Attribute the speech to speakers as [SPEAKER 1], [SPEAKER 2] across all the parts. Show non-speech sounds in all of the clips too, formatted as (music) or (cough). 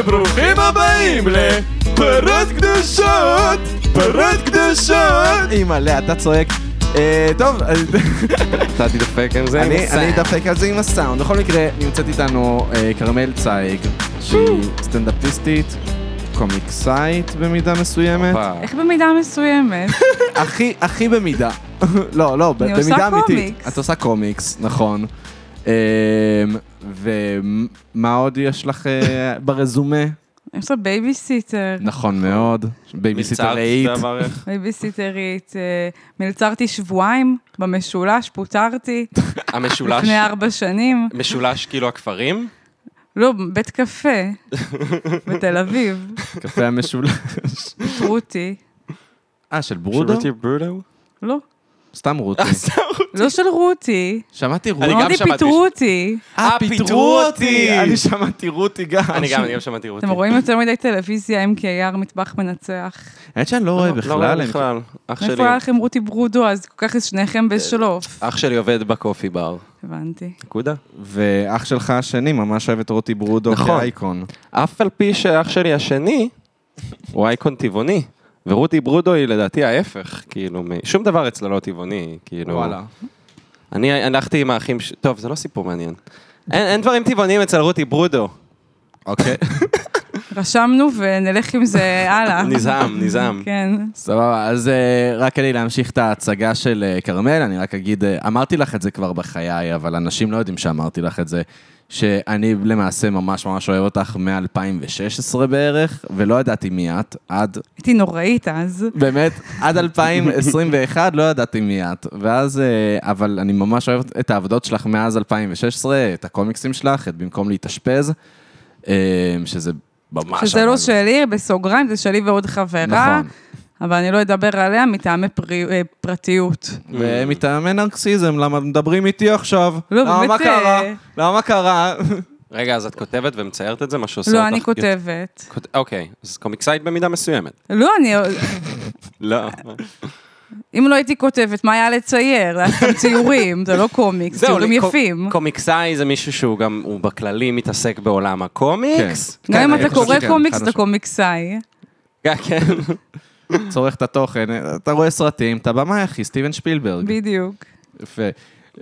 [SPEAKER 1] וברוכים הבאים לפרות קדושות, פרות קדושות. אימא'לה, אתה צועק. אה, טוב, אז-
[SPEAKER 2] אתה תדפק עם זה?
[SPEAKER 1] אני אני אדפק על זה עם הסאונד. בכל מקרה, נמצאת איתנו אה, כרמל צייג, שהיא
[SPEAKER 3] Mm.
[SPEAKER 1] סטנדאפיסטית, קומיקסאית במידה מסוימת.
[SPEAKER 2] אדפק.
[SPEAKER 3] איך במידה מסוימת? (laughs)
[SPEAKER 1] הכי, הכי במידה. (laughs) לא, לא, ב-
[SPEAKER 3] אני
[SPEAKER 1] במידה
[SPEAKER 3] עושה
[SPEAKER 1] אמיתית.
[SPEAKER 3] קומיקס.
[SPEAKER 1] את עושה קומיקס, נכון. אמ, ומה עוד יש לך אה, ברזומה?
[SPEAKER 3] אני עושה בייביסיטר,
[SPEAKER 1] נכון מאוד. בייביסיטר רהיט.
[SPEAKER 3] בייביסיטרית, אה, מלצרתי שבועיים במשולש, פוטרתי
[SPEAKER 2] (laughs) המשולש,
[SPEAKER 3] לפני ארבע שנים.
[SPEAKER 2] משולש כאילו הכפרים?
[SPEAKER 3] לא, בית
[SPEAKER 2] (laughs)
[SPEAKER 3] קפה בתל אביב,
[SPEAKER 1] קפה המשולש.
[SPEAKER 3] טרוטי.
[SPEAKER 1] אה, של ברודו?
[SPEAKER 2] ברודו?
[SPEAKER 3] לא,
[SPEAKER 1] סתם רותי.
[SPEAKER 3] לא של רותי.
[SPEAKER 1] שמעתי
[SPEAKER 2] אני
[SPEAKER 1] רותי.
[SPEAKER 2] גם
[SPEAKER 3] רותי
[SPEAKER 2] שמעתי
[SPEAKER 3] פיטרו אותי.
[SPEAKER 1] אה,
[SPEAKER 2] אה,
[SPEAKER 1] פיטרו
[SPEAKER 2] פיטרו
[SPEAKER 1] אותי!
[SPEAKER 2] אותי!
[SPEAKER 1] אני שמעתי רותי גם.
[SPEAKER 2] אני גם, אני גם שמעתי רותי.
[SPEAKER 3] אתם רואים יותר מדי טלוויזיה, MKR, מטבח מנצח.
[SPEAKER 1] האמת שאני לא רואה בכלל. הם-
[SPEAKER 2] בכלל. אח שלי- לא. אה,
[SPEAKER 3] איפה היה לכם רותי ברודו, אז כל כך שניכם בשלוף.
[SPEAKER 2] אח שלי עובד בקופי בר.
[SPEAKER 3] הבנתי.
[SPEAKER 2] נקודה.
[SPEAKER 1] ואח שלך השני ממש אוהב את רותי ברודו
[SPEAKER 2] נכון.
[SPEAKER 1] כאייקון.
[SPEAKER 2] אף על פי שאח שלי השני הוא אייקון טבעוני. ורותי ברודו היא לדעתי ההפך, כאילו, מ- שום דבר אצלה לא טבעוני, כאילו.
[SPEAKER 1] וואלה.
[SPEAKER 2] אני הלכתי עם האחים, ש- טוב, זה לא סיפור מעניין. אין אין דברים טבעוניים אצל רותי ברודו.
[SPEAKER 1] אוקיי. (laughs)
[SPEAKER 3] רשמנו ונלך עם זה
[SPEAKER 2] (laughs)
[SPEAKER 3] הלאה.
[SPEAKER 2] נזעם, נזעם.
[SPEAKER 3] כן.
[SPEAKER 1] סבבה, אז אה, רק כדי להמשיך את ההצגה של אה, כרמל, אני רק אגיד, אה, אמרתי לך את זה כבר בחיי, אבל אנשים לא יודעים שאמרתי לך את זה, שאני למעשה ממש ממש אוהב אותך מ-2016 בערך, ולא ידעתי מי את, עד,
[SPEAKER 3] הייתי נוראית אז.
[SPEAKER 1] באמת, עד 2021 לא ידעתי מי את. ואז, אה, אבל אני ממש אוהב את העבודות שלך מאז 2016, את הקומיקסים שלך, את במקום להתאשפז, אה, שזה ממש...
[SPEAKER 3] שזה
[SPEAKER 1] אבל-
[SPEAKER 3] לא שלי, בסוגריים, זה שלי ועוד חברה,
[SPEAKER 1] נכון.
[SPEAKER 3] אבל אני לא אדבר עליה מטעמי פרי- אה, פרטיות.
[SPEAKER 1] ומטעמי נרקסיזם, למה מדברים איתי עכשיו?
[SPEAKER 3] לא,
[SPEAKER 1] למה,
[SPEAKER 3] באמת,
[SPEAKER 1] מה קרה?
[SPEAKER 3] אה,
[SPEAKER 1] למה קרה?
[SPEAKER 2] רגע, אז את כותבת ומציירת את זה, מה שעושה אותך?
[SPEAKER 3] לא, אני כותבת.
[SPEAKER 2] כות- אוקיי, אז קומיקסאית במידה מסוימת.
[SPEAKER 3] לא, אני...
[SPEAKER 2] לא.
[SPEAKER 3] אם לא הייתי כותבת, מה היה לצייר? זה היה סתם ציורים, זה לא קומיקס, ציורים יפים.
[SPEAKER 2] קומיקסאי זה מישהו שהוא גם, הוא בכללי מתעסק בעולם הקומיקס.
[SPEAKER 3] גם אם
[SPEAKER 1] כן, אני
[SPEAKER 3] אתה
[SPEAKER 1] חושב
[SPEAKER 3] קורא
[SPEAKER 1] שכן,
[SPEAKER 3] קומיקס,
[SPEAKER 1] חד
[SPEAKER 3] אתה
[SPEAKER 1] משמעית.
[SPEAKER 3] קומיקסאי.
[SPEAKER 2] כן, כן.
[SPEAKER 1] צורך את התוכן, אתה רואה סרטים, אתה במאי אחי, סטיבן שפילברג.
[SPEAKER 3] בדיוק.
[SPEAKER 1] יפה.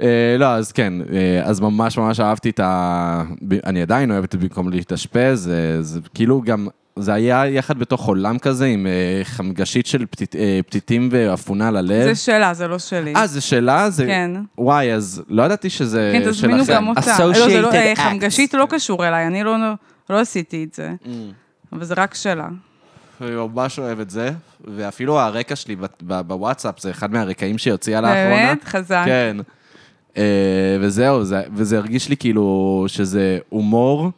[SPEAKER 1] אה, לא, אז כן, אה, אז ממש ממש אהבתי את ה... ב- אני עדיין אוהב את במקום להתאשפז, אה, זה כאילו גם... זה היה יחד בתוך עולם כזה עם אה, חמגשית של פתית- אה, פתיתים ואפונה ללב.
[SPEAKER 3] זה שלה, זה לא שלי.
[SPEAKER 1] אה, זה שלה? זה...
[SPEAKER 3] כן.
[SPEAKER 1] וואי, אז לא ידעתי שזה
[SPEAKER 3] כן, תזמינו
[SPEAKER 1] שלכם.
[SPEAKER 3] גם אותה.
[SPEAKER 2] Associated
[SPEAKER 3] לא, זה לא- אה,
[SPEAKER 2] Acts.
[SPEAKER 3] חמגשית לא קשור אליי, אני לא- לא עשיתי את זה.
[SPEAKER 1] Mm.
[SPEAKER 3] אבל זה רק שלה.
[SPEAKER 1] אני ממש אוהב את זה, ואפילו הרקע שלי ב- ב- בוואטסאפ זה אחד מהרקעים שהיא הוציאה לאחרונה.
[SPEAKER 3] באמת? חזק.
[SPEAKER 1] כן. אה, וזהו, זה- וזה הרגיש לי כאילו שזה הומור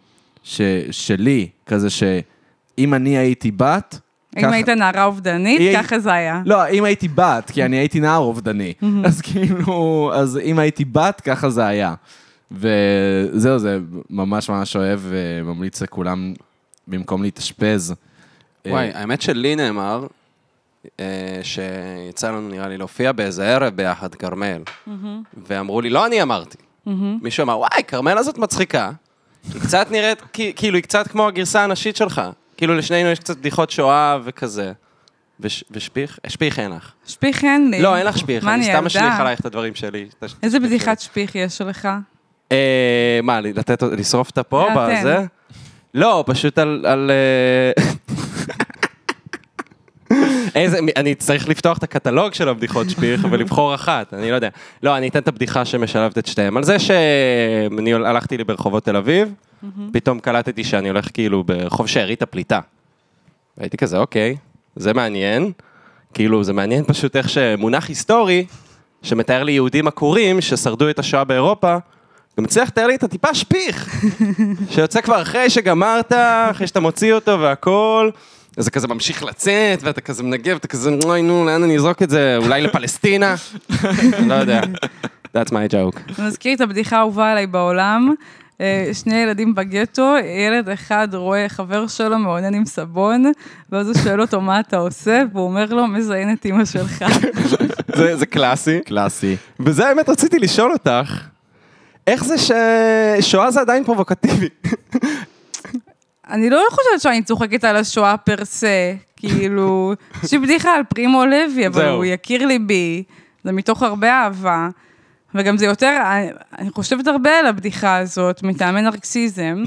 [SPEAKER 1] ש- שלי, כזה שאם אני הייתי בת...
[SPEAKER 3] אם
[SPEAKER 1] ככה-
[SPEAKER 3] היית נערה אובדנית,
[SPEAKER 1] היא-
[SPEAKER 3] ככה זה היה.
[SPEAKER 1] לא, אם הייתי בת, כי אני הייתי נער אובדני.
[SPEAKER 3] Mm-hmm.
[SPEAKER 1] אז כאילו, אז אם הייתי בת, ככה זה היה. וזהו, זה ממש ממש אוהב, וממליץ לכולם, במקום להתאשפז. אה,
[SPEAKER 2] וואי, האמת שלי נאמר, אה, שיצא לנו נראה לי להופיע באיזה ערב ביחד, כרמל. ואמרו לי, לא אני אמרתי. מישהו אמר, וואי, כרמל הזאת מצחיקה. היא קצת נראית, כי- כאילו, היא קצת כמו הגרסה הנשית שלך. כאילו, לשנינו יש קצת בדיחות שואה וכזה. וש- ושפיך? אה, שפיך אין לך.
[SPEAKER 3] שפיך אין לי.
[SPEAKER 2] לא, אין לך שפיך,
[SPEAKER 3] אה, מה,
[SPEAKER 2] אני סתם
[SPEAKER 3] ילדה?
[SPEAKER 2] משליך עלייך את הדברים שלי. את הש-
[SPEAKER 3] איזה בדיחת שפיך יש
[SPEAKER 2] (laughs)
[SPEAKER 3] לך?
[SPEAKER 2] אה, מה, לתת, לשרוף את הפה
[SPEAKER 3] לאתן.
[SPEAKER 2] בזה? לא, פשוט על... על אה, (laughs) איזה, אני צריך לפתוח את הקטלוג של הבדיחות שפיך ולבחור אחת, אני לא יודע. לא, אני אתן את הבדיחה שמשלבת את שתיהם. על זה שאני הלכתי לי ברחובות תל אביב, פתאום קלטתי שאני הולך כאילו ברחוב שארית הפליטה. הייתי כזה, אוקיי, זה מעניין. כאילו, זה מעניין פשוט איך שמונח היסטורי, שמתאר לי יהודים עקורים ששרדו את השואה באירופה, גם מצליח לתאר לי את הטיפה שפיך, שיוצא כבר אחרי שגמרת, אחרי שאתה מוציא אותו והכל. אז זה כזה ממשיך לצאת, ואתה כזה מנגב, אתה כזה, אוי נו, לאן אני אזרוק את זה? אולי לפלסטינה? לא יודע. That's my joke.
[SPEAKER 3] זה מזכיר את הבדיחה האהובה עליי בעולם. אה, שני ילדים בגטו, ילד אחד רואה חבר שלו מעונן עם סבון, ואז הוא שואל אותו מה אתה עושה, והוא אומר לו, מזיין את אימא
[SPEAKER 2] (laughs)
[SPEAKER 3] שלך.
[SPEAKER 2] זה, זה קלאסי.
[SPEAKER 1] קלאסי.
[SPEAKER 2] וזה האמת רציתי לשאול אותך, איך זה ששואה זה עדיין פרובוקטיבי?
[SPEAKER 3] אני לא חושבת שאני צוחקת על השואה פר סה, כאילו, יש לי בדיחה על פרימו לוי, אבל
[SPEAKER 2] זהו.
[SPEAKER 3] הוא יכיר ליבי, זה מתוך הרבה אהבה. וגם זה יותר, אני- אני חושבת הרבה על הבדיחה הזאת, מטעמי נרקסיזם,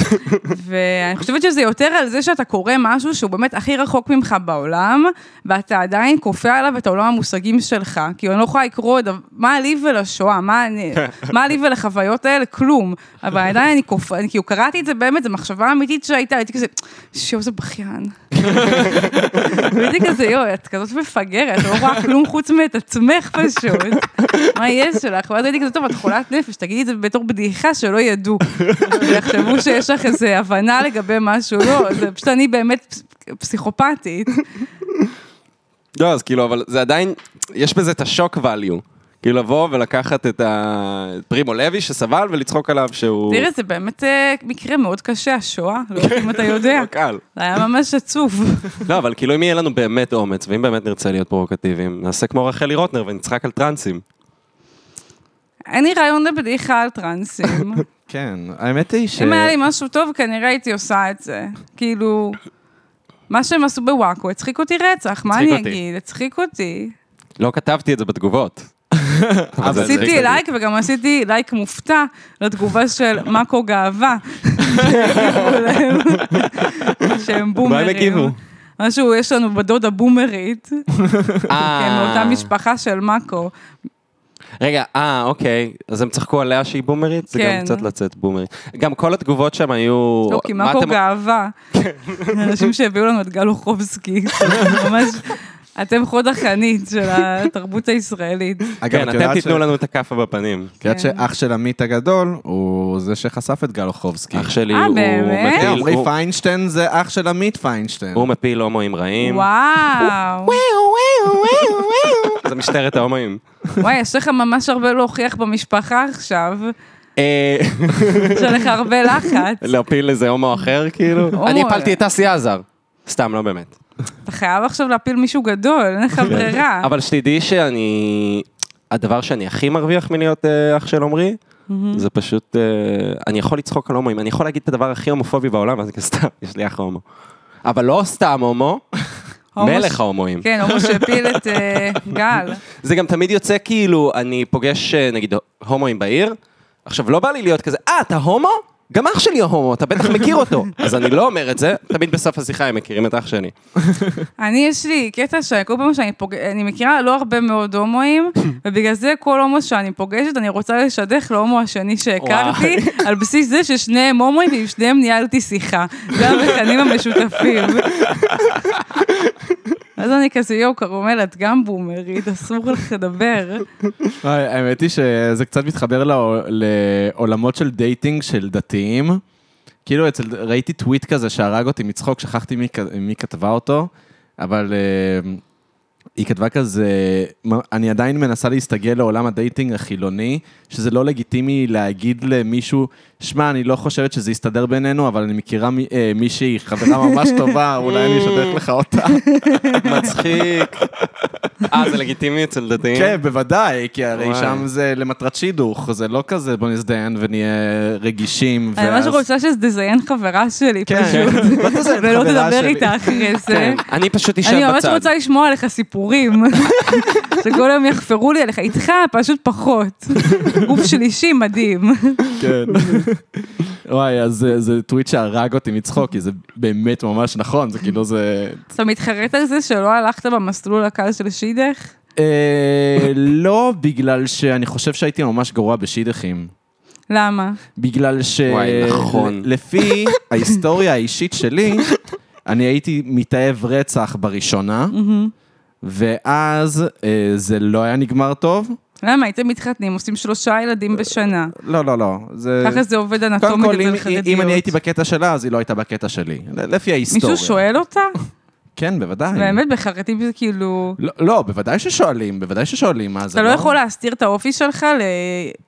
[SPEAKER 3] ואני חושבת שזה יותר על זה שאתה קורא משהו שהוא באמת הכי רחוק ממך בעולם, ואתה עדיין כופה עליו את העולם המושגים שלך, כי אני לא יכולה לקרוא, דו- מה לי ולשואה, מה אני- מה לי ולחוויות האלה? כלום. אבל עדיין אני כופה, אני כאילו קראתי את זה באמת, זו מחשבה אמיתית שהייתה, הייתי כזה, שיו זה בכיין. והייתי כזה, יואי, את כזאת מפגרת, לא רואה כלום חוץ מאת עצמך פשוט. מה יש לך? ואז הייתי כזה, טוב, את חולת נפש, תגידי את זה בתור בדיחה שלא ידעו. יחשבו שיש לך איזו הבנה לגבי משהו, לא, זה פשוט אני באמת פס- פסיכופתית.
[SPEAKER 2] לא, אז כאילו, אבל זה עדיין, יש בזה את השוק value. כאילו לבוא ולקחת את ה- את פרימו לוי שסבל ולצחוק עליו שהוא...
[SPEAKER 3] תראה, זה באמת אה, מקרה מאוד קשה, השואה, לא יודעת אם אתה יודע.
[SPEAKER 2] (laughs) הוא הקהל.
[SPEAKER 3] זה היה ממש עצוב.
[SPEAKER 2] לא, אבל כאילו אם יהיה לנו באמת אומץ, ואם באמת נרצה להיות פרובוקטיביים, נעשה כמו רחלי רוטנר ונצחק על טרנסים.
[SPEAKER 3] אין לי רעיון לבדיחה על טרנסים.
[SPEAKER 1] כן, האמת היא ש...
[SPEAKER 3] אם היה לי משהו טוב, כנראה הייתי עושה את זה. כאילו, מה שהם עשו בוואקו, הצחיק אותי רצח, מה
[SPEAKER 2] הצחיק
[SPEAKER 3] אני
[SPEAKER 2] אותי.
[SPEAKER 3] אגיד? הצחיק אותי.
[SPEAKER 2] לא כתבתי את זה
[SPEAKER 3] (laughs)
[SPEAKER 2] בתגובות. אבל זה- זה-
[SPEAKER 3] עשיתי לייק וגם עשיתי לייק מופתע לתגובה של מאקו גאווה. שהם בומרים.
[SPEAKER 2] (laughs) מה הם הגיבו?
[SPEAKER 3] משהו, יש לנו בדודה בומרית, כן,
[SPEAKER 2] אה.
[SPEAKER 3] מאותה משפחה של מאקו.
[SPEAKER 2] רגע, אה, אוקיי. אז הם צחקו עליה שהיא בומרית? זה גם
[SPEAKER 3] כן.
[SPEAKER 2] קצת לצאת בומרית. גם כל התגובות שם היו...
[SPEAKER 3] לא, כי
[SPEAKER 2] מה
[SPEAKER 3] מאקו
[SPEAKER 2] אתם- כן.
[SPEAKER 3] גאווה. אנשים שהביאו לנו את גל אוחובסקי, ממש, אתם חוד החנית של התרבות הישראלית.
[SPEAKER 2] כן, אתם תיתנו לנו את הכאפה בפנים.
[SPEAKER 1] את יודעת
[SPEAKER 3] כן.
[SPEAKER 1] שאח של עמית הגדול הוא זה שחשף את גל אוחובסקי.
[SPEAKER 2] אח שלי
[SPEAKER 3] אה,
[SPEAKER 2] הוא
[SPEAKER 3] באמת?
[SPEAKER 1] כן,
[SPEAKER 2] מפיל-
[SPEAKER 1] עמרי
[SPEAKER 2] הוא-
[SPEAKER 1] פיינשטיין זה אח של עמית פיינשטיין.
[SPEAKER 2] הוא מפיל הומואים רעים.
[SPEAKER 3] וואו,
[SPEAKER 2] (laughs) זה משטרת ההומואים.
[SPEAKER 3] וואי, יש לך ממש הרבה להוכיח במשפחה עכשיו,
[SPEAKER 2] אה,
[SPEAKER 3] יש לך הרבה לחץ.
[SPEAKER 2] להפיל איזה הומו אחר, כאילו?
[SPEAKER 3] הומו.
[SPEAKER 2] אני הפלתי את אסי עזר. סתם, לא באמת.
[SPEAKER 3] אתה חייב עכשיו להפיל מישהו גדול, אין לך ברירה.
[SPEAKER 2] כן. אבל שתדעי שאני... הדבר שאני הכי מרוויח מלהיות אה, אח של עמרי, זה פשוט... אה, אני יכול לצחוק על הומואים, אני יכול להגיד את הדבר הכי הומופובי בעולם, אז אני כזה סתם, יש לי אח הומו. אבל לא סתם הומו,
[SPEAKER 3] הומו
[SPEAKER 2] מלך
[SPEAKER 3] ש-
[SPEAKER 2] ההומואים.
[SPEAKER 3] כן, הומו שהפיל את אה, גל.
[SPEAKER 2] זה גם תמיד יוצא כאילו, אני פוגש אה, נגיד הומואים בעיר, עכשיו לא בא לי להיות כזה, אה, אתה הומו? גם אח שלי הוא הומו, אתה בטח מכיר
[SPEAKER 3] (laughs)
[SPEAKER 2] אותו. אז אני לא אומר את זה, תמיד בסוף השיחה הם מכירים את אח שלי.
[SPEAKER 3] אני, יש לי קטע שכל פעם שאני פוגשת, אני מכירה לא הרבה מאוד הומואים,
[SPEAKER 2] (coughs)
[SPEAKER 3] ובגלל זה כל הומו שאני פוגשת, אני רוצה לשדך להומו השני שהכרתי, על בסיס זה ששניהם הומואים ועם שניהם ניהלתי שיחה. זה המכנים
[SPEAKER 2] (laughs)
[SPEAKER 3] המשותפים. אז אני כזה, יואו, כרמל, את גם בומרית, אסור לך לדבר.
[SPEAKER 1] אוי, האמת היא שזה קצת מתחבר לעו- לעולמות של דייטינג של דתיים. כאילו, אצל, ראיתי טוויט כזה שהרג אותי מצחוק, שכחתי מי, כ- מי כתבה אותו, אבל אה, היא כתבה כזה, "מ- אני עדיין מנסה להסתגל לעולם הדייטינג החילוני, שזה לא לגיטימי להגיד למישהו, שמע, אני לא חושבת שזה יסתדר בינינו, אבל אני מכירה מי, אה, מישהי, חברה ממש טובה, אולי אני אשדך לך אותה.
[SPEAKER 2] מצחיק. אה, זה לגיטימי אצל דתיים?
[SPEAKER 1] כן, בוודאי, כי הרי
[SPEAKER 2] וואי.
[SPEAKER 1] שם זה למטרת שידוך, זה לא כזה בוא נזדיין ונהיה רגישים.
[SPEAKER 3] אני ממש
[SPEAKER 1] ואז-
[SPEAKER 3] רוצה שתזיין חברה שלי,
[SPEAKER 1] כן,
[SPEAKER 3] פשוט,
[SPEAKER 1] לא תזיין
[SPEAKER 3] ולא
[SPEAKER 1] חברה
[SPEAKER 3] תדבר
[SPEAKER 1] שלי.
[SPEAKER 3] איתה אחרי זה.
[SPEAKER 2] כן, אני פשוט אשב בצד.
[SPEAKER 3] אני ממש רוצה לשמוע עליך
[SPEAKER 1] (laughs)
[SPEAKER 3] סיפורים, שכל היום יחפרו לי עליך, איתך פשוט פחות. גוף שלישי מדהים.
[SPEAKER 1] כן. וואי, אז זה- זה טוויט שהרג אותי מצחוק, כי זה באמת ממש נכון, זה כאילו זה...
[SPEAKER 3] אז אתה מתחרט על זה שלא הלכת במסלול הקל של שידך?
[SPEAKER 1] אה, לא בגלל שאני חושב שהייתי ממש גרוע בשידכים.
[SPEAKER 3] למה?
[SPEAKER 1] בגלל ש...
[SPEAKER 2] וואי, נכון.
[SPEAKER 1] ל-
[SPEAKER 2] (laughs)
[SPEAKER 1] לפי ההיסטוריה האישית שלי, אני הייתי מתאהב רצח בראשונה, ואז אה, זה לא היה נגמר טוב.
[SPEAKER 3] למה? הייתם מתחתנים, עושים שלושה ילדים בשנה.
[SPEAKER 1] לא, לא, לא. זה...
[SPEAKER 3] ככה זה עובד
[SPEAKER 1] קודם
[SPEAKER 3] אנטומית
[SPEAKER 1] כל, אם,
[SPEAKER 3] אצל חרדיות.
[SPEAKER 1] אם אני הייתי בקטע שלה, אז היא לא הייתה בקטע שלי. ל- לפי ההיסטוריה.
[SPEAKER 3] מישהו שואל אותה?
[SPEAKER 1] כן, בוודאי.
[SPEAKER 3] באמת, בחרטים זה כאילו...
[SPEAKER 1] לא, לא, בוודאי ששואלים, בוודאי ששואלים מה זה.
[SPEAKER 3] אתה לא יכול להסתיר את האופי שלך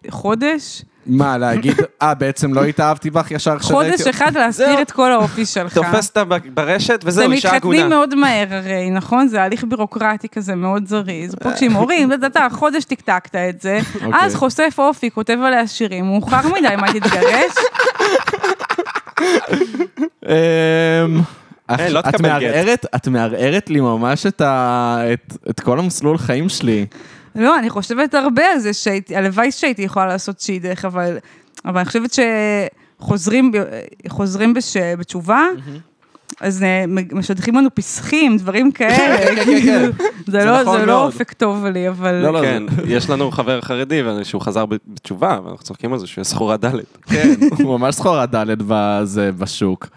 [SPEAKER 3] לחודש?
[SPEAKER 1] מה, להגיד, (laughs) אה, בעצם לא התאהבתי בך ישר
[SPEAKER 3] חודש אחד
[SPEAKER 2] זהו.
[SPEAKER 3] להסתיר את כל האופי שלך.
[SPEAKER 2] תופס אותה ב- ברשת, וזהו,
[SPEAKER 3] אתם
[SPEAKER 2] אישה
[SPEAKER 3] מתחתנים
[SPEAKER 2] עגונה.
[SPEAKER 3] מאוד מהר הרי, נכון? זה הליך בירוקרטי כזה מאוד זריז. פוגשים הורים, אתה יודע, חודש טקטקת את זה,
[SPEAKER 1] אוקיי.
[SPEAKER 3] אז חושף אופי, כותב עליה שירים, מאוחר מדי, מה תתגרש?
[SPEAKER 1] אמ, אך-
[SPEAKER 2] אה, לא
[SPEAKER 1] את
[SPEAKER 2] תקבל גט.
[SPEAKER 1] מערערת, את מערערת לי ממש את ה... את- את כל המסלול חיים
[SPEAKER 3] (laughs)
[SPEAKER 1] שלי.
[SPEAKER 3] (laughs) לא, אני חושבת הרבה על זה שהייתי, הלוואי שהייתי יכולה לעשות שהיא דרך, אבל, אבל אני חושבת שחוזרים ב- חוזרים בש, בתשובה, אז אה, מ- משדכים לנו פסחים, דברים
[SPEAKER 1] כן,
[SPEAKER 3] כאלה.
[SPEAKER 1] כן, כן.
[SPEAKER 3] כאילו, זה
[SPEAKER 1] זה
[SPEAKER 3] לא-
[SPEAKER 1] נכון
[SPEAKER 3] זה לא
[SPEAKER 1] מאוד.
[SPEAKER 3] אופק טוב לי, אבל...
[SPEAKER 1] לא,
[SPEAKER 2] כן, יש לנו חבר חרדי אבל שהוא חזר ב- בתשובה, ואנחנו צוחקים על זה שהוא סחורה ד'.
[SPEAKER 1] כן, הוא ממש סחורה ד' בזה, בשוק.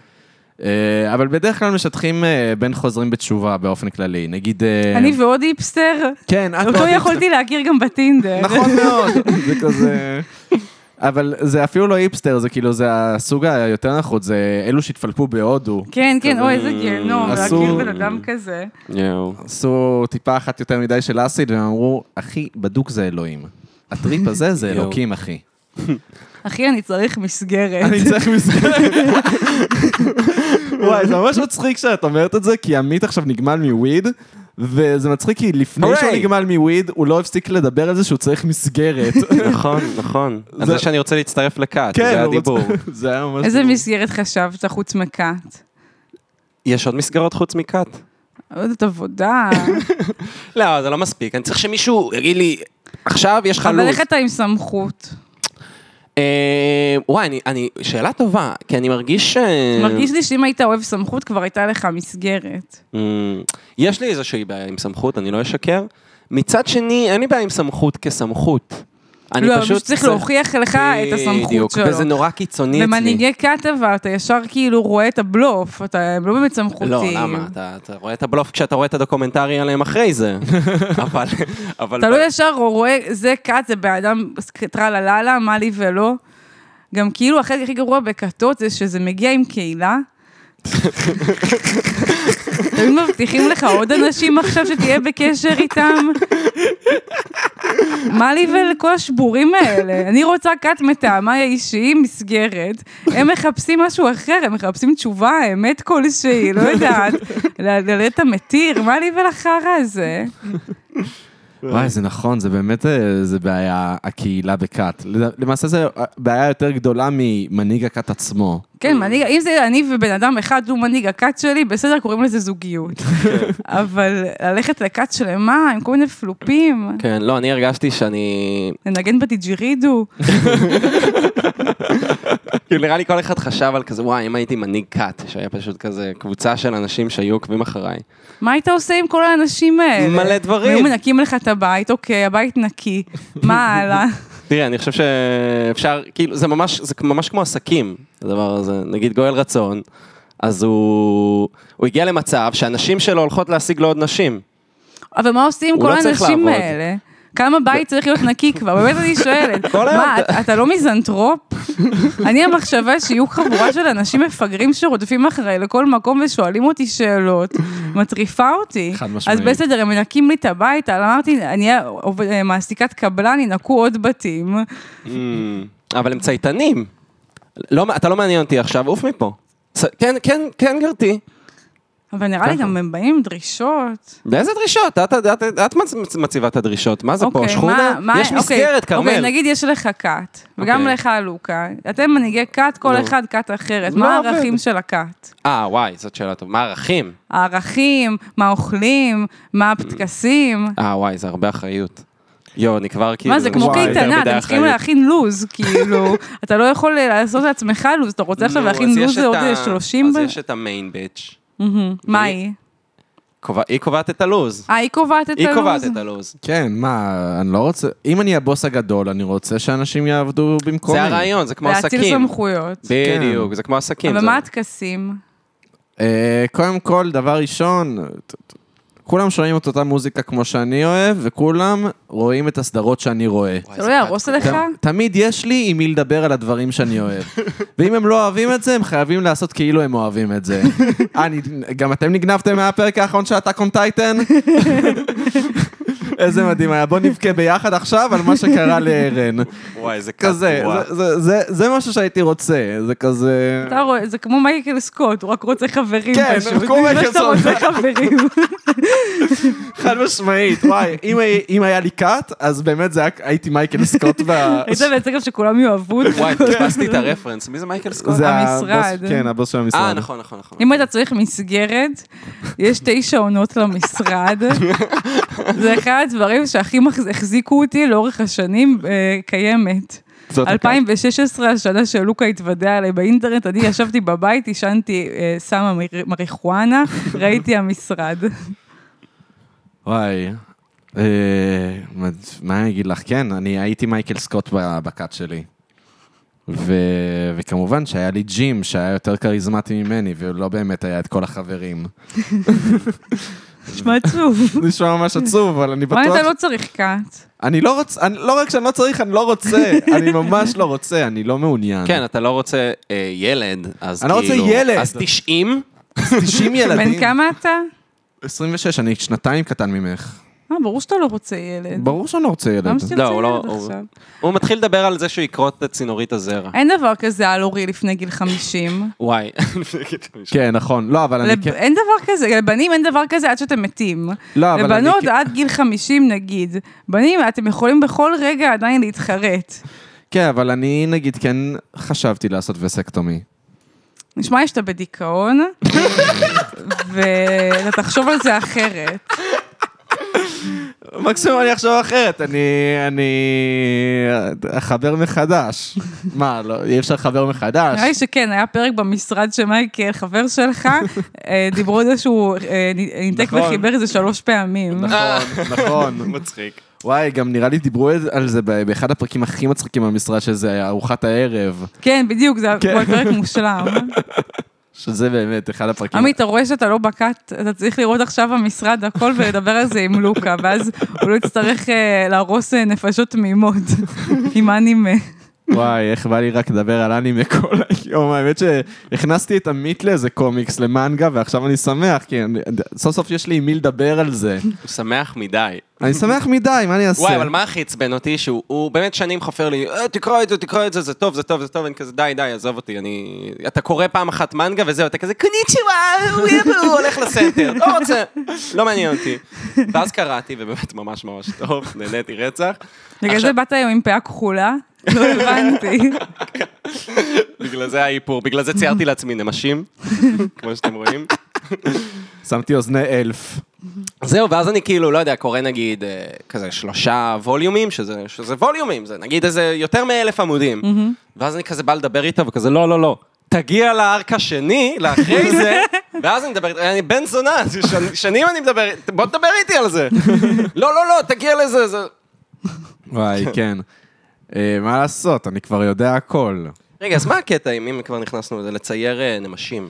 [SPEAKER 1] אה, אבל בדרך כלל משטחים אה, בין חוזרים בתשובה באופן כללי. נגיד... אה,
[SPEAKER 3] אני ועוד היפסטר,
[SPEAKER 1] כן, את
[SPEAKER 3] אותו
[SPEAKER 1] מאוד
[SPEAKER 3] יכולתי להכיר גם בטינדר.
[SPEAKER 1] נכון מאוד, (laughs) זה כזה... אבל זה אפילו לא היפסטר, זה כאילו, זה הסוג היותר נחות, זה אלו שהתפלפו בהודו.
[SPEAKER 3] כן, כן,
[SPEAKER 1] כזה.
[SPEAKER 3] אוי, איזה גיהנום, להכיר
[SPEAKER 1] אסור.
[SPEAKER 3] בן אדם כזה.
[SPEAKER 2] יואו.
[SPEAKER 1] עשו טיפה אחת יותר מדי של אסיד, והם אמרו, אחי, בדוק זה אלוהים. הטריפ הזה זה
[SPEAKER 2] יואו.
[SPEAKER 1] אלוקים, אחי.
[SPEAKER 3] אחי, אני צריך מסגרת.
[SPEAKER 1] אני צריך מסגרת. (laughs) וואי, זה ממש מצחיק שאת אומרת את זה, כי עמית עכשיו נגמל מוויד, וזה מצחיק כי לפני
[SPEAKER 2] הוריי.
[SPEAKER 1] שהוא נגמל מוויד, הוא לא הפסיק לדבר על זה שהוא צריך מסגרת.
[SPEAKER 2] (laughs) נכון, נכון. על
[SPEAKER 1] זה-
[SPEAKER 2] זה שאני רוצה להצטרף לכת,
[SPEAKER 1] (laughs) כן,
[SPEAKER 2] זה
[SPEAKER 1] הוא רוצה-
[SPEAKER 2] (laughs) הדיבור.
[SPEAKER 1] זה היה ממש...
[SPEAKER 3] איזה מסגרת חשבת חוץ מכת?
[SPEAKER 2] יש עוד מסגרות חוץ מכת?
[SPEAKER 3] לא יודעת,
[SPEAKER 2] (laughs)
[SPEAKER 3] עבודה.
[SPEAKER 2] לא, זה לא מספיק. אני צריך שמישהו יגיד לי, עכשיו יש לך
[SPEAKER 3] אבל
[SPEAKER 2] לו"ז.
[SPEAKER 3] איך אתה עם סמכות?
[SPEAKER 2] אה, וואי, אני- אני, שאלה טובה, כי אני מרגיש אה, ש...
[SPEAKER 3] מרגיש לי שאם היית אוהב סמכות, כבר הייתה לך מסגרת.
[SPEAKER 2] אמ, יש לי איזושהי בעיה עם סמכות, אני לא אשקר. מצד שני, אין לי בעיה עם סמכות כסמכות. אני
[SPEAKER 3] לא,
[SPEAKER 2] פשוט
[SPEAKER 3] מישהו צריך להוכיח לך את הסמכות
[SPEAKER 2] בדיוק, וזה
[SPEAKER 3] שלו.
[SPEAKER 2] נורא קיצוני אצלי.
[SPEAKER 3] במנהיגי כת אבל אתה ישר כאילו רואה את הבלוף, אתה לא באמת סמכותי.
[SPEAKER 2] לא, למה? אתה, אתה רואה את הבלוף כשאתה רואה את הדוקומנטרי עליהם
[SPEAKER 3] (laughs)
[SPEAKER 2] אחרי זה. אבל... אבל
[SPEAKER 3] אתה לא ישר רואה, זה כת, זה באדם טרללה, מה לי ולא. גם כאילו, החלק הכי גרוע בכתות זה שזה מגיע עם קהילה. תמיד מבטיחים לך עוד אנשים עכשיו שתהיה בקשר איתם? מה לי ולכל השבורים האלה? אני רוצה כת מטעמיי האישי, מסגרת. הם מחפשים משהו אחר, הם מחפשים תשובה, אמת כלשהי, לא יודעת. ללדת את המתיר, מה לי ולחרא הזה?
[SPEAKER 1] וואי, זה נכון, זה באמת, אה, זה בעיה, הקהילה בכת. לד- למעשה זו אה, בעיה יותר גדולה ממנהיג הכת עצמו.
[SPEAKER 2] כאילו.
[SPEAKER 3] כן, מנהיג, אם זה אני ובן אדם אחד, הוא מנהיג הכת שלי, בסדר, קוראים לזה זוגיות.
[SPEAKER 2] כן.
[SPEAKER 3] אבל ללכת לכת שלמה עם כל מיני פלופים,
[SPEAKER 2] כן, לא, אני הרגשתי שאני...
[SPEAKER 3] לנגן בדיג'ירידו,
[SPEAKER 2] כאילו, נראה לי כל אחד חשב על כזה, וואי, אם הייתי מנהיג כת, שהיה פשוט כזה קבוצה של אנשים שהיו עוקבים אחריי.
[SPEAKER 3] מה היית עושה עם כל האנשים האלה?
[SPEAKER 2] מלא דברים.
[SPEAKER 3] היו מנקים לך את הבית, אוקיי, הבית נקי, מה הלאה?
[SPEAKER 2] תראה, אני חושב שאפשר, כאילו, זה ממש, זה ממש כמו עסקים, הדבר הזה. נגיד גואל רצון, אז הוא, הוא הגיע למצב שהנשים שלו הולכות להשיג לו עוד נשים.
[SPEAKER 3] אבל מה עושים עם
[SPEAKER 2] הוא
[SPEAKER 3] כל
[SPEAKER 2] לא צריך
[SPEAKER 3] האנשים
[SPEAKER 2] לעבוד.
[SPEAKER 3] האלה? כמה בית צריך להיות נקי כבר? באמת אני שואלת.
[SPEAKER 2] (laughs) כל היום.
[SPEAKER 3] מה, את- אתה לא מיזנטרופ? (laughs) אני המחשבה שיהיו חבורה של אנשים מפגרים שרודפים אחריי לכל מקום ושואלים אותי שאלות, מטריפה אותי.
[SPEAKER 1] חד משמעית.
[SPEAKER 3] אז בסדר, הם מנקים לי את הבית, אבל אמרתי, אני עובד- אה, מעסיקת קבלן, ינקו עוד בתים. Mm.
[SPEAKER 2] אבל הם צייתנים. לא, אתה לא מעניין אותי עכשיו, עוף מפה. צ- כן, כן, כן, גרתי.
[SPEAKER 3] אבל נראה לי
[SPEAKER 2] ככה.
[SPEAKER 3] גם הם באים עם דרישות.
[SPEAKER 2] באיזה דרישות? את, את, את, את מצ- מציבה את הדרישות. מה זה פה,
[SPEAKER 3] אוקיי,
[SPEAKER 2] שכונה?
[SPEAKER 3] מה- מה-
[SPEAKER 2] יש
[SPEAKER 3] אוקיי,
[SPEAKER 2] מסגרת,
[SPEAKER 3] אוקיי,
[SPEAKER 2] כרמל.
[SPEAKER 3] נגיד יש לך כת, וגם
[SPEAKER 2] אוקיי.
[SPEAKER 3] לך לוקה. אתם מנהיגי כת, כל
[SPEAKER 2] נו.
[SPEAKER 3] אחד כת אחרת.
[SPEAKER 2] לא
[SPEAKER 3] מה
[SPEAKER 2] עובד.
[SPEAKER 3] הערכים של הכת?
[SPEAKER 2] אה, וואי, זאת שאלה טובה. מה הערכים?
[SPEAKER 3] הערכים, מה אוכלים, מה הטקסים.
[SPEAKER 2] אה, וואי, זה הרבה אחריות. יואו, אני כבר כאילו...
[SPEAKER 3] מה זה, כמו
[SPEAKER 2] וואי, יותר
[SPEAKER 3] קייטנה,
[SPEAKER 2] מדי
[SPEAKER 3] אתם צריכים
[SPEAKER 2] אחריות.
[SPEAKER 3] להכין לו"ז,
[SPEAKER 2] (laughs)
[SPEAKER 3] כאילו, אתה לא יכול לעשות לעצמך לו"ז, אתה רוצה עכשיו
[SPEAKER 2] נו,
[SPEAKER 3] להכין
[SPEAKER 2] לא, אז
[SPEAKER 3] לו"ז
[SPEAKER 2] יש
[SPEAKER 3] לעוד
[SPEAKER 2] את ה-
[SPEAKER 3] 30?
[SPEAKER 2] אז
[SPEAKER 3] ב-
[SPEAKER 2] יש את המיין ביץ'.
[SPEAKER 3] מהמם. מה היא?
[SPEAKER 2] קובע- היא קובעת את הלוז.
[SPEAKER 3] אה, היא קובעת את
[SPEAKER 2] היא קובעת
[SPEAKER 3] הלו"ז?
[SPEAKER 2] את הלוז.
[SPEAKER 1] כן, מה, אני לא רוצה... אם אני הבוס הגדול, אני רוצה שאנשים יעבדו במקומי.
[SPEAKER 2] זה הרעיון, זה כמו
[SPEAKER 3] להטיל
[SPEAKER 2] עסקים.
[SPEAKER 3] סמכויות.
[SPEAKER 2] בדיוק, זה כמו עסקים.
[SPEAKER 3] אבל
[SPEAKER 2] זה-
[SPEAKER 3] מה הטקסים?
[SPEAKER 1] אה, קודם כל, דבר ראשון, ת- ת- כולם שומעים את אותה מוזיקה כמו שאני אוהב, וכולם רואים את הסדרות שאני רואה.
[SPEAKER 2] וואי,
[SPEAKER 3] זה
[SPEAKER 2] זה
[SPEAKER 3] לא יהרוס
[SPEAKER 2] כת-
[SPEAKER 1] ת-
[SPEAKER 3] עליך?
[SPEAKER 1] תמיד יש לי עם מי לדבר על הדברים שאני אוהב. ואם הם לא אוהבים את זה, הם חייבים לעשות כאילו הם אוהבים את זה. אה, אני- גם אתם נגנבתם מהפרק האחרון של הטאק און טייטן? איזה מדהים היה. בוא נבכה ביחד עכשיו על מה שקרה לארן.
[SPEAKER 2] וואי, זה
[SPEAKER 1] כזה, זה- זה- זה- זה משהו שהייתי רוצה, זה כזה...
[SPEAKER 3] אתה רואה, זה כמו מייקל סקוט, הוא רק רוצה חברים
[SPEAKER 1] כן,
[SPEAKER 3] פשוט.
[SPEAKER 1] הוא כמו
[SPEAKER 3] (laughs) זה
[SPEAKER 1] מייקל
[SPEAKER 3] שאתה
[SPEAKER 1] סקוט.
[SPEAKER 3] רוצה חברים.
[SPEAKER 1] (laughs) חד משמעית, וואי, אם הי- אם היה לי קאט, אז באמת זה היה, הייתי מייקל סקוט ב...
[SPEAKER 3] היית מייצג גם שכולם יאהבו אותך.
[SPEAKER 2] וואי,
[SPEAKER 3] (laughs)
[SPEAKER 2] פספסתי את הרפרנס. מי זה מייקל סקוט?
[SPEAKER 1] זה הבוס-
[SPEAKER 3] המשרד.
[SPEAKER 1] כן, הבוס של המשרד.
[SPEAKER 2] אה, נכון, נכון, נכון.
[SPEAKER 3] אם אתה צריך מסגרת, יש תשע עונות
[SPEAKER 2] (laughs)
[SPEAKER 3] למשרד. זה אחד הדברים שהכי מחז- החזיקו אותי לאורך השנים אה, קיימת.
[SPEAKER 1] זאת הקאט.
[SPEAKER 3] 2016, השנה שלוקה התוודע עליי באינטרנט, אני ישבתי בבית, עישנתי אה, סמה מר-
[SPEAKER 2] (laughs)
[SPEAKER 3] מריחואנה, ראיתי המשרד.
[SPEAKER 1] וואי. אה, מה- מה אני אגיד לך? כן, אני הייתי מייקל סקוט ב- בקאט שלי. ו... וכמובן שהיה לי ג'ים שהיה יותר כריזמטי ממני, ולא באמת היה את כל החברים. (laughs)
[SPEAKER 3] נשמע עצוב.
[SPEAKER 1] זה נשמע ממש עצוב, אבל אני בטוח...
[SPEAKER 3] מה אתה לא צריך קאט?
[SPEAKER 1] אני לא רוצה, אני- לא רק שאני לא צריך, אני לא
[SPEAKER 3] (laughs)
[SPEAKER 1] רוצה. אני ממש לא רוצה, אני לא מעוניין.
[SPEAKER 2] כן, אתה לא רוצה אה, ילד, אז
[SPEAKER 1] אני לא
[SPEAKER 2] כאילו...
[SPEAKER 1] רוצה ילד.
[SPEAKER 2] אז 90?
[SPEAKER 1] (laughs) 90 ילדים.
[SPEAKER 3] בן כמה אתה?
[SPEAKER 1] 26, אני שנתיים קטן ממך.
[SPEAKER 3] אה, ברור שאתה לא רוצה ילד.
[SPEAKER 1] ברור שאני לא רוצה ילד.
[SPEAKER 3] למה שאתה
[SPEAKER 2] לא, הוא
[SPEAKER 3] רוצה
[SPEAKER 2] לא-
[SPEAKER 3] ילד
[SPEAKER 2] הוא-
[SPEAKER 3] עכשיו?
[SPEAKER 2] הוא מתחיל לדבר על זה שהוא יקרוט את צינורית הזרע.
[SPEAKER 3] אין דבר כזה על אורי לפני גיל 50.
[SPEAKER 2] וואי.
[SPEAKER 1] כן, נכון. לא, אבל אני
[SPEAKER 3] לב-
[SPEAKER 1] כן...
[SPEAKER 3] אין דבר כזה, לבנים אין דבר כזה עד שאתם מתים.
[SPEAKER 1] לא, אבל אני...
[SPEAKER 3] לבנות
[SPEAKER 1] כן-
[SPEAKER 3] עד גיל 50 נגיד. בנים, אתם יכולים בכל רגע עדיין להתחרט.
[SPEAKER 1] כן, אבל אני נגיד כן חשבתי לעשות וסקטומי.
[SPEAKER 3] נשמע לי שאתה
[SPEAKER 1] (laughs)
[SPEAKER 3] בדיכאון, ואתה תחשוב על זה אחרת.
[SPEAKER 1] מקסימום אני אחשוב אחרת, אני... אני... אחבר מחדש. מה, לא, אי אפשר לחבר מחדש?
[SPEAKER 3] נראה לי שכן, היה פרק במשרד שמייקל, חבר שלך, אה, דיברו על זה שהוא אה, ניתק
[SPEAKER 1] נכון.
[SPEAKER 3] וחיבר את זה שלוש פעמים.
[SPEAKER 1] נכון, נכון.
[SPEAKER 2] (laughs) מצחיק.
[SPEAKER 1] וואי, גם נראה לי דיברו על זה ב- באחד הפרקים הכי מצחיקים במשרד, שזה ארוחת הערב.
[SPEAKER 3] כן, בדיוק, זה
[SPEAKER 1] כן.
[SPEAKER 3] היה פרק מושלם.
[SPEAKER 1] שזה באמת אחד
[SPEAKER 2] כאילו-
[SPEAKER 1] הפרקים...
[SPEAKER 3] עמי, אתה רואה שאתה לא בקאט, אתה צריך לראות עכשיו במשרד הכל ולדבר על זה עם לוקה, ואז הוא לא יצטרך אה, להרוס אה, נפשות
[SPEAKER 2] (laughs)
[SPEAKER 3] תמימות עם אנימה.
[SPEAKER 1] וואי, איך בא לי רק לדבר על אנימה כל היום. האמת שהכנסתי את עמית לאיזה קומיקס, למנגה, ועכשיו אני שמח, כי אני- סוף סוף יש לי עם מי לדבר על זה.
[SPEAKER 2] (laughs) הוא שמח מדי.
[SPEAKER 1] אני שמח מדי, מה אני אעשה?
[SPEAKER 2] וואי, אבל מה הכי עצבן אותי? שהוא הוא באמת שנים חופר לי, "אה, תקרא את זה, תקרא את זה, זה טוב, זה טוב, זה טוב, אני כזה, די, די, עזוב אותי, אני... אתה קורא פעם אחת מנגה וזהו, אתה כזה, קוניצ'ווה, הוא יבוא", הוא הולך לסנטר, לא רוצה, (laughs) לא מעניין אותי. ואז קראתי, ובאמת ממש ממש טוב, נהניתי רצח.
[SPEAKER 3] בגלל
[SPEAKER 2] עכשיו-
[SPEAKER 3] זה באת היום עם פאה כחולה? לא הבנתי.
[SPEAKER 2] בגלל זה האיפור, בגלל זה ציירתי לעצמי נמשים, כמו שאתם רואים.
[SPEAKER 1] שמתי אוזני אלף.
[SPEAKER 2] זהו, ואז אני כאילו, לא יודע, קורא נגיד אה, כזה שלושה ווליומים, שזה, שזה ווליומים, זה נגיד איזה יותר מאלף עמודים. ואז אני כזה בא לדבר איתו וכזה, לא, לא, לא. תגיע לארק השני, לאחרי זה, ואז אני מדבר, אני בן זונה, שנ- שנים אני מדבר, בוא תדבר איתי על זה. לא, לא, לא, תגיע לזה, זה...
[SPEAKER 1] וואי, כן. אה, מה לעשות, אני כבר יודע הכל.
[SPEAKER 2] רגע, אז מה הקטע, אם אם כבר נכנסנו לזה, לצייר אה, נמשים?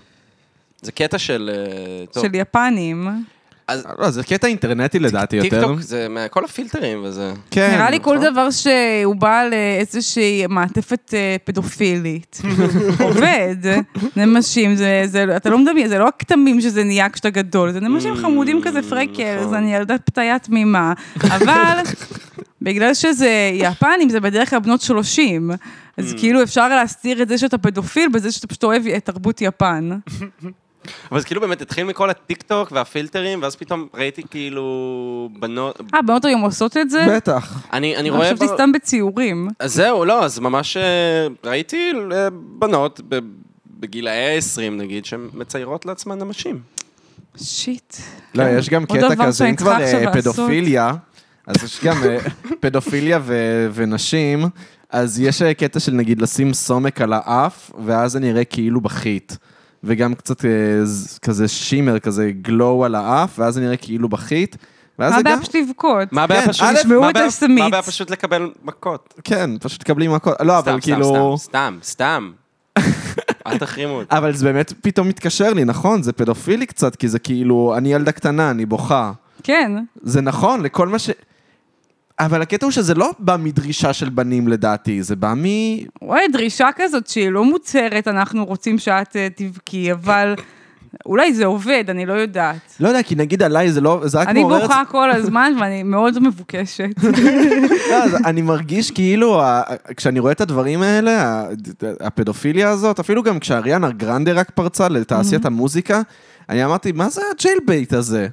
[SPEAKER 2] זה קטע של... אה, טוב,
[SPEAKER 3] של יפנים.
[SPEAKER 1] לא, זה קטע אינטרנטי לדעתי
[SPEAKER 2] טיק
[SPEAKER 1] יותר.
[SPEAKER 2] טוק, זה מכל הפילטרים וזה.
[SPEAKER 1] כן.
[SPEAKER 3] נראה לי כל
[SPEAKER 2] נכון.
[SPEAKER 3] דבר שהוא בעל אה, איזושהי מעטפת אה,
[SPEAKER 1] (laughs)
[SPEAKER 3] פדופילית. עובד. נמשים, זה, זה, אתה לא מדמיין, זה לא הכתמים שזה נהיה כשאתה גדול, זה נמשים חמודים כזה פרקל,
[SPEAKER 2] נכון.
[SPEAKER 3] זה אני ילדה פתיה תמימה. אבל בגלל שזה יפנים, זה בדרך כלל בנות 30. אז
[SPEAKER 1] Mm.
[SPEAKER 3] כאילו אפשר להסתיר את זה שאתה פדופיל בזה שאתה פשוט אוהב את תרבות יפן. אה,
[SPEAKER 2] אבל זה כאילו באמת התחיל מכל הטיק טוק והפילטרים, ואז פתאום ראיתי כאילו בנות...
[SPEAKER 3] אה, בנות היום עושות את זה?
[SPEAKER 1] בטח.
[SPEAKER 2] אני, אני רואה...
[SPEAKER 3] חשבתי
[SPEAKER 2] ב-
[SPEAKER 3] סתם בציורים.
[SPEAKER 2] אז זהו, לא, אז ממש אה, ראיתי אה, בנות ב- בגילאי ה-20 נגיד, שמציירות לעצמן אנשים.
[SPEAKER 3] שיט.
[SPEAKER 1] לא, יש גם
[SPEAKER 3] כן. עוד
[SPEAKER 1] קטע
[SPEAKER 3] דבר
[SPEAKER 1] כזה,
[SPEAKER 3] שאני
[SPEAKER 1] אם כבר
[SPEAKER 3] צריכה עכשיו
[SPEAKER 1] אה,
[SPEAKER 3] לעשות.
[SPEAKER 1] פדופיליה, אז יש גם
[SPEAKER 3] (laughs)
[SPEAKER 1] אה, פדופיליה ו- ונשים, אז יש אה, קטע של נגיד לשים סומק על האף, ואז זה נראה כאילו בחית. וגם קצת אה, ז- כזה שימר, כזה גלו על האף, ואז זה נראה כאילו בחית. ואז
[SPEAKER 3] מה
[SPEAKER 1] זה
[SPEAKER 3] הבעיה
[SPEAKER 1] גם...
[SPEAKER 3] פשוט לבכות?
[SPEAKER 2] מה הבעיה
[SPEAKER 1] כן,
[SPEAKER 2] פשוט...
[SPEAKER 1] א',
[SPEAKER 3] תשמעו
[SPEAKER 2] מה
[SPEAKER 3] את
[SPEAKER 2] הבעיה-
[SPEAKER 3] הסמית.
[SPEAKER 2] מה הבעיה פשוט לקבל מכות?
[SPEAKER 1] כן, פשוט מקבלים הכל. לא,
[SPEAKER 2] סתם,
[SPEAKER 1] אבל
[SPEAKER 2] סתם,
[SPEAKER 1] כאילו...
[SPEAKER 2] סתם, סתם,
[SPEAKER 1] (laughs)
[SPEAKER 2] סתם. אל תחרימו אותי.
[SPEAKER 1] אבל זה באמת פתאום מתקשר לי, נכון? זה פדופילי קצת, כי זה כאילו, אני ילדה קטנה, אני בוכה.
[SPEAKER 3] כן.
[SPEAKER 1] זה נכון, לכל מה ש... אבל הקטע הוא שזה לא בא מדרישה של בנים לדעתי, זה בא מ...
[SPEAKER 3] וואי, דרישה כזאת שהיא לא מוצהרת, אנחנו רוצים שאת אה, תבכי, אבל אולי זה עובד, אני לא יודעת.
[SPEAKER 1] לא יודע, כי נגיד עליי זה לא, זה רק
[SPEAKER 3] אני
[SPEAKER 1] מעורר...
[SPEAKER 3] בוכה כל הזמן ואני מאוד מבוקשת.
[SPEAKER 2] כן.
[SPEAKER 1] לא, אז אני מרגיש כאילו, ה- ה- כשאני רואה את הדברים האלה, ה- הפדופיליה הזאת, אפילו גם כשאריאנה גרנדה רק פרצה לתעשיית
[SPEAKER 3] Mm-hmm.
[SPEAKER 1] המוזיקה, אני אמרתי, מה זה הג'ייל בייט הזה?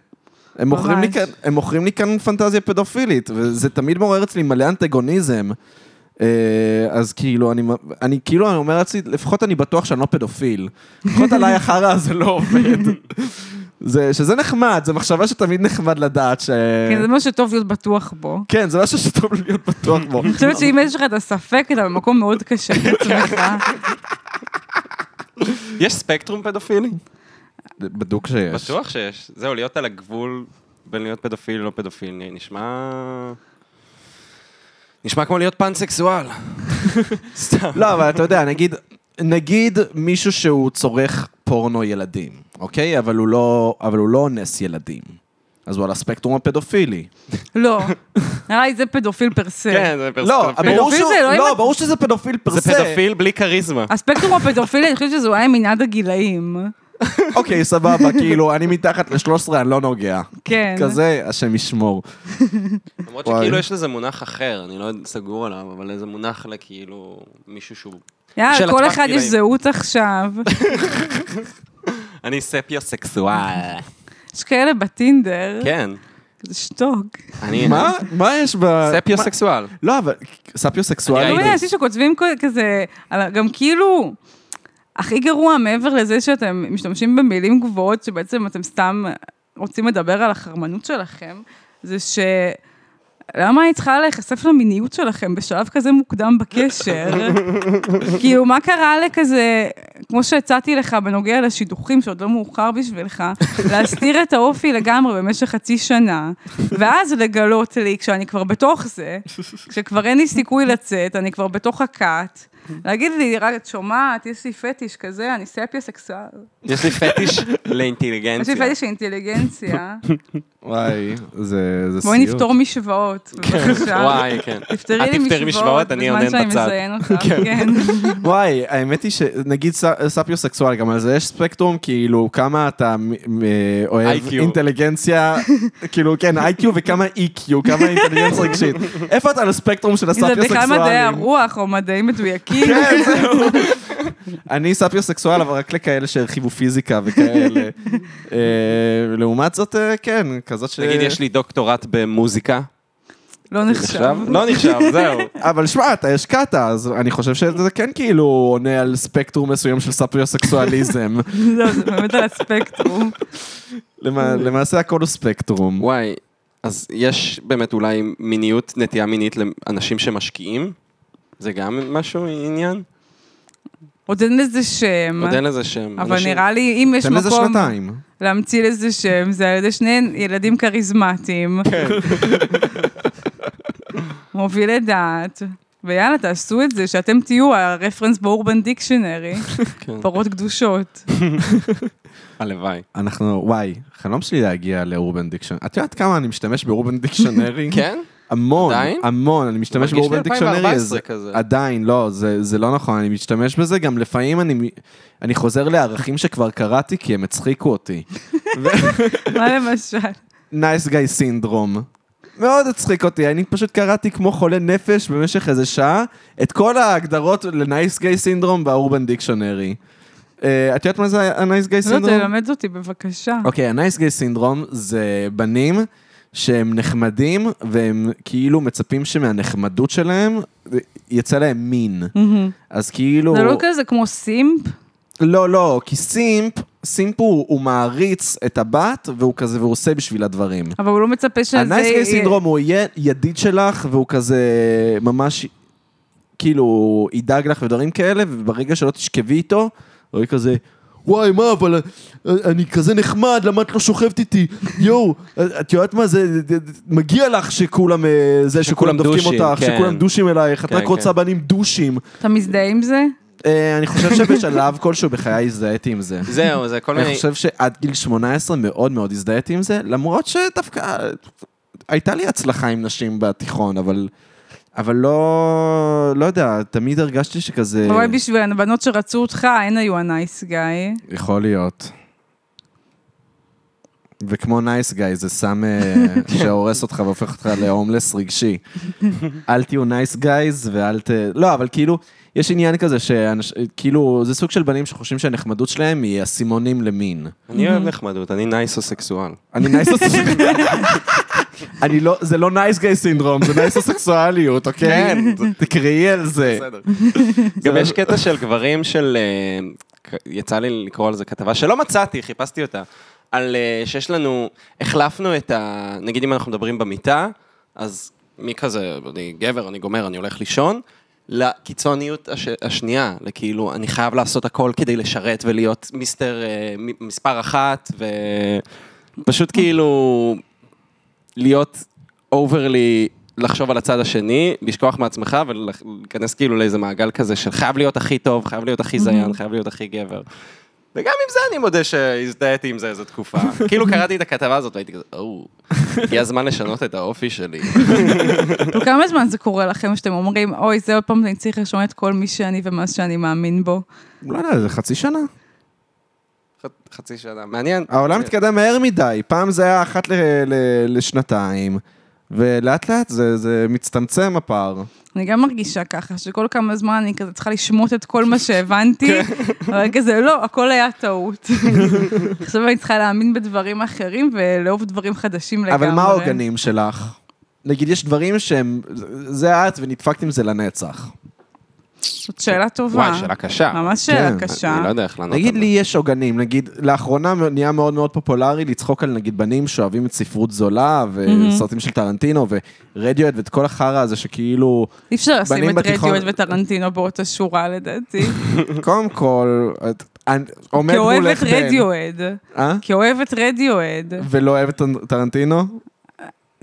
[SPEAKER 1] הם מוכרים, לי
[SPEAKER 3] ממש.
[SPEAKER 1] כאן, הם מוכרים לי כאן פנטזיה פדופילית, וזה תמיד מעורר אצלי מלא אנטגוניזם. אה, אז כאילו, אני, מ- אני כאילו, אני אומר לעצמי, לפחות אני בטוח שאני לא פדופיל. לפחות עליי החרא זה לא עובד. זה, שזה נחמד, זו מחשבה שתמיד נחמד לדעת ש...
[SPEAKER 3] כן, זה משהו שטוב להיות בטוח בו.
[SPEAKER 1] כן, זה משהו שטוב להיות בטוח בו.
[SPEAKER 3] אני חושבת שאם יש לך את הספק, אתה במקום מאוד קשה לעצמך.
[SPEAKER 2] יש ספקטרום פדופילי?
[SPEAKER 1] בדוק שיש.
[SPEAKER 2] בטוח שיש. זהו, להיות על הגבול בין להיות פדופיל ללא פדופיל נשמע... נשמע כמו להיות פאנסקסואל. סתם.
[SPEAKER 1] לא, אבל אתה יודע, נגיד, נגיד מישהו שהוא צורך פורנו ילדים, אוקיי? אבל הוא לא, אבל הוא לא אונס ילדים. אז הוא על הספקטרום הפדופילי.
[SPEAKER 3] לא. נראה לי זה פדופיל פרסה.
[SPEAKER 2] כן, זה פרס-
[SPEAKER 1] לא,
[SPEAKER 2] פדופיל.
[SPEAKER 1] ברור
[SPEAKER 3] פדופיל
[SPEAKER 1] שהוא,
[SPEAKER 3] זה לא
[SPEAKER 1] לא,
[SPEAKER 3] אם-
[SPEAKER 1] ברור שזה פדופיל פרסה.
[SPEAKER 2] זה פדופיל בלי כריזמה.
[SPEAKER 3] הספקטרום הפדופילי, אני חושבת שזה אולי מנעד הגילאים.
[SPEAKER 1] אוקיי, סבבה, כאילו, אני מתחת ל-13, אני לא נוגע.
[SPEAKER 3] כן.
[SPEAKER 1] כזה, השם ישמור.
[SPEAKER 2] למרות
[SPEAKER 1] וואי.
[SPEAKER 2] שכאילו יש לזה מונח אחר, אני לא סגור עליו, אבל זה מונח לכאילו מישהו שהוא... של
[SPEAKER 3] יאללה, כל
[SPEAKER 2] הטווח
[SPEAKER 3] אחד יש
[SPEAKER 2] גילאים.
[SPEAKER 3] זהות עכשיו.
[SPEAKER 2] אני ספיוסקסואל.
[SPEAKER 3] יש כאלה בטינדר.
[SPEAKER 2] כן.
[SPEAKER 3] כזה שתוק.
[SPEAKER 2] אני...
[SPEAKER 1] מה? מה יש ב...
[SPEAKER 2] ספיוסקסואל.
[SPEAKER 1] מה- לא, אבל ספיוסקסואלי.
[SPEAKER 2] אני
[SPEAKER 3] כל
[SPEAKER 2] ראיתי.
[SPEAKER 3] מיני לא אנשים שכותבים כל- כזה, על- גם כאילו, הכי גרוע מעבר לזה שאתם משתמשים במילים גבוהות, שבעצם אתם סתם רוצים לדבר על החרמנות שלכם, זה ש... למה היא צריכה להיחשף למיניות שלכם בשלב כזה מוקדם בקשר? כאילו, מה קרה לכזה, כמו שהצעתי לך בנוגע לשידוכים, שעוד לא מאוחר בשבילך, להסתיר את האופי לגמרי במשך חצי שנה, ואז לגלות לי, כשאני כבר בתוך זה, כשכבר אין לי סיכוי לצאת, אני כבר בתוך הכת, להגיד לי, רק את שומעת, יש לי פטיש כזה, אני ספיה סקסואל.
[SPEAKER 2] יש לי פטיש
[SPEAKER 3] יש
[SPEAKER 2] לאינטליגנציה.
[SPEAKER 3] לי פטיש
[SPEAKER 2] (laughs)
[SPEAKER 3] אינטליגנציה.
[SPEAKER 1] וואי, זה זה סיוט.
[SPEAKER 3] בואי נפתור משוואות, בבקשה.
[SPEAKER 2] כן, (laughs) וואי, כן.
[SPEAKER 3] תפתרי
[SPEAKER 2] את
[SPEAKER 3] לי
[SPEAKER 2] תפתרי
[SPEAKER 3] משוואות
[SPEAKER 2] משוואות, אני
[SPEAKER 3] בזמן
[SPEAKER 2] אונן
[SPEAKER 3] שאני
[SPEAKER 2] בצד.
[SPEAKER 3] מזיין אותך,
[SPEAKER 2] (laughs)
[SPEAKER 3] כן.
[SPEAKER 1] וואי, האמת היא שנגיד ס- ספיוסקסואל, גם על זה יש ספקטרום, כאילו כמה אתה מ- מ- אוהב
[SPEAKER 2] IQ.
[SPEAKER 1] אינטליגנציה, כאילו כן, איי-קיו וכמה אי-קיו, כמה אינטליגנציה רגשית. איפה אתה על הספקטרום של
[SPEAKER 3] זה בכלל מדעי
[SPEAKER 1] הספיוסקסואלים?
[SPEAKER 3] הרוח או מדעים מדויקים.
[SPEAKER 1] כן, זהו. אני ספיוסקסואל, אבל רק לכאלה שהרחיבו פיזיקה
[SPEAKER 3] (laughs)
[SPEAKER 1] וכאלה. אה, לעומת זאת, אה, כן, כזאת ש...
[SPEAKER 2] נגיד, יש לי דוקטורט במוזיקה.
[SPEAKER 3] לא נחשב.
[SPEAKER 2] לא נחשב, זהו.
[SPEAKER 1] אבל שמע, אתה השקעת, אז אני חושב שזה כן כאילו עונה על ספקטרום מסוים של
[SPEAKER 3] (laughs)
[SPEAKER 1] ספיוסקסואליזם.
[SPEAKER 3] (laughs) לא, זה באמת על הספקטרום.
[SPEAKER 1] למע- למעשה הכל הוא ספקטרום.
[SPEAKER 2] וואי, אז יש באמת אולי מיניות, נטייה מינית לאנשים שמשקיעים? זה גם משהו, עניין?
[SPEAKER 3] עוד אין לזה שם.
[SPEAKER 2] עוד אין לזה שם.
[SPEAKER 3] אבל
[SPEAKER 2] אנשים-
[SPEAKER 3] נראה לי, אם יש
[SPEAKER 1] תן לזה
[SPEAKER 3] מקום
[SPEAKER 1] שנתיים.
[SPEAKER 3] להמציא לזה שם, זה על ידי שני ילדים כריזמטיים. כן. מובילי דעת. ויאללה, תעשו את זה, שאתם תהיו הרפרנס באורבן דיקשנרי.
[SPEAKER 2] כן.
[SPEAKER 3] פרות קדושות.
[SPEAKER 2] הלוואי.
[SPEAKER 1] אנחנו, וואי, חלום שלי להגיע לאורבן דיקשנרי. את יודעת כמה אני משתמש באורבן דיקשנרי?
[SPEAKER 2] (laughs) כן?
[SPEAKER 1] המון,
[SPEAKER 2] עדיין?
[SPEAKER 1] המון, אני משתמש
[SPEAKER 2] מרגיש לי
[SPEAKER 1] באורבן דיקשנרי.
[SPEAKER 2] 2014
[SPEAKER 1] זה-
[SPEAKER 2] כזה.
[SPEAKER 1] עדיין, לא, זה זה לא נכון, אני משתמש בזה, גם לפעמים אני מ- אני חוזר לערכים שכבר קראתי, כי הם הצחיקו אותי.
[SPEAKER 3] מה למשל? לא,
[SPEAKER 1] נייס גאי סינדרום. מאוד הצחיק אותי, אני פשוט קראתי כמו חולה נפש במשך איזה שעה את כל ההגדרות לנייס גאי סינדרום באורבן דיקשנרי. אה, את יודעת מה זה הנייס גאי
[SPEAKER 3] לא,
[SPEAKER 1] סינדרום?
[SPEAKER 3] תלמד אותי בבקשה.
[SPEAKER 1] אוקיי, הנייס גיי סינדרום זה בנים שהם נחמדים, והם כאילו מצפים שמהנחמדות שלהם יצא להם מין.
[SPEAKER 3] מהמם.
[SPEAKER 1] אז כאילו...
[SPEAKER 3] Mm-hmm. זה לא כזה כמו סימפ?
[SPEAKER 1] לא, לא, כי סימפ, סימפ הוא, הוא מעריץ את הבת, והוא כזה, והוא עושה בשביל הדברים.
[SPEAKER 3] אבל הוא לא מצפה שזה...
[SPEAKER 1] הנייס גיי
[SPEAKER 3] יהיה-
[SPEAKER 1] סינדרום הוא יהיה ידיד שלך, והוא כזה ממש, כאילו, ידאג לך ודברים כאלה, וברגע שלא תשכבי איתו, הוא יהיה כזה... וואי, מה, אבל אה, אני כזה נחמד, למה את לא שוכבת איתי? יואו, אה, את יודעת מה זה, זה- זה- מגיע לך שכולם, אה, זה שכולם
[SPEAKER 2] שכולם
[SPEAKER 1] דופקים
[SPEAKER 2] דושים,
[SPEAKER 1] אותך,
[SPEAKER 2] כן.
[SPEAKER 1] שכולם דושים אלייך, את
[SPEAKER 2] כן,
[SPEAKER 1] רק רוצה
[SPEAKER 2] כן.
[SPEAKER 1] בנים דושים.
[SPEAKER 3] אתה מזדהה עם זה?
[SPEAKER 1] אה, אני חושב שבשלב כלשהו בחיי הזדהיתי עם זה.
[SPEAKER 2] זהו, זה כל
[SPEAKER 1] אני
[SPEAKER 2] מיני...
[SPEAKER 1] חושב שעד גיל 18 מאוד מאוד הזדהיתי עם זה, למרות שדווקא הייתה לי הצלחה עם נשים בתיכון, אבל... אבל לא, לא יודע, תמיד הרגשתי שכזה...
[SPEAKER 3] אולי בשביל הבנות שרצו אותך, הן היו הנייס גאי.
[SPEAKER 1] יכול להיות.
[SPEAKER 4] וכמו נייס גאי, זה סם אה, שהורס אותך והופך אותך להומלס רגשי. אל תהיו נייס גייז ואל ת... לא, אבל כאילו, יש עניין כזה שאנש... כאילו, זה סוג של בנים שחושבים שהנחמדות שלהם היא אסימונים למין.
[SPEAKER 2] אני אוהב נחמדות, אני נייסו-סקסואל.
[SPEAKER 4] אני נייסוסקסואל. אני לא, זה לא נייס גיי סינדרום, זה נייסוסקסואליות, אוקיי? תקראי על זה.
[SPEAKER 2] (laughs) גם יש קטע של גברים של... אה, ק- יצא לי לקרוא על זה כתבה שלא מצאתי, חיפשתי אותה. על אה, שיש לנו, החלפנו את ה... נגיד אם אנחנו מדברים במיטה, אז מי כזה, אני גבר, אני גומר, אני הולך לישון, לקיצוניות הש... השנייה, לכאילו, אני חייב לעשות הכל כדי לשרת ולהיות מיסטר אה, מ- מספר אחת, ופשוט כאילו להיות אוברלי, לחשוב על הצד השני, לשכוח מעצמך ולהיכנס כאילו לאיזה מעגל כזה של חייב להיות הכי טוב, חייב להיות הכי זיין,
[SPEAKER 3] Mm-hmm.
[SPEAKER 2] חייב להיות הכי גבר. וגם עם זה אני מודה שהזדהיתי עם זה
[SPEAKER 3] (laughs)
[SPEAKER 2] איזו תקופה. כאילו קראתי את הכתבה הזאת והייתי כזה, או, הגיע הזמן לשנות את
[SPEAKER 3] (laughs)
[SPEAKER 2] האופי שלי.
[SPEAKER 3] כאילו, כמה זמן זה קורה לכם שאתם אומרים, אוי, זה עוד פעם, אני צריך לרשום את כל מי שאני ומה שאני מאמין בו?
[SPEAKER 1] לא יודע, זה חצי שנה.
[SPEAKER 2] ח- חצי שנה, מעניין.
[SPEAKER 3] אה,
[SPEAKER 1] העולם מתקדם מהר מדי, פעם זה היה אחת ל- ל- לשנתיים, ולאט לאט זה- זה מצטמצם הפער.
[SPEAKER 3] אני גם מרגישה ככה, שכל כמה זמן אני כזה צריכה לשמוט את כל מה שהבנתי,
[SPEAKER 1] כן.
[SPEAKER 3] אבל כזה, לא, הכל היה
[SPEAKER 1] (laughs)
[SPEAKER 3] טעות. עכשיו אני צריכה להאמין בדברים אחרים ולאהוב דברים חדשים לגמרי.
[SPEAKER 1] אבל מה העוגנים שלך? נגיד, יש דברים שהם, זה את ונדפקת עם זה לנצח.
[SPEAKER 3] זאת שאלה טובה.
[SPEAKER 2] וואי, שאלה קשה.
[SPEAKER 3] ממש שאלה
[SPEAKER 1] כן,
[SPEAKER 3] קשה.
[SPEAKER 2] אני לא יודע איך לענות.
[SPEAKER 1] נגיד
[SPEAKER 2] על
[SPEAKER 1] לי יש עוגנים, נגיד, לאחרונה נהיה מאוד מאוד פופולרי לצחוק על נגיד בנים שאוהבים את ספרות זולה, וסרטים של טרנטינו, ורדיואט ואת כל החרא הזה
[SPEAKER 2] (laughs)
[SPEAKER 1] שכאילו,
[SPEAKER 3] אי אפשר לשים
[SPEAKER 1] בנים
[SPEAKER 3] את
[SPEAKER 1] בתיכון-
[SPEAKER 3] רדיואט וטרנטינו באותה שורה לדעתי.
[SPEAKER 1] קודם כל, את- אני- (laughs) עומד
[SPEAKER 3] כי
[SPEAKER 1] מולך
[SPEAKER 3] אוהבת
[SPEAKER 1] בן.
[SPEAKER 3] רדיואט.
[SPEAKER 1] אה?
[SPEAKER 3] כי אוהבת רדיואט.
[SPEAKER 1] ולא אוהבת טר- טרנטינו?
[SPEAKER 3] כן.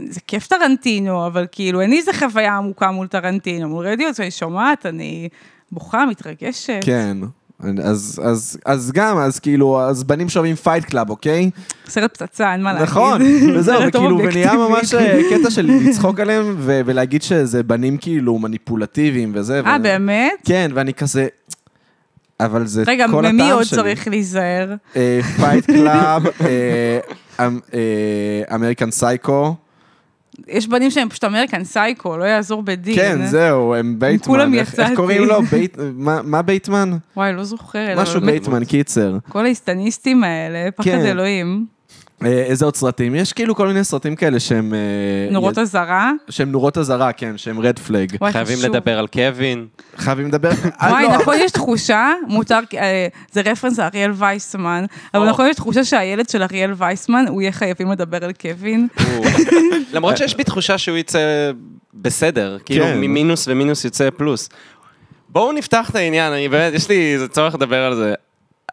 [SPEAKER 3] זה כיף טרנטינו, אבל כאילו, אין לי איזה חוויה עמוקה מול טרנטינו. מול רדיואט אני שומעת, אני בוכה, מתרגשת.
[SPEAKER 1] כן. אז, אז, אז גם, אז כאילו, אז בנים שאוהבים פייט קלאב, אוקיי?
[SPEAKER 3] סרט פצצה, אין מה להגיד. (laughs)
[SPEAKER 1] נכון, וזהו,
[SPEAKER 3] סרט
[SPEAKER 1] וכאילו,
[SPEAKER 3] אובייקטיבי.
[SPEAKER 1] ונהיה ממש אה, קטע של לצחוק עליהם ו- ולהגיד שזה בנים כאילו מניפולטיביים וזה.
[SPEAKER 3] אה,
[SPEAKER 1] ו-
[SPEAKER 3] באמת?
[SPEAKER 1] כן, ואני כזה... אבל זה כל
[SPEAKER 3] רגע,
[SPEAKER 1] הטעם שלי. אה,
[SPEAKER 3] ממי עוד צריך להיזהר?
[SPEAKER 1] פייט קלאב, אה, אמ, אמריקן סייקו.
[SPEAKER 3] יש בנים שהם פשוט אמריקן סייקו, לא יעזור בדין.
[SPEAKER 1] כן, זהו, הם בייטמן.
[SPEAKER 3] כולם
[SPEAKER 1] איך-
[SPEAKER 3] יצאתי.
[SPEAKER 1] איך קוראים לו? בייט- מה מה בייטמן?
[SPEAKER 3] וואי, לא זוכרת. אבל
[SPEAKER 1] משהו
[SPEAKER 2] לא
[SPEAKER 1] בייטמן,
[SPEAKER 2] יודעת.
[SPEAKER 1] קיצר.
[SPEAKER 3] כל האיסטניסטים האלה, פחד
[SPEAKER 1] כן.
[SPEAKER 3] אלוהים.
[SPEAKER 1] אה, איזה עוד סרטים? יש כאילו כל מיני סרטים כאלה שהם... אה,
[SPEAKER 3] נורות אזהרה.
[SPEAKER 1] שהם נורות אזהרה, כן, שהם רד פלג.
[SPEAKER 3] וואי,
[SPEAKER 2] חייבים
[SPEAKER 3] חשוב.
[SPEAKER 2] לדבר על קווין.
[SPEAKER 1] חייבים לדבר... אה,
[SPEAKER 3] וואי,
[SPEAKER 1] לא.
[SPEAKER 3] נכון, יש תחושה, מותר, אה, זה רפרנס לאריאל וייסמן, אבל
[SPEAKER 2] או.
[SPEAKER 3] נכון, יש תחושה שהילד של אריאל וייסמן, הוא יהיה חייבים לדבר על קווין.
[SPEAKER 2] הוא- (laughs) למרות שיש בי תחושה שהוא יצא בסדר, כאילו
[SPEAKER 1] כן.
[SPEAKER 2] ממינוס ומינוס יוצא פלוס. בואו נפתח את העניין, אני באמת, יש לי איזה צורך לדבר על זה.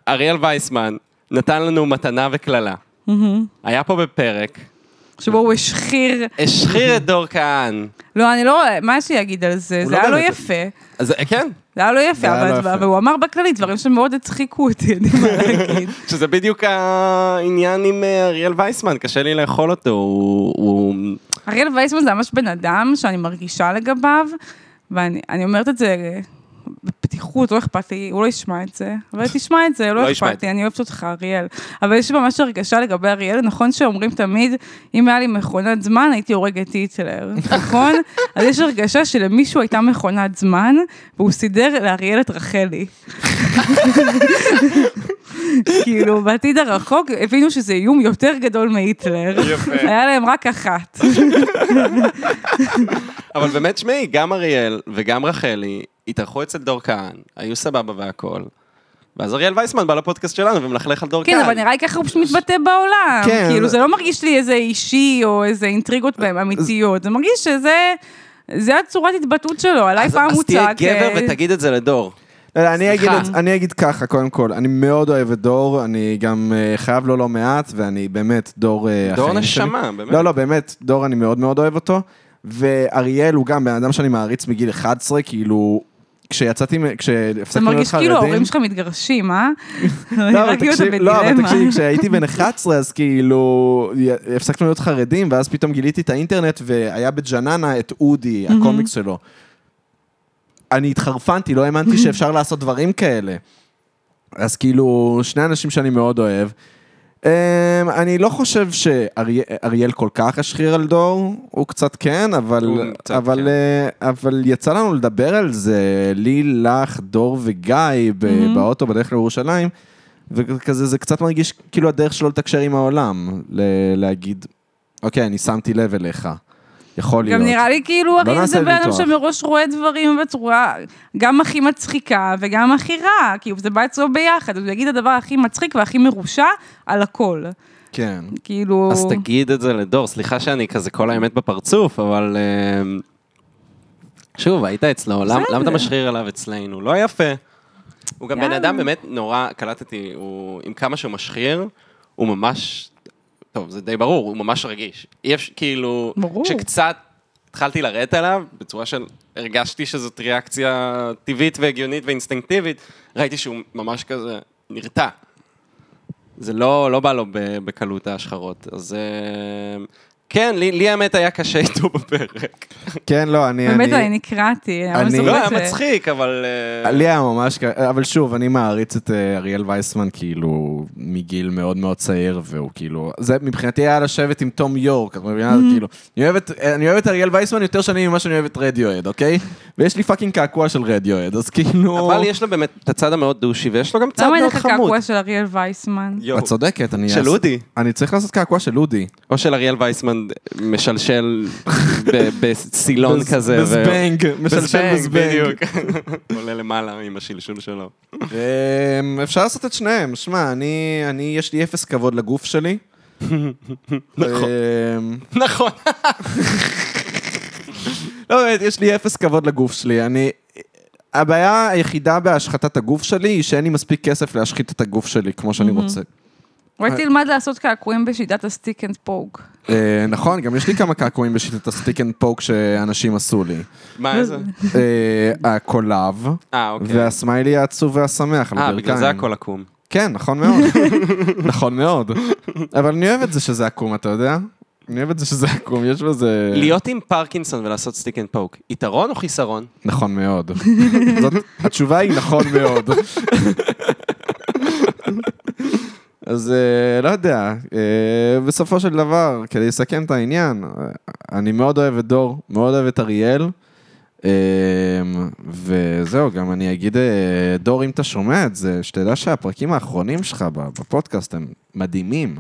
[SPEAKER 2] אריאל וייסמן נתן לנו מתנה וקללה. היה פה בפרק,
[SPEAKER 3] שבו הוא השחיר,
[SPEAKER 2] השחיר את דור כהן.
[SPEAKER 3] לא, אני לא, מה יש לי להגיד על זה?
[SPEAKER 1] הוא
[SPEAKER 3] זה
[SPEAKER 1] לא
[SPEAKER 3] היה לא
[SPEAKER 1] באמת-
[SPEAKER 3] יפה.
[SPEAKER 2] אז כן,
[SPEAKER 3] זה היה לא יפה,
[SPEAKER 1] זה היה לא
[SPEAKER 3] אבל
[SPEAKER 1] יפה.
[SPEAKER 3] אבל הוא אמר בכללי דברים שמאוד הצחיקו אותי, אני מה להגיד.
[SPEAKER 2] שזה בדיוק העניין עם אה, אריאל וייסמן, קשה לי לאכול אותו, הוא... הוא...
[SPEAKER 3] אריאל וייסמן זה ממש בן אדם שאני מרגישה לגביו, ואני אני אומרת את זה אה, בפתיחות, לא אכפת לי, הוא לא ישמע את זה,
[SPEAKER 2] (laughs)
[SPEAKER 3] אבל תשמע את זה,
[SPEAKER 2] לא
[SPEAKER 3] לא
[SPEAKER 2] ישמע את
[SPEAKER 3] אכפת
[SPEAKER 2] זה.
[SPEAKER 3] לי, אני אוהבת אותך, אריאל. אבל יש לי ממש הרגשה לגבי אריאל, נכון שאומרים תמיד, אם היה לי מכונת זמן, הייתי הורגת
[SPEAKER 2] (laughs)
[SPEAKER 3] היטלר, נכון? אז יש הרגשה שלמישהו הייתה מכונת זמן, והוא סידר לאריאל את
[SPEAKER 2] (laughs)
[SPEAKER 3] רחלי. כאילו, בעתיד הרחוק הבינו שזה איום יותר גדול מהיטלר.
[SPEAKER 2] יפה.
[SPEAKER 3] היה להם רק אחת.
[SPEAKER 2] אבל באמת, שמעי, גם אריאל וגם רחלי התארחו אצל דור כהן, היו סבבה והכל. ואז אריאל וייסמן בא לפודקאסט שלנו ומלכלך על דור כהן.
[SPEAKER 3] כן, אבל נראה לי ככה הוא פשוט מתבטא בעולם.
[SPEAKER 1] כן.
[SPEAKER 3] כאילו, זה לא מרגיש לי איזה אישי או איזה אינטריגות בהם אמיתיות. זה מרגיש שזה... זה הצורת התבטאות שלו, עליי
[SPEAKER 2] אז-
[SPEAKER 3] פעם
[SPEAKER 2] אז
[SPEAKER 3] הוא
[SPEAKER 2] תהיה
[SPEAKER 3] צעק...
[SPEAKER 2] גבר
[SPEAKER 3] אה,
[SPEAKER 2] ותגיד את זה לדור.
[SPEAKER 1] לא, לא, אני אגיד
[SPEAKER 2] סליחה.
[SPEAKER 1] את- אני אגיד ככה, קודם כל, אני מאוד אוהב את דור, אני גם אה, חייב לו לא מעט, ואני באמת, דור אה, החיים
[SPEAKER 2] דור
[SPEAKER 1] שלי.
[SPEAKER 2] נשמה, באמת.
[SPEAKER 1] לא, לא, באמת, דור, אני מאוד מאוד אוהב אותו. ואריאל הוא גם בן אדם שאני מעריץ מגיל 11, כאילו, כשיצאתי, מ-
[SPEAKER 3] זה
[SPEAKER 1] כשהפסקנו להיות
[SPEAKER 3] מרגיש כאילו ההורים
[SPEAKER 1] חרדים...
[SPEAKER 3] שלך
[SPEAKER 1] (laughs)
[SPEAKER 3] מתגרשים, אה?
[SPEAKER 1] לא, אבל
[SPEAKER 3] רק להיות
[SPEAKER 1] תקשיב, לא, אבל
[SPEAKER 3] בדילמה.
[SPEAKER 1] תקשיב, כשהייתי בן 11, אז כאילו, י- הפסקנו להיות חרדים, ואז פתאום גיליתי את האינטרנט, והיה בג'ננה את אודי, הקומיקס שלו. אני התחרפנתי, לא האמנתי שאפשר לעשות דברים כאלה. אז כאילו, שני אנשים שאני מאוד אוהב. אמ, אני לא חושב שאריאל כל כך השחיר על דור, הוא קצת כן,
[SPEAKER 2] הוא
[SPEAKER 1] אבל,
[SPEAKER 2] קצת
[SPEAKER 1] אבל,
[SPEAKER 2] כן.
[SPEAKER 1] אה, אבל יצא לנו לדבר על זה, לי, לך, דור וגיא ב- באוטו בדרך לירושלים, וכזה זה קצת מרגיש כאילו הדרך שלו לתקשר עם העולם, ל- להגיד, אוקיי, אני שמתי לב אליך, יכול להיות.
[SPEAKER 3] גם נראה לי כאילו אריאל
[SPEAKER 1] לא. נעשה
[SPEAKER 3] זה בן אדם
[SPEAKER 1] ניתוח.
[SPEAKER 3] שמראש רואה דברים בצורה גם הכי מצחיקה וגם הכי רעה, כאילו זה בא אצלו ביחד, הוא יגיד את הדבר הכי מצחיק והכי מרושע על הכל.
[SPEAKER 1] כן.
[SPEAKER 3] כאילו...
[SPEAKER 2] אז תגיד את זה לדור, סליחה שאני כזה כל האמת בפרצוף, אבל... אמ, שוב, היית אצלו, למ-
[SPEAKER 3] בסדר.
[SPEAKER 2] למה אתה משחיר עליו אצלנו? לא יפה. הוא גם בן
[SPEAKER 3] יאללה.
[SPEAKER 2] אדם באמת נורא, קלטתי, הוא, עם כמה שהוא משחיר, הוא ממש, טוב, זה די ברור, הוא ממש רגיש. אי אפשר, כאילו,
[SPEAKER 3] ברור.
[SPEAKER 2] כשקצת התחלתי לרדת עליו, בצורה של, הרגשתי שזאת ריאקציה טבעית והגיונית ואינסטינקטיבית, ראיתי שהוא ממש כזה נרתע. זה לא, לא בא לו ב- בקלות ההשחרות, אז... אה, כן, לי, לי האמת היה קשה איתו בפרק.
[SPEAKER 1] כן, לא, אני...
[SPEAKER 3] באמת,
[SPEAKER 1] אני-
[SPEAKER 3] אני נקרעתי. היה
[SPEAKER 1] אני-
[SPEAKER 3] מזוהה
[SPEAKER 2] לא, היה
[SPEAKER 3] זה.
[SPEAKER 2] מצחיק, אבל... אה,
[SPEAKER 3] לא.
[SPEAKER 1] לי היה ממש קשה, אבל שוב, אני מעריץ את אה, אריאל וייסמן כאילו מגיל מאוד מאוד צעיר, והוא כאילו, זה מבחינתי היה לשבת עם תום יורק, את מבינה? זה כאילו, אני אוהב את- אה, אני אוהב את אריאל וייסמן יותר שנים ממה שאני אוהב את רדיואד, אוקיי? ויש לי פאקינג קעקוע של רדיואד, אז כאילו...
[SPEAKER 2] אבל יש לו באמת את הצד המאוד דושי, ויש לו גם צד
[SPEAKER 3] למה אין
[SPEAKER 2] מאוד
[SPEAKER 3] לך
[SPEAKER 2] חמוד.
[SPEAKER 3] קעקוע של אריאל וייסמן?
[SPEAKER 2] יואו.
[SPEAKER 1] את צודקת, אני...
[SPEAKER 2] של אודי.
[SPEAKER 1] אני צריך לעשות קעקוע של אודי.
[SPEAKER 2] או של אריאל וייסמן משלשל
[SPEAKER 1] (laughs)
[SPEAKER 2] ב- בסילון
[SPEAKER 1] בז-
[SPEAKER 2] כזה. ו-
[SPEAKER 1] בזבנג, משלשל בזבנג. (laughs)
[SPEAKER 2] בדיוק. עולה למעלה עם השלשול שלו.
[SPEAKER 1] אמ, אפשר לעשות את שניהם, שמע, אני, אני, יש לי אפס כבוד לגוף שלי.
[SPEAKER 2] (laughs) נכון.
[SPEAKER 1] אמ,
[SPEAKER 2] נכון.
[SPEAKER 1] לא, באמת, יש לי אפס כבוד לגוף שלי. אני... הבעיה היחידה בהשחתת הגוף שלי היא שאין לי מספיק כסף להשחית את הגוף שלי כמו שאני רוצה.
[SPEAKER 3] אולי תלמד לעשות קעקועים בשיטת הסטיק אנד פוק.
[SPEAKER 1] אה, נכון, גם יש לי כמה קעקועים בשיטת הסטיק אנד פוק שאנשים עשו לי.
[SPEAKER 2] מה זה?
[SPEAKER 1] אה, הקולב,
[SPEAKER 2] אה, אוקיי.
[SPEAKER 1] והסמיילי העצוב והשמח על
[SPEAKER 2] אה,
[SPEAKER 1] הברכיים.
[SPEAKER 2] בגלל זה הכל עקום.
[SPEAKER 1] כן, נכון מאוד. (laughs) נכון מאוד. אבל אני אוהב את זה שזה עקום, אתה יודע? אני אוהב את זה שזה עקום, יש בזה...
[SPEAKER 2] להיות עם פרקינסון ולעשות סטיק אנד פוק, יתרון או חיסרון?
[SPEAKER 1] נכון מאוד. (laughs) זאת, התשובה היא נכון מאוד. (laughs) אז אה, לא יודע, אה, בסופו של דבר, כדי לסכם את העניין, אה, אני מאוד אוהב את דור, מאוד אוהב את אריאל, אה, וזהו, גם אני אגיד, אה, דור, אם אתה שומע את זה, שתדע שהפרקים האחרונים שלך בפודקאסט הם מדהימים.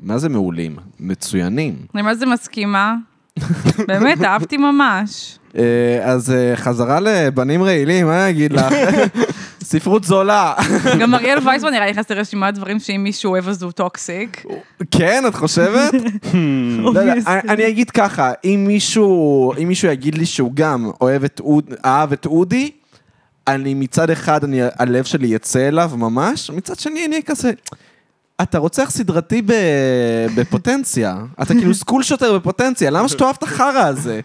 [SPEAKER 1] מה זה מעולים? מצוינים.
[SPEAKER 3] אני מה זה מסכימה? (laughs) באמת, אהבתי ממש.
[SPEAKER 1] אה, אז אה, חזרה לבנים רעילים, מה אני אגיד לך? ספרות זולה.
[SPEAKER 3] גם אריאל וייסמן נראה לי נכנס לרשימת דברים שאם מישהו אוהב אז הוא
[SPEAKER 2] (laughs)
[SPEAKER 3] טוקסיק.
[SPEAKER 1] כן, את חושבת? לא יודע,
[SPEAKER 3] Obviously.
[SPEAKER 1] אני- אני אגיד ככה, אם מישהו אם מישהו יגיד לי שהוא גם אוהב את אוד- אהב את אודי, אני מצד אחד, אני- הלב שלי יצא אליו ממש, מצד שני אני כזה... אתה רוצח סדרתי ב- בפוטנציה, אתה כאילו סקול שוטר בפוטנציה, למה שתאהב את החרא הזה?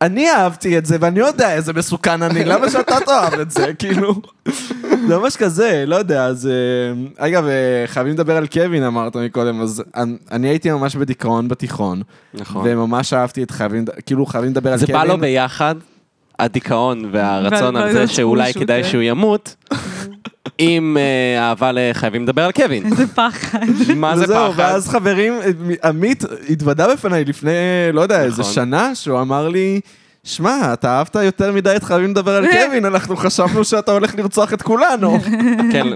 [SPEAKER 1] אני אהבתי את זה ואני יודע איזה מסוכן אני, למה שאתה תאהב את זה, כאילו? זה ממש כזה, לא יודע, אז... אה, אגב, אה, חייבים לדבר על קווין, אמרת מקודם, אז אני- אני הייתי ממש בדיכאון בתיכון,
[SPEAKER 2] נכון.
[SPEAKER 1] וממש אהבתי את חייבים, לד- כאילו חייבים לדבר על
[SPEAKER 2] זה לא
[SPEAKER 1] קווין.
[SPEAKER 2] בא לו ביחד, הדיכאון והרצון
[SPEAKER 3] וה-
[SPEAKER 2] על זה
[SPEAKER 3] והזכות
[SPEAKER 2] שאולי
[SPEAKER 3] שהוא
[SPEAKER 2] כדאי
[SPEAKER 3] זה.
[SPEAKER 2] שהוא
[SPEAKER 3] (laughs)
[SPEAKER 2] ימות, עם אה, אהבה לחייבים לדבר על
[SPEAKER 3] (laughs)
[SPEAKER 2] קווין.
[SPEAKER 3] איזה פחד.
[SPEAKER 2] מה זה
[SPEAKER 1] וזהו,
[SPEAKER 2] פחד?
[SPEAKER 1] ואז חברים, אה, עמית התוודה בפניי לפני, לא יודע, איזה
[SPEAKER 2] נכון.
[SPEAKER 1] שנה, שהוא אמר לי, שמע, אתה אהבת יותר מדי את חייבים לדבר על קווין, אנחנו חשבנו שאתה הולך לרצוח את כולנו.
[SPEAKER 2] כן,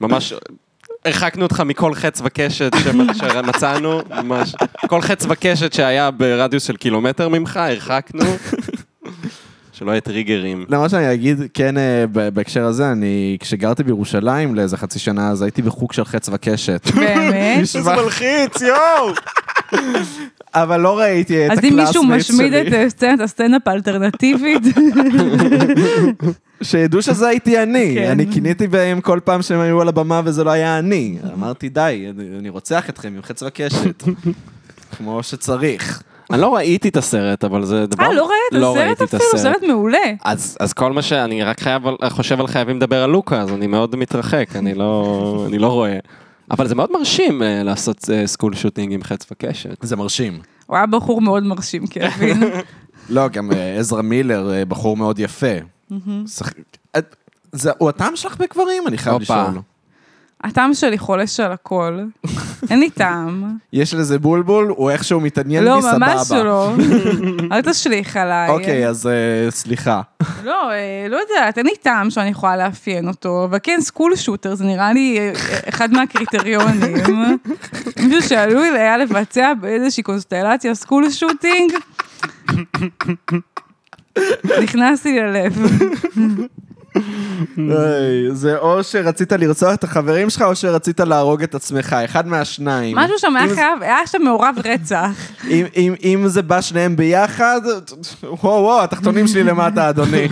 [SPEAKER 2] ממש הרחקנו אותך מכל חץ וקשת שמ- שמצאנו, ממש. כל חץ וקשת שהיה ברדיוס של קילומטר ממך, הרחקנו. שלא יהיה טריגרים.
[SPEAKER 1] למה שאני אגיד, כן, אה, ב- בהקשר הזה, אני, כשגרתי בירושלים לאיזה חצי שנה, אז הייתי בחוג של חץ וקשת.
[SPEAKER 3] באמת.
[SPEAKER 1] נשמע-
[SPEAKER 2] מלחיץ, יואו!
[SPEAKER 1] אבל לא ראיתי (laughs) את
[SPEAKER 3] אז
[SPEAKER 1] הקלאסמייט
[SPEAKER 3] אם
[SPEAKER 1] שלי.
[SPEAKER 3] מישהו משמיד את אה, סצנת
[SPEAKER 1] (laughs)
[SPEAKER 3] הסטנדאפ האלטרנטיבית, אה,
[SPEAKER 1] שידעו שזה הייתי אני.
[SPEAKER 3] כן.
[SPEAKER 1] אני קיניתי בהם כל פעם שהם היו על הבמה וזה לא היה אני. אמרתי, די, אני אני רוצח אתכם עם חץ וקשת. (laughs) כמו שצריך.
[SPEAKER 2] אני לא ראיתי את הסרט, אבל זה דבר...
[SPEAKER 3] אה, לא ראית?
[SPEAKER 2] לא
[SPEAKER 3] הסרט
[SPEAKER 2] ראיתי את
[SPEAKER 3] אפילו,
[SPEAKER 2] הסרט.
[SPEAKER 3] סרט מעולה.
[SPEAKER 2] אז, אז כל מה שאני רק חייב, על- חושב על חייבים לדבר על לוקה, אז אני מאוד מתרחק, אני לא, אני לא רואה. אבל זה מאוד מרשים אה, לעשות אה, סקול שוטינג עם חץ וקשת.
[SPEAKER 1] זה מרשים.
[SPEAKER 3] הוא היה בחור מאוד מרשים,
[SPEAKER 1] (laughs)
[SPEAKER 3] קווין.
[SPEAKER 1] לא, גם אה, עזרא מילר, אה, בחור מאוד יפה. שח- את- זה- הוא הטעם שלך בקברים? אני חייב
[SPEAKER 2] הופה.
[SPEAKER 1] לשאול.
[SPEAKER 3] הטעם שלי חולש על הכל. אין לי טעם.
[SPEAKER 1] יש לזה בולבול, הוא איכשהו מתעניין
[SPEAKER 3] לא,
[SPEAKER 1] בי, סבבה.
[SPEAKER 3] ממש
[SPEAKER 1] (laughs)
[SPEAKER 3] לא. אל תשליך עליי.
[SPEAKER 1] אוקיי, אז אה, סליחה.
[SPEAKER 3] לא, אה, לא יודעת, אין לי טעם שאני יכולה לאפיין אותו, וכן, סקול שוטר, זה נראה לי אה, אחד
[SPEAKER 1] (laughs)
[SPEAKER 3] מהקריטריונים. מישהו שעלול היה לבצע באיזושהי קונסטלציה סקול שוטינג, נכנס לי ללב.
[SPEAKER 1] היי, זה או שרצית לרצוח את החברים שלך, או שרצית להרוג את עצמך, אחד מהשניים.
[SPEAKER 3] משהו שם היה
[SPEAKER 1] אם זה-
[SPEAKER 3] חייב, היה שם מעורב רצח.
[SPEAKER 1] אם- אם- אם זה בא שניהם ביחד, וואו וואו, התחתונים שלי למטה, אדוני.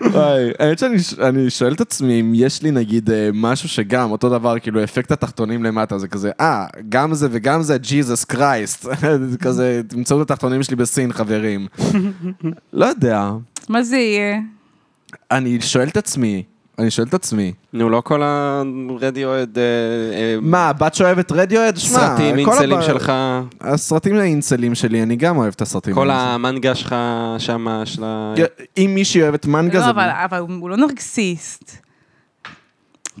[SPEAKER 1] וואי, האמת שאני ש- אני שואל את עצמי אם יש לי נגיד אה, משהו שגם, אותו דבר, כאילו אפקט התחתונים למטה, זה כזה, אה, גם זה וגם זה, ג'יזוס קרייסט. זה (laughs) כזה, תמצאו את התחתונים שלי בסין, חברים. לא יודע,
[SPEAKER 3] מה זה יהיה?
[SPEAKER 1] אני שואל את עצמי, אני שואל את עצמי,
[SPEAKER 2] נו, לא כל הרדיואד...
[SPEAKER 1] מה, הבת שאוהבת רדיואד? שמע,
[SPEAKER 2] אה, סרטים,
[SPEAKER 1] כל
[SPEAKER 2] אינסלים
[SPEAKER 1] הבא-
[SPEAKER 2] שלך,
[SPEAKER 1] הסרטים האינסלים שלי, אני גם אוהב את הסרטים.
[SPEAKER 2] כל
[SPEAKER 1] האינסלים.
[SPEAKER 2] המנגה שלך שמה, של ה...
[SPEAKER 1] אם מישהי אוהבת מנגה,
[SPEAKER 3] לא,
[SPEAKER 1] זה...
[SPEAKER 3] אבל אבל הוא לא נרקסיסט.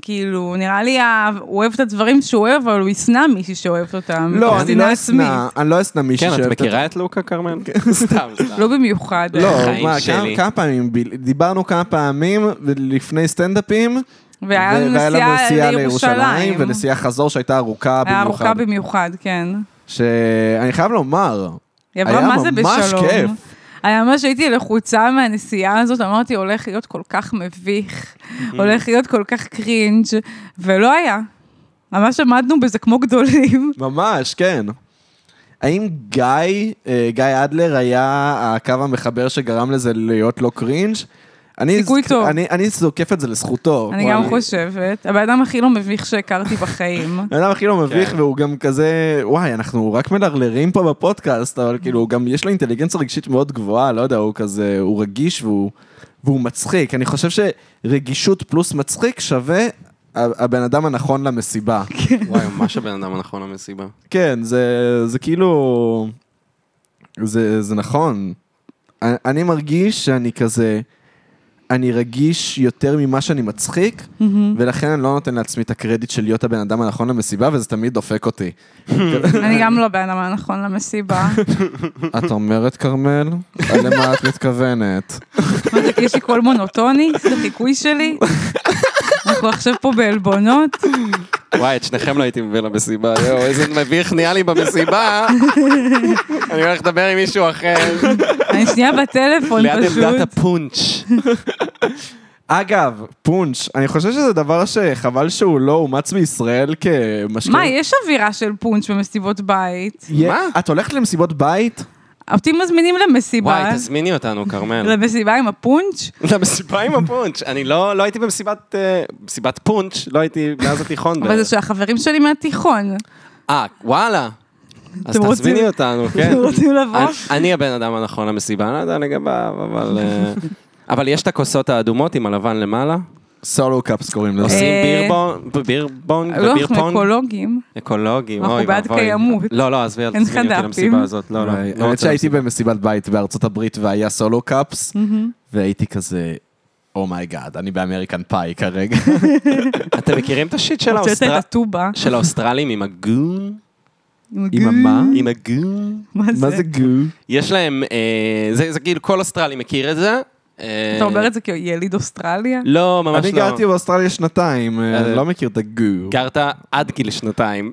[SPEAKER 3] כאילו, נראה לי, ה- הוא אוהב את הדברים שהוא אוהב, אבל הוא ישנא מישהי שאוהבת אותם.
[SPEAKER 1] לא, אני
[SPEAKER 3] שנאה
[SPEAKER 1] לא
[SPEAKER 3] עצמית.
[SPEAKER 1] אשנא, אני לא אשנא מישהי
[SPEAKER 2] כן,
[SPEAKER 1] שאוהבת...
[SPEAKER 2] את מכירה את לוקה כרמן? (laughs) סתם, סתם.
[SPEAKER 3] לא במיוחד.
[SPEAKER 1] לא,
[SPEAKER 2] החיים
[SPEAKER 1] מה,
[SPEAKER 2] שלי.
[SPEAKER 1] כמה- כמה פעמים, ביל- דיברנו כמה פעמים לפני סטנדאפים,
[SPEAKER 3] והיה
[SPEAKER 1] ו-
[SPEAKER 3] לנו נסיעה לירושלים.
[SPEAKER 1] ונסיעה חזור שהייתה ארוכה
[SPEAKER 3] היה
[SPEAKER 1] במיוחד.
[SPEAKER 3] ארוכה במיוחד, כן.
[SPEAKER 1] שאני חייב לומר,
[SPEAKER 3] היא
[SPEAKER 1] היה
[SPEAKER 3] עברה מה זה
[SPEAKER 1] ממש
[SPEAKER 3] בשלום.
[SPEAKER 1] כיף.
[SPEAKER 3] היה ממש הייתי לחוצה מהנסיעה הזאת, אמרתי, הולך להיות כל כך מביך,
[SPEAKER 1] Mm-hmm.
[SPEAKER 3] הולך להיות כל כך קרינג', ולא היה. ממש עמדנו בזה
[SPEAKER 1] (laughs)
[SPEAKER 3] כמו גדולים.
[SPEAKER 1] ממש, כן. האם גיא, אה, גיא אדלר היה הקו המחבר שגרם לזה להיות לא קרינג'? אני-
[SPEAKER 3] סיכוי טוב.
[SPEAKER 1] אני אני זוקף את זה לזכותו.
[SPEAKER 3] אני
[SPEAKER 1] וואי.
[SPEAKER 3] גם חושבת. הבן אדם הכי לא מביך שהכרתי
[SPEAKER 1] (laughs)
[SPEAKER 3] בחיים.
[SPEAKER 1] הבן אדם הכי לא מביך,
[SPEAKER 2] כן.
[SPEAKER 1] והוא גם כזה, וואי, אנחנו רק מלרלרים פה בפודקאסט, אבל כאילו, הוא גם יש לו אינטליגנציה רגשית מאוד גבוהה, לא יודע, הוא כזה, הוא רגיש והוא, והוא מצחיק. אני חושב שרגישות פלוס מצחיק שווה ה- הבן אדם הנכון
[SPEAKER 3] (laughs)
[SPEAKER 1] למסיבה.
[SPEAKER 2] וואי, ממש הבן אדם הנכון למסיבה.
[SPEAKER 1] כן, זה, זה כאילו... זה, זה נכון. אני- אני מרגיש שאני כזה... אני רגיש יותר ממה שאני מצחיק, ולכן אני לא נותן לעצמי את הקרדיט של להיות הבן אדם הנכון למסיבה, וזה תמיד דופק
[SPEAKER 3] (laughs)
[SPEAKER 1] אותי.
[SPEAKER 3] אני גם לא הבן אדם הנכון למסיבה.
[SPEAKER 1] את אומרת, כרמל? למה את מתכוונת?
[SPEAKER 3] מה זה, כי יש לי קול מונוטוני? זה חיקוי
[SPEAKER 1] (laughs)
[SPEAKER 3] שלי? אנחנו עכשיו פה בעלבונות?
[SPEAKER 2] וואי, את שניכם לא הייתי מביא למסיבה, יואו, איזה מביך נהיה לי במסיבה. אני הולך לדבר עם מישהו אחר.
[SPEAKER 3] אני שנייה בטלפון
[SPEAKER 2] ליד עמדת
[SPEAKER 3] פשוט.
[SPEAKER 2] הפונץ'.
[SPEAKER 1] אגב, פונץ', אני חושב שזה דבר שחבל שהוא לא אומץ בישראל
[SPEAKER 2] כן.
[SPEAKER 1] כמשקיע.
[SPEAKER 3] מה, יש אווירה של פונץ' במסיבות בית.
[SPEAKER 1] יה-
[SPEAKER 2] מה?
[SPEAKER 1] את הולכת למסיבות בית?
[SPEAKER 3] אותי מזמינים למסיבה.
[SPEAKER 2] וואי, תזמיני אותנו, כרמל.
[SPEAKER 3] למסיבה עם הפונץ'?
[SPEAKER 2] למסיבה עם הפונץ'. אני לא לא הייתי במסיבת אה, מסיבת פונץ', לא הייתי מאז התיכון.
[SPEAKER 3] אבל זה
[SPEAKER 2] בערך.
[SPEAKER 3] של החברים שלי מהתיכון.
[SPEAKER 2] אה, וואלה. אז
[SPEAKER 3] אתם רוצים-
[SPEAKER 2] תזמיני אותנו, כן.
[SPEAKER 3] אתם (laughs) רוצים לבוא?
[SPEAKER 2] אני- אני הבן אדם הנכון למסיבה, אני לא יודע לגביו, אבל...
[SPEAKER 3] (laughs)
[SPEAKER 2] אה, אבל יש את הכוסות האדומות עם הלבן למעלה,
[SPEAKER 1] סולו קאפס קוראים
[SPEAKER 3] אה,
[SPEAKER 1] לזה.
[SPEAKER 2] עושים ביר בונג- ביר בונג
[SPEAKER 3] לא,
[SPEAKER 2] וביר
[SPEAKER 3] אנחנו
[SPEAKER 2] פונג.
[SPEAKER 3] אקולוגים.
[SPEAKER 2] אקולוגים,
[SPEAKER 3] אנחנו
[SPEAKER 2] אוי
[SPEAKER 3] בעד
[SPEAKER 2] ואבוי.
[SPEAKER 3] קיימות.
[SPEAKER 2] לא, לא, עזבי, אל
[SPEAKER 3] אין
[SPEAKER 2] תזמיני אותי
[SPEAKER 3] חד"פים.
[SPEAKER 2] למסיבה הזאת. לא, לא. לא רוצה
[SPEAKER 1] האמת שהייתי
[SPEAKER 2] למסיבה.
[SPEAKER 1] במסיבת בית בארצות הברית והיה סולו קאפס, והייתי כזה, אומייגאד, אני באמריקן פאי כרגע.
[SPEAKER 2] אתם מכירים את השיט של
[SPEAKER 3] הוצאת
[SPEAKER 2] האוסטרל-
[SPEAKER 3] את הטובה.
[SPEAKER 2] של האוסטרלים עם הגון?
[SPEAKER 3] גו.
[SPEAKER 1] המה?
[SPEAKER 2] עם הגון?
[SPEAKER 3] (laughs) (laughs) מה זה?
[SPEAKER 1] גו?
[SPEAKER 2] יש להם, אה, זה זה כאילו כל אוסטרלי מכיר את זה. אה,
[SPEAKER 3] אתה אומר את זה כיליד אוסטרליה?
[SPEAKER 2] לא, ממש לא. כן,
[SPEAKER 1] אני גרתי באוסטרליה שנתיים, אה,
[SPEAKER 2] אה,
[SPEAKER 1] לא מכיר את הגו.
[SPEAKER 2] גרת עד גיל
[SPEAKER 3] (laughs)
[SPEAKER 2] שנתיים.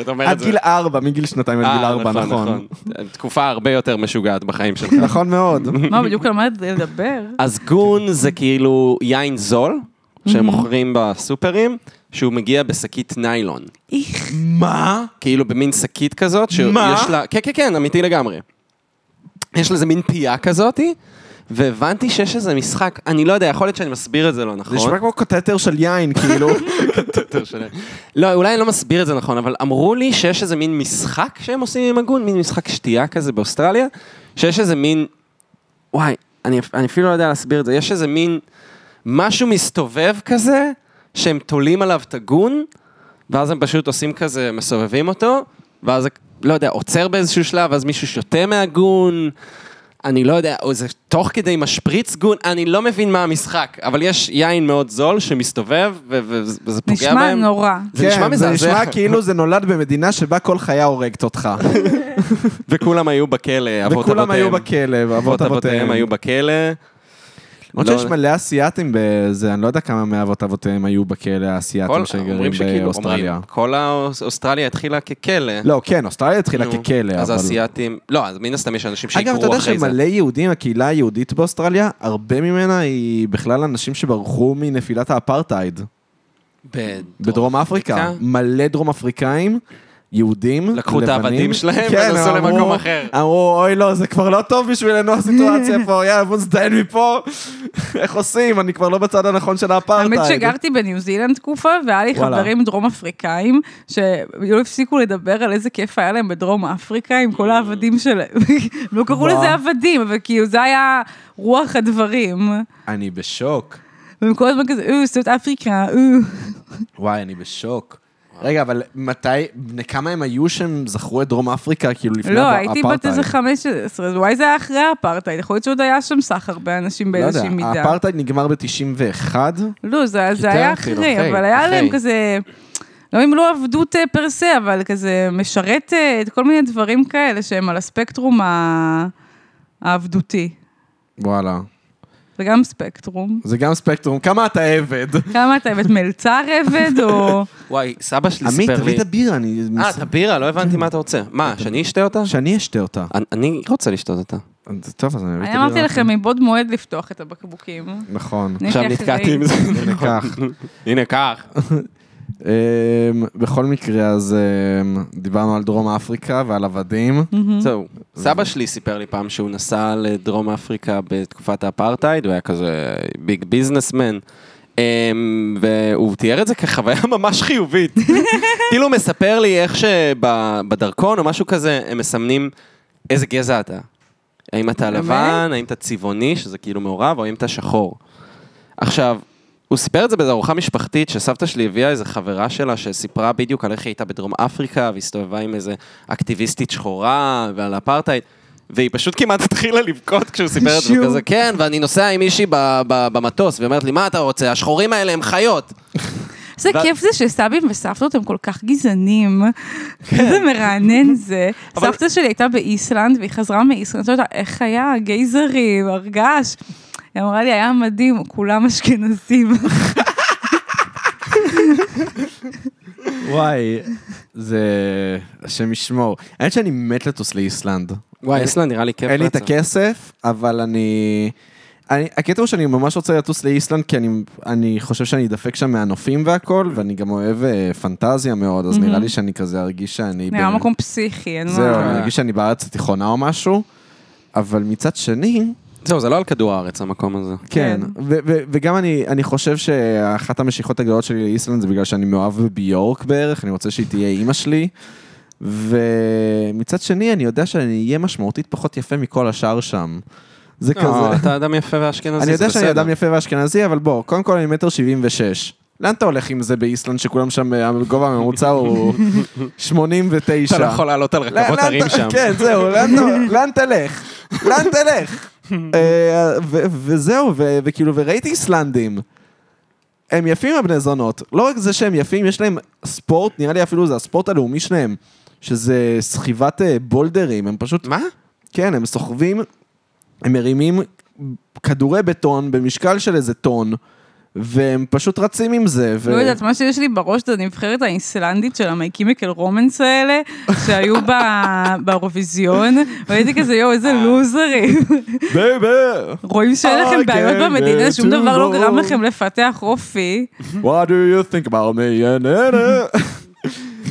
[SPEAKER 2] אתה אומר את
[SPEAKER 1] עד
[SPEAKER 2] זה.
[SPEAKER 1] גיל ארבע, מגיל שנתיים עד
[SPEAKER 2] אה,
[SPEAKER 1] גיל ארבע, נכון.
[SPEAKER 2] תקופה הרבה יותר משוגעת
[SPEAKER 1] (laughs)
[SPEAKER 2] בחיים שלך.
[SPEAKER 1] נכון
[SPEAKER 2] (laughs)
[SPEAKER 1] מאוד.
[SPEAKER 3] מה, בדיוק על מה לדבר?
[SPEAKER 2] אז גון זה כאילו יין זול, שהם מוכרים בסופרים, שהוא מגיע בשקית ניילון.
[SPEAKER 3] איך.
[SPEAKER 1] מה?
[SPEAKER 2] כאילו במין שקית כזאת, שיש
[SPEAKER 1] מה?
[SPEAKER 2] לה... כן, כן, כן, אמיתי לגמרי. יש לזה מין פייה כזאתי, והבנתי שיש איזה משחק, אני לא יודע, יכול להיות שאני מסביר את זה לא
[SPEAKER 1] זה
[SPEAKER 2] נכון.
[SPEAKER 1] נשמע כמו קטטר של
[SPEAKER 2] (laughs)
[SPEAKER 1] יין, כאילו.
[SPEAKER 2] יותר שונה. לא, אולי אני לא מסביר את זה נכון, אבל אמרו לי שיש איזה מין משחק שהם עושים עם הגון, מין משחק שתייה כזה באוסטרליה, שיש איזה מין... וואי, אני, אני אפילו לא יודע להסביר את זה, יש איזה מין משהו מסתובב כזה, שהם תולים עליו את הגון, ואז הם פשוט עושים כזה, מסובבים אותו, ואז, זה, לא יודע, עוצר באיזשהו שלב, ואז מישהו שותה מהגון. אני לא יודע, או זה תוך כדי משפריץ גון, אני לא מבין מה המשחק, אבל יש יין מאוד זול שמסתובב, ו- ו- וזה פוגע
[SPEAKER 3] נשמע
[SPEAKER 2] בהם.
[SPEAKER 3] נורא.
[SPEAKER 2] זה נשמע מזעזע.
[SPEAKER 1] זה נשמע כאילו זה נולד במדינה שבה כל חיה הורגת אותך.
[SPEAKER 2] וכולם היו בכלא, (laughs) אבות אבותיהם.
[SPEAKER 1] וכולם היו בכלא, ואבות
[SPEAKER 2] אבות אבותיהם היו בכלא.
[SPEAKER 1] למרות
[SPEAKER 2] לא-
[SPEAKER 1] שיש מלא אסיאתים בזה, אני לא יודע כמה מאבות אבותיהם היו בכלא האסיאתים
[SPEAKER 2] כל-
[SPEAKER 1] שגרים
[SPEAKER 2] אומרים שכאילו,
[SPEAKER 1] באוסטרליה.
[SPEAKER 2] אומרים, כל האוס- אוסטרליה התחילה ככלא.
[SPEAKER 1] לא, כן, אוסטרליה התחילה
[SPEAKER 2] נו,
[SPEAKER 1] ככלא, אבל...
[SPEAKER 2] כאילו, אז האסייתים, לא, אז מן הסתם יש אנשים
[SPEAKER 1] אגב, אתה
[SPEAKER 2] שיקרו
[SPEAKER 1] יודע
[SPEAKER 2] אחרי זה.
[SPEAKER 1] שמלא יהודים, הקהילה היהודית באוסטרליה, הרבה ממנה היא בכלל אנשים שברחו מנפילת האפרטהייד בדרום אפריקה.
[SPEAKER 2] אפריקה?
[SPEAKER 1] מלא דרום אפריקאים. יהודים,
[SPEAKER 2] כן. לקחו את
[SPEAKER 1] לבנים.
[SPEAKER 2] העבדים שלהם
[SPEAKER 1] כן,
[SPEAKER 2] ונסעו
[SPEAKER 1] הם אמרו-
[SPEAKER 2] למקום אחר.
[SPEAKER 1] אמרו, אוי לא, זה כבר לא טוב בשבילנו הסיטואציה פה, יאללה, בוא נזדיין מפה. (laughs) איך עושים? אני כבר לא בצד הנכון של האפרטהייד.
[SPEAKER 3] האמת שגרתי בניו זילנד תקופה, והיה לי
[SPEAKER 1] וואלה.
[SPEAKER 3] חברים דרום אפריקאים, שלא הפסיקו לדבר על איזה כיף היה להם בדרום אפריקה עם כל העבדים (laughs) שלהם. לא קראו
[SPEAKER 1] וואו.
[SPEAKER 3] לזה עבדים, אבל כאילו זה היה רוח הדברים.
[SPEAKER 1] אני בשוק.
[SPEAKER 3] והם כל הזמן כזה, אה, סוד אפריקה, אה.
[SPEAKER 1] וואי, אני בשוק. רגע, אבל מתי, בני כמה הם היו שהם זכרו את דרום אפריקה, כאילו לפני
[SPEAKER 3] לא,
[SPEAKER 1] האפ-
[SPEAKER 3] הייתי בת איזה
[SPEAKER 1] האפרטהייד?
[SPEAKER 3] 15, אז אולי זה היה אחרי האפרטהייד, יכול להיות שעוד היה שם סחר באנשים
[SPEAKER 1] לא יודע,
[SPEAKER 3] באיזושהי מידה.
[SPEAKER 1] האפרטהייד נגמר ב-91,
[SPEAKER 3] לא, זה זה
[SPEAKER 1] יותר
[SPEAKER 3] היה
[SPEAKER 1] אפילו,
[SPEAKER 3] אחרי,
[SPEAKER 1] אחרי,
[SPEAKER 3] אבל היה
[SPEAKER 1] אחרי.
[SPEAKER 3] להם כזה, לא אם לא עבדות אה, פר סה, אבל כזה משרתת, כל מיני דברים כאלה שהם על הספקטרום ה- העבדותי.
[SPEAKER 1] וואלה.
[SPEAKER 3] זה גם ספקטרום.
[SPEAKER 1] זה גם ספקטרום, כמה אתה עבד?
[SPEAKER 3] כמה אתה הבאת מלצר עבד, (laughs) או...
[SPEAKER 2] וואי, סבא שלי
[SPEAKER 1] עמית,
[SPEAKER 2] סיפר
[SPEAKER 1] תביא
[SPEAKER 2] לי...
[SPEAKER 1] את הבירה, אני...
[SPEAKER 2] אה, את הבירה, לא הבנתי מה אתה רוצה. מה, שאני אשתה אותה?
[SPEAKER 1] שאני אשתה אותה.
[SPEAKER 2] אני- אני רוצה לשתות אותה.
[SPEAKER 1] טוב, אז אני אביא את
[SPEAKER 3] אני לא
[SPEAKER 1] הבירה.
[SPEAKER 3] אמרתי לכם מבעוד מועד לפתוח את הבקבוקים.
[SPEAKER 1] נכון.
[SPEAKER 3] אני
[SPEAKER 2] עכשיו
[SPEAKER 3] הכי
[SPEAKER 2] נתקעתי
[SPEAKER 3] אחראית.
[SPEAKER 2] עם זה. (laughs)
[SPEAKER 1] כך.
[SPEAKER 2] נכון. הנה, כך.
[SPEAKER 1] אמ, בכל מקרה, אז אמ, דיברנו על דרום אפריקה ועל
[SPEAKER 3] (laughs)
[SPEAKER 1] עבדים.
[SPEAKER 2] זהו. סבא שלי סיפר לי פעם שהוא נסע לדרום אפריקה בתקופת האפרטהייד, הוא היה כזה ביג ביזנסמן. אמ, והוא תיאר את זה כחוויה (laughs) ממש חיובית. כאילו הוא מספר לי איך שבדרכון או משהו כזה, הם מסמנים איזה גזע אתה. האם אתה
[SPEAKER 3] באמת?
[SPEAKER 2] לבן, האם אתה צבעוני, שזה כאילו מעורב, או האם אתה שחור. עכשיו, הוא סיפר את זה באיזו ארוחה משפחתית, שסבתא שלי הביאה איזו חברה שלה שסיפרה בדיוק על איך היא הייתה בדרום אפריקה, והסתובבה עם איזה אקטיביסטית שחורה, ועל אפרטהייד. והיא פשוט כמעט (laughs) התחילה לבכות כשהוא סיפר את זה,
[SPEAKER 3] שוב.
[SPEAKER 2] וכזה, כן, ואני נוסע עם מישהי ב- ב- במטוס, והיא אומרת לי, מה אתה רוצה? השחורים האלה הם חיות.
[SPEAKER 3] איזה
[SPEAKER 2] ואת-
[SPEAKER 3] כיף זה שסבים וסבתות הם כל כך גזענים.
[SPEAKER 1] כן.
[SPEAKER 3] איזה מרענן זה.
[SPEAKER 2] אבל-
[SPEAKER 3] סבתא שלי הייתה באיסלנד, והיא חזרה מאיסלנד, אתה יודע, איך היה, גייזרים, הרגש. היא אמרה לי, היה מדהים,
[SPEAKER 1] (laughs)
[SPEAKER 3] כולם אשכנזים.
[SPEAKER 1] וואי, זה... השם ישמור. האמת שאני מת לטוס לאיסלנד.
[SPEAKER 2] וואי, איסלנד נראה לי
[SPEAKER 3] כן,
[SPEAKER 2] כיף.
[SPEAKER 1] אין לי את
[SPEAKER 2] רצח.
[SPEAKER 1] הכסף, אבל אני... אני, הקטע הוא שאני ממש רוצה לטוס לאיסלנד, כי אני, אני חושב שאני דפק שם מהנופים והכל, ואני גם אוהב אה, פנטזיה מאוד, אז נראה לי שאני כזה ארגיש שאני...
[SPEAKER 3] נראה
[SPEAKER 1] ב-
[SPEAKER 3] מקום פסיכי, אין
[SPEAKER 1] כן. זהו, אני
[SPEAKER 3] מה.
[SPEAKER 1] ארגיש שאני בארץ התיכונה או משהו, אבל מצד שני,
[SPEAKER 2] זהו, זה לא על כדור הארץ, המקום הזה.
[SPEAKER 1] כן,
[SPEAKER 3] כן.
[SPEAKER 1] ו- ו- וגם אני, אני חושב שאחת המשיכות הגדולות שלי לאיסלנד זה בגלל שאני מאוהב בביורק בערך, אני רוצה שהיא תהיה אימא שלי. ומצד שני, אני יודע שאני אהיה משמעותית פחות יפה מכל השאר שם. זה
[SPEAKER 2] לא,
[SPEAKER 1] כזה.
[SPEAKER 2] אתה אדם יפה ואשכנזי,
[SPEAKER 1] אני
[SPEAKER 2] זה
[SPEAKER 1] יודע שאני
[SPEAKER 2] בסדר.
[SPEAKER 1] אדם יפה ואשכנזי, אבל בוא, קודם כל אני מטר שבעים ושש. לאן אתה הולך עם זה באיסלנד, שכולם שם, הגובה הממוצע
[SPEAKER 2] (laughs)
[SPEAKER 1] הוא 89?
[SPEAKER 2] אתה לא יכול לעלות על
[SPEAKER 1] לאן-
[SPEAKER 2] רכבות
[SPEAKER 1] לאן
[SPEAKER 2] הרים
[SPEAKER 1] אתה-
[SPEAKER 2] שם.
[SPEAKER 1] כן, זהו, לאן אתה- לאן תלך? לאן תלך? אה, ו- וזהו, ו- וכאילו, וראיתי איסלנדים. הם יפים הבני זונות. לא רק זה שהם יפים, יש להם ספורט, נראה לי אפילו זה הספורט הלאומי שלהם, שזה סחיבת אה, בולדרים, הם פשוט...
[SPEAKER 2] מה?
[SPEAKER 1] כן, הם סוחבים, הם מרימים כדורי בטון במשקל של איזה טון, והם פשוט רצים עם זה. ו-
[SPEAKER 3] לא יודעת, מה שיש לי בראש זה הנבחרת האיסלנדית של המייקמיקל רומנס האלה, שהיו ב-
[SPEAKER 1] (laughs)
[SPEAKER 3] באירוויזיון, והייתי כזה, יואו, איזה לוזרים.
[SPEAKER 1] Baby,
[SPEAKER 3] רואים שאין
[SPEAKER 1] I
[SPEAKER 3] לכם בעיות
[SPEAKER 1] can
[SPEAKER 3] במדינה,
[SPEAKER 1] get
[SPEAKER 3] שום דבר
[SPEAKER 1] to
[SPEAKER 3] לא גרם
[SPEAKER 1] know.
[SPEAKER 3] לכם לפתח אופי.
[SPEAKER 1] what do you think about me? Yeah, nah, nah.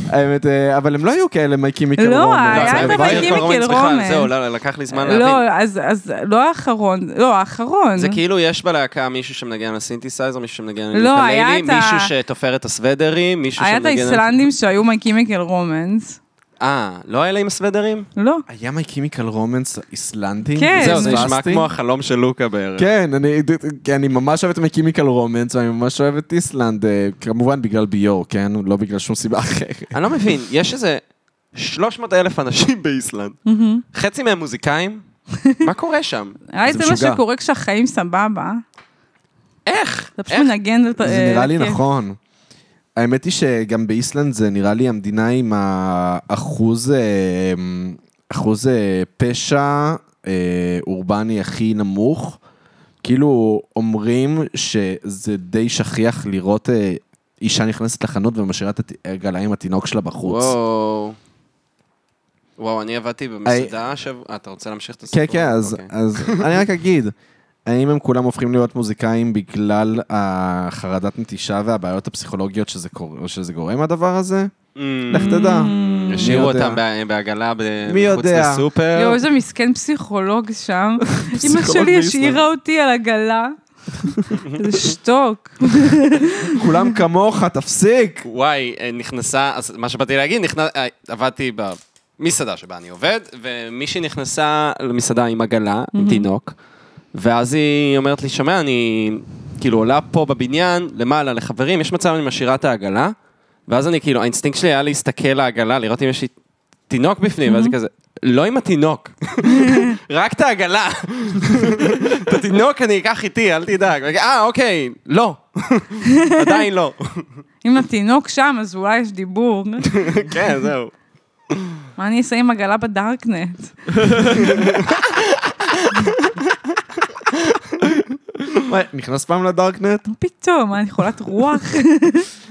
[SPEAKER 1] האמת, אה, אבל הם לא היו כאלה מייקי
[SPEAKER 3] לא,
[SPEAKER 2] לא,
[SPEAKER 3] היה
[SPEAKER 2] זה
[SPEAKER 3] את
[SPEAKER 2] היה
[SPEAKER 3] המייקי
[SPEAKER 2] מייקל
[SPEAKER 3] מיקל
[SPEAKER 2] רומנס בכלל,
[SPEAKER 3] רומן.
[SPEAKER 2] זהו, לא, לקח לי זמן להבין.
[SPEAKER 3] אה? לא, אז, אז לא האחרון, לא, האחרון.
[SPEAKER 2] זה כאילו יש בלהקה מישהו שמנגן על הסינתסייזר, מישהו שמנגן על
[SPEAKER 3] לא, היה
[SPEAKER 2] הליילים,
[SPEAKER 3] את ה-
[SPEAKER 2] מישהו שתופר את הסוודרים, מישהו
[SPEAKER 3] היה
[SPEAKER 2] שמנגן...
[SPEAKER 3] את האיסלנדים שהיו My Chemical Romance.
[SPEAKER 2] אה, לא היה להם הסוודרים?
[SPEAKER 3] לא.
[SPEAKER 1] היה מייקי מיקל רומנס איסלנדי?
[SPEAKER 3] כן.
[SPEAKER 2] זהו, זה נשמע
[SPEAKER 1] פספסתי?
[SPEAKER 2] כמו החלום של לוקה בערך.
[SPEAKER 1] כן, אני, כי אני ממש אוהב את מייקי מיקל רומנס, ואני ממש אוהב את איסלנד, אה, כמובן בגלל ביור, כן? לא בגלל שום סיבה אחרת.
[SPEAKER 2] אני לא
[SPEAKER 3] Mhm. (laughs)
[SPEAKER 2] מבין, יש איזה 300 אלף אנשים באיסלנד, חצי מהם מוזיקאים, מה קורה שם?
[SPEAKER 3] נראה לי
[SPEAKER 1] זה
[SPEAKER 3] זה מה
[SPEAKER 1] משוגע.
[SPEAKER 3] שקורה כשהחיים סבבה.
[SPEAKER 2] איך?
[SPEAKER 3] אתה פשוט מנגן את ה...
[SPEAKER 1] זה נראה לי
[SPEAKER 3] כן.
[SPEAKER 1] נכון. האמת היא שגם באיסלנד זה נראה לי המדינה עם האחוז אה, אחוז אה, פשע אה, אורבני הכי נמוך. כאילו אומרים שזה די שכיח לראות אה, אישה נכנסת לחנות ומשאירה את הגליים עם התינוק שלה בחוץ.
[SPEAKER 2] וואו. וואו, אני עבדתי במסעדה השבוע... אה, אתה רוצה להמשיך את
[SPEAKER 1] כן,
[SPEAKER 2] הסיפור?
[SPEAKER 1] כן, אז,
[SPEAKER 2] אוקיי.
[SPEAKER 1] אז אני רק אגיד, האם הם כולם הופכים להיות מוזיקאים בגלל החרדת נטישה והבעיות הפסיכולוגיות שזה, קור... שזה גורם הדבר הזה? לך תדע.
[SPEAKER 3] Mm.
[SPEAKER 2] השאירו
[SPEAKER 1] מי יודע?
[SPEAKER 2] אותם בה- בעגלה ב-
[SPEAKER 1] מי
[SPEAKER 2] מחוץ
[SPEAKER 1] יודע?
[SPEAKER 2] לסופר.
[SPEAKER 3] יואו, איזה מסכן פסיכולוג שם.
[SPEAKER 1] (laughs)
[SPEAKER 3] אמא
[SPEAKER 1] פסיכולוג
[SPEAKER 3] שלי
[SPEAKER 1] באיסלנד.
[SPEAKER 3] השאירה אותי על
[SPEAKER 1] (laughs)
[SPEAKER 3] עגלה. איזה שתוק.
[SPEAKER 1] כולם כמוך,
[SPEAKER 2] (laughs)
[SPEAKER 1] תפסיק!
[SPEAKER 2] וואי, אה, נכנסה, אז מה שבאתי להגיד, נכנס, אה, עבדתי במסעדה שבה אני עובד, ומישהי נכנסה למסעדה עם עגלה, עם תינוק, ואז היא אומרת לי, שומע, אני כאילו עולה פה בבניין, למעלה, לחברים, יש מצב אני משאירה את העגלה, ואז אני כאילו, האינסטינקט שלי היה להסתכל לעגלה, לראות אם יש לי תינוק בפנים, ואז היא כזה, לא עם התינוק, רק את העגלה. (laughs) את התינוק אני אקח איתי, אל תדאג. אה, אוקיי, לא. (laughs) עדיין לא.
[SPEAKER 3] אם התינוק שם, אז אולי יש
[SPEAKER 1] (laughs)
[SPEAKER 3] דיבור.
[SPEAKER 2] כן, זהו.
[SPEAKER 3] מה אני אעשה עם עגלה בדארקנט?
[SPEAKER 1] נכנס פעם לדארקנט?
[SPEAKER 3] מה פתאום? מה, אני חולת
[SPEAKER 1] (laughs)
[SPEAKER 3] רוח?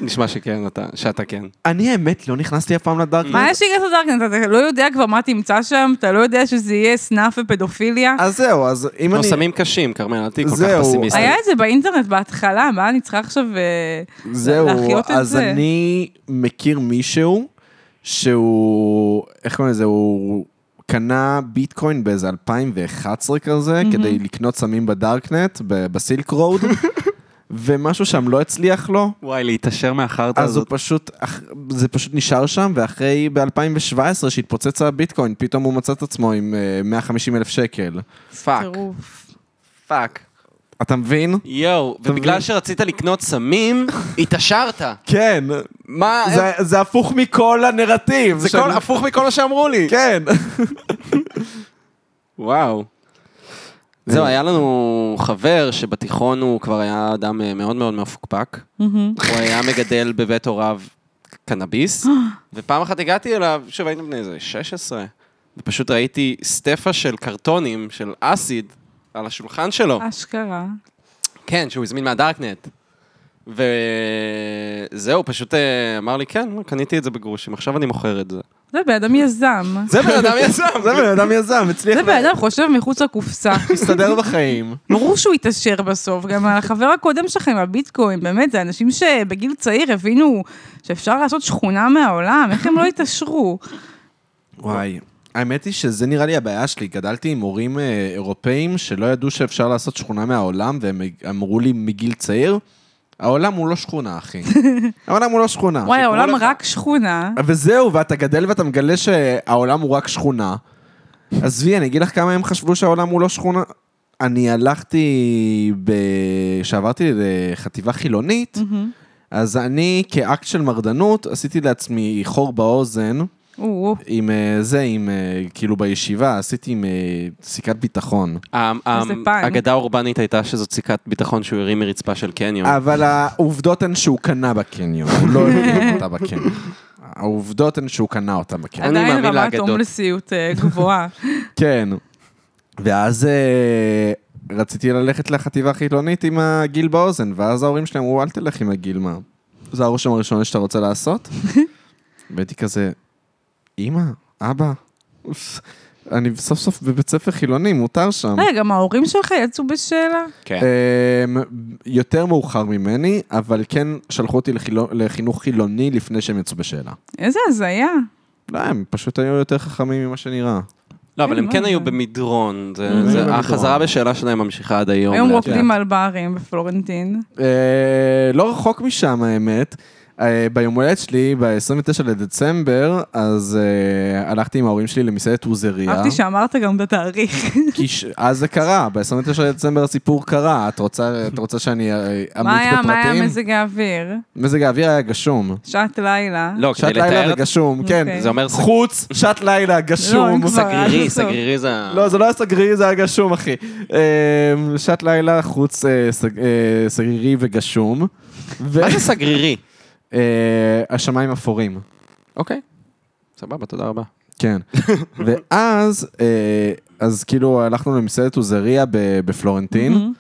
[SPEAKER 2] נשמע שכן, אתה, שאתה כן.
[SPEAKER 1] אני האמת לא נכנסתי אף פעם
[SPEAKER 3] מה
[SPEAKER 1] לדארקנט.
[SPEAKER 3] יש לי להיכנס לדארקנט? אתה לא יודע כבר מה תמצא שם? אתה לא יודע שזה יהיה סנאף ופדופיליה?
[SPEAKER 1] אז זהו, אז אם
[SPEAKER 2] לא,
[SPEAKER 1] אני...
[SPEAKER 2] סמים קשים, כרמל, אל תהיי כל כך
[SPEAKER 1] זהו.
[SPEAKER 2] פסימיסטי.
[SPEAKER 3] היה את זה באינטרנט בהתחלה, מה אני צריכה עכשיו אה,
[SPEAKER 1] זהו,
[SPEAKER 3] להחיות את זה?
[SPEAKER 1] אז אני מכיר מישהו שהוא, איך קוראים לזה, הוא קנה ביטקוין באיזה 2011 כזה, כדי לקנות סמים בדארקנט, ב- בסילק
[SPEAKER 3] (laughs)
[SPEAKER 1] רוד, ומשהו שם לא הצליח לו.
[SPEAKER 2] וואי, להתעשר מהחרטא
[SPEAKER 1] אז הוא
[SPEAKER 2] הזאת.
[SPEAKER 1] פשוט, אח- זה פשוט נשאר שם, ואחרי, ב-2017, שהתפוצץ הביטקוין, פתאום הוא מצא את עצמו עם אה, 150 אלף שקל.
[SPEAKER 2] פאק.
[SPEAKER 3] טירוף.
[SPEAKER 2] פאק.
[SPEAKER 1] אתה מבין?
[SPEAKER 2] יואו,
[SPEAKER 1] אתה
[SPEAKER 2] ובגלל
[SPEAKER 1] מבין?
[SPEAKER 2] שרצית לקנות סמים, התעשרת.
[SPEAKER 1] כן.
[SPEAKER 2] מה, אה,
[SPEAKER 1] זה- זה הפוך מכל הנרטיב.
[SPEAKER 2] זה
[SPEAKER 1] שאני-
[SPEAKER 2] כל הפוך מכל מה שאמרו לי.
[SPEAKER 1] כן.
[SPEAKER 2] וואו. זהו, היה לנו חבר שבתיכון הוא כבר היה אדם אה, מאוד מאוד מפוקפק.
[SPEAKER 3] מהמם.
[SPEAKER 2] הוא היה מגדל בבית הוריו קנאביס, ופעם אחת הגעתי אליו, שוב, היינו בני איזה 16, ופשוט ראיתי סטפה של קרטונים, של אסיד, על השולחן שלו.
[SPEAKER 3] אה. אשכרה.
[SPEAKER 2] כן, שהוא הזמין מהדארקנט. וזהו, פשוט אה, אמר לי, כן, קניתי את זה בגרושים, עכשיו אני מוכר את זה.
[SPEAKER 3] זה בן אדם יזם.
[SPEAKER 2] זה בן אדם יזם,
[SPEAKER 1] (laughs) זה בן אדם יזם, הצליח
[SPEAKER 3] זה בן אדם חושב מחוץ לקופסה. (laughs)
[SPEAKER 1] להסתדר בחיים.
[SPEAKER 3] ברור שהוא יתעשר בסוף, גם על החבר הקודם שלכם, הביטקוין, באמת, זה אנשים שבגיל צעיר הבינו שאפשר לעשות שכונה מהעולם, איך הם לא התעשרו?
[SPEAKER 1] וואי. האמת היא שזה נראה לי הבעיה שלי. גדלתי עם הורים אה, אירופאים שלא ידעו שאפשר לעשות שכונה מהעולם, והם אמרו לי מגיל צעיר, העולם הוא לא שכונה, (laughs) אחי. העולם הוא לא שכונה.
[SPEAKER 3] וואי, העולם
[SPEAKER 2] לך.
[SPEAKER 3] רק שכונה.
[SPEAKER 1] וזהו, ואתה גדל ואתה מגלה שהעולם הוא רק שכונה. עזבי, אני אגיד לך כמה הם חשבו שהעולם הוא לא שכונה. אני הלכתי, כשעברתי לחטיבה חילונית, אז אני כאקט של מרדנות עשיתי לעצמי חור באוזן.
[SPEAKER 3] או,
[SPEAKER 1] עם אה, זה, עם אה, כאילו בישיבה, עשיתי עם אה, סיכת ביטחון.
[SPEAKER 2] אמ,
[SPEAKER 3] איזה פן.
[SPEAKER 2] האגדה האורבנית הייתה שזאת סיכת ביטחון שהוא הרים מרצפה של קניון.
[SPEAKER 1] אבל העובדות הן שהוא קנה בקניון, הוא לא הביא אותה בקניון. העובדות הן שהוא קנה אותה בקניון.
[SPEAKER 2] אני
[SPEAKER 3] עדיין
[SPEAKER 2] מאמין
[SPEAKER 3] רמת
[SPEAKER 2] לאגדות.
[SPEAKER 3] הומלסיות אה, גבוהה.
[SPEAKER 1] כן. ואז אה, רציתי ללכת לחטיבה החילונית עם הגיל באוזן, ואז ההורים שלהם אמרו, אל תלך עם הגיל, מה? זה הרושם הראשון שאתה רוצה לעשות? והייתי כזה, אמא, אבא, אני סוף סוף בבית ספר חילוני, מותר שם.
[SPEAKER 3] רגע, גם ההורים שלך יצאו בשאלה?
[SPEAKER 2] כן.
[SPEAKER 1] אמ, יותר מאוחר ממני, אבל כן שלחו אותי לחילו- לחינוך חילוני לפני שהם יצאו בשאלה.
[SPEAKER 3] איזה הזיה.
[SPEAKER 1] לא, הם פשוט היו יותר חכמים ממה שנראה.
[SPEAKER 2] לא, אבל
[SPEAKER 3] כן,
[SPEAKER 2] הם כן
[SPEAKER 3] מה
[SPEAKER 2] היו
[SPEAKER 3] זה?
[SPEAKER 2] במדרון. זה-
[SPEAKER 1] הם
[SPEAKER 2] זה-
[SPEAKER 1] היו
[SPEAKER 2] החזרה
[SPEAKER 1] במדרון.
[SPEAKER 2] בשאלה שלהם ממשיכה עד היום.
[SPEAKER 3] היום
[SPEAKER 2] לאט
[SPEAKER 3] רוקדים על ברים בפלורנטין.
[SPEAKER 1] אה, לא רחוק משם, האמת. אה, ביום הולדת שלי, ב-29 לדצמבר, אז אה, הלכתי עם ההורים שלי למסעדת עוזריה.
[SPEAKER 3] אהבתי שאמרת גם את התאריך.
[SPEAKER 1] כי ש- אז זה קרה, ב-29 לדצמבר הסיפור קרה. את רוצה, את רוצה שאני אה,
[SPEAKER 3] מה
[SPEAKER 1] אמליץ
[SPEAKER 3] היה, מה היה
[SPEAKER 1] בפרטים?
[SPEAKER 3] מזג האוויר?
[SPEAKER 1] מזג האוויר היה גשום.
[SPEAKER 3] שעת לילה.
[SPEAKER 2] לא,
[SPEAKER 1] שעת
[SPEAKER 2] כדי
[SPEAKER 1] לילה
[SPEAKER 2] לתאר,
[SPEAKER 1] וגשום, כן.
[SPEAKER 3] אוקיי.
[SPEAKER 2] זה אומר
[SPEAKER 1] חוץ, שעת לילה, גשום.
[SPEAKER 3] כבר.
[SPEAKER 2] סגרירי, (laughs)
[SPEAKER 3] אה, זה טוב.
[SPEAKER 2] סגרירי זה... ה-
[SPEAKER 1] לא, זה לא היה סגרירי, זה היה גשום, אחי. אה, שעת לילה, חוץ אה, סג- אה, סגרירי וגשום. ו-
[SPEAKER 2] מה זה סגרירי?
[SPEAKER 1] אה, השמיים אפורים.
[SPEAKER 2] אוקיי. סבבה, תודה רבה.
[SPEAKER 3] (laughs)
[SPEAKER 1] כן. ואז, אה, אז כאילו הלכנו למסעדת עוזריה ב- בפלורנטין,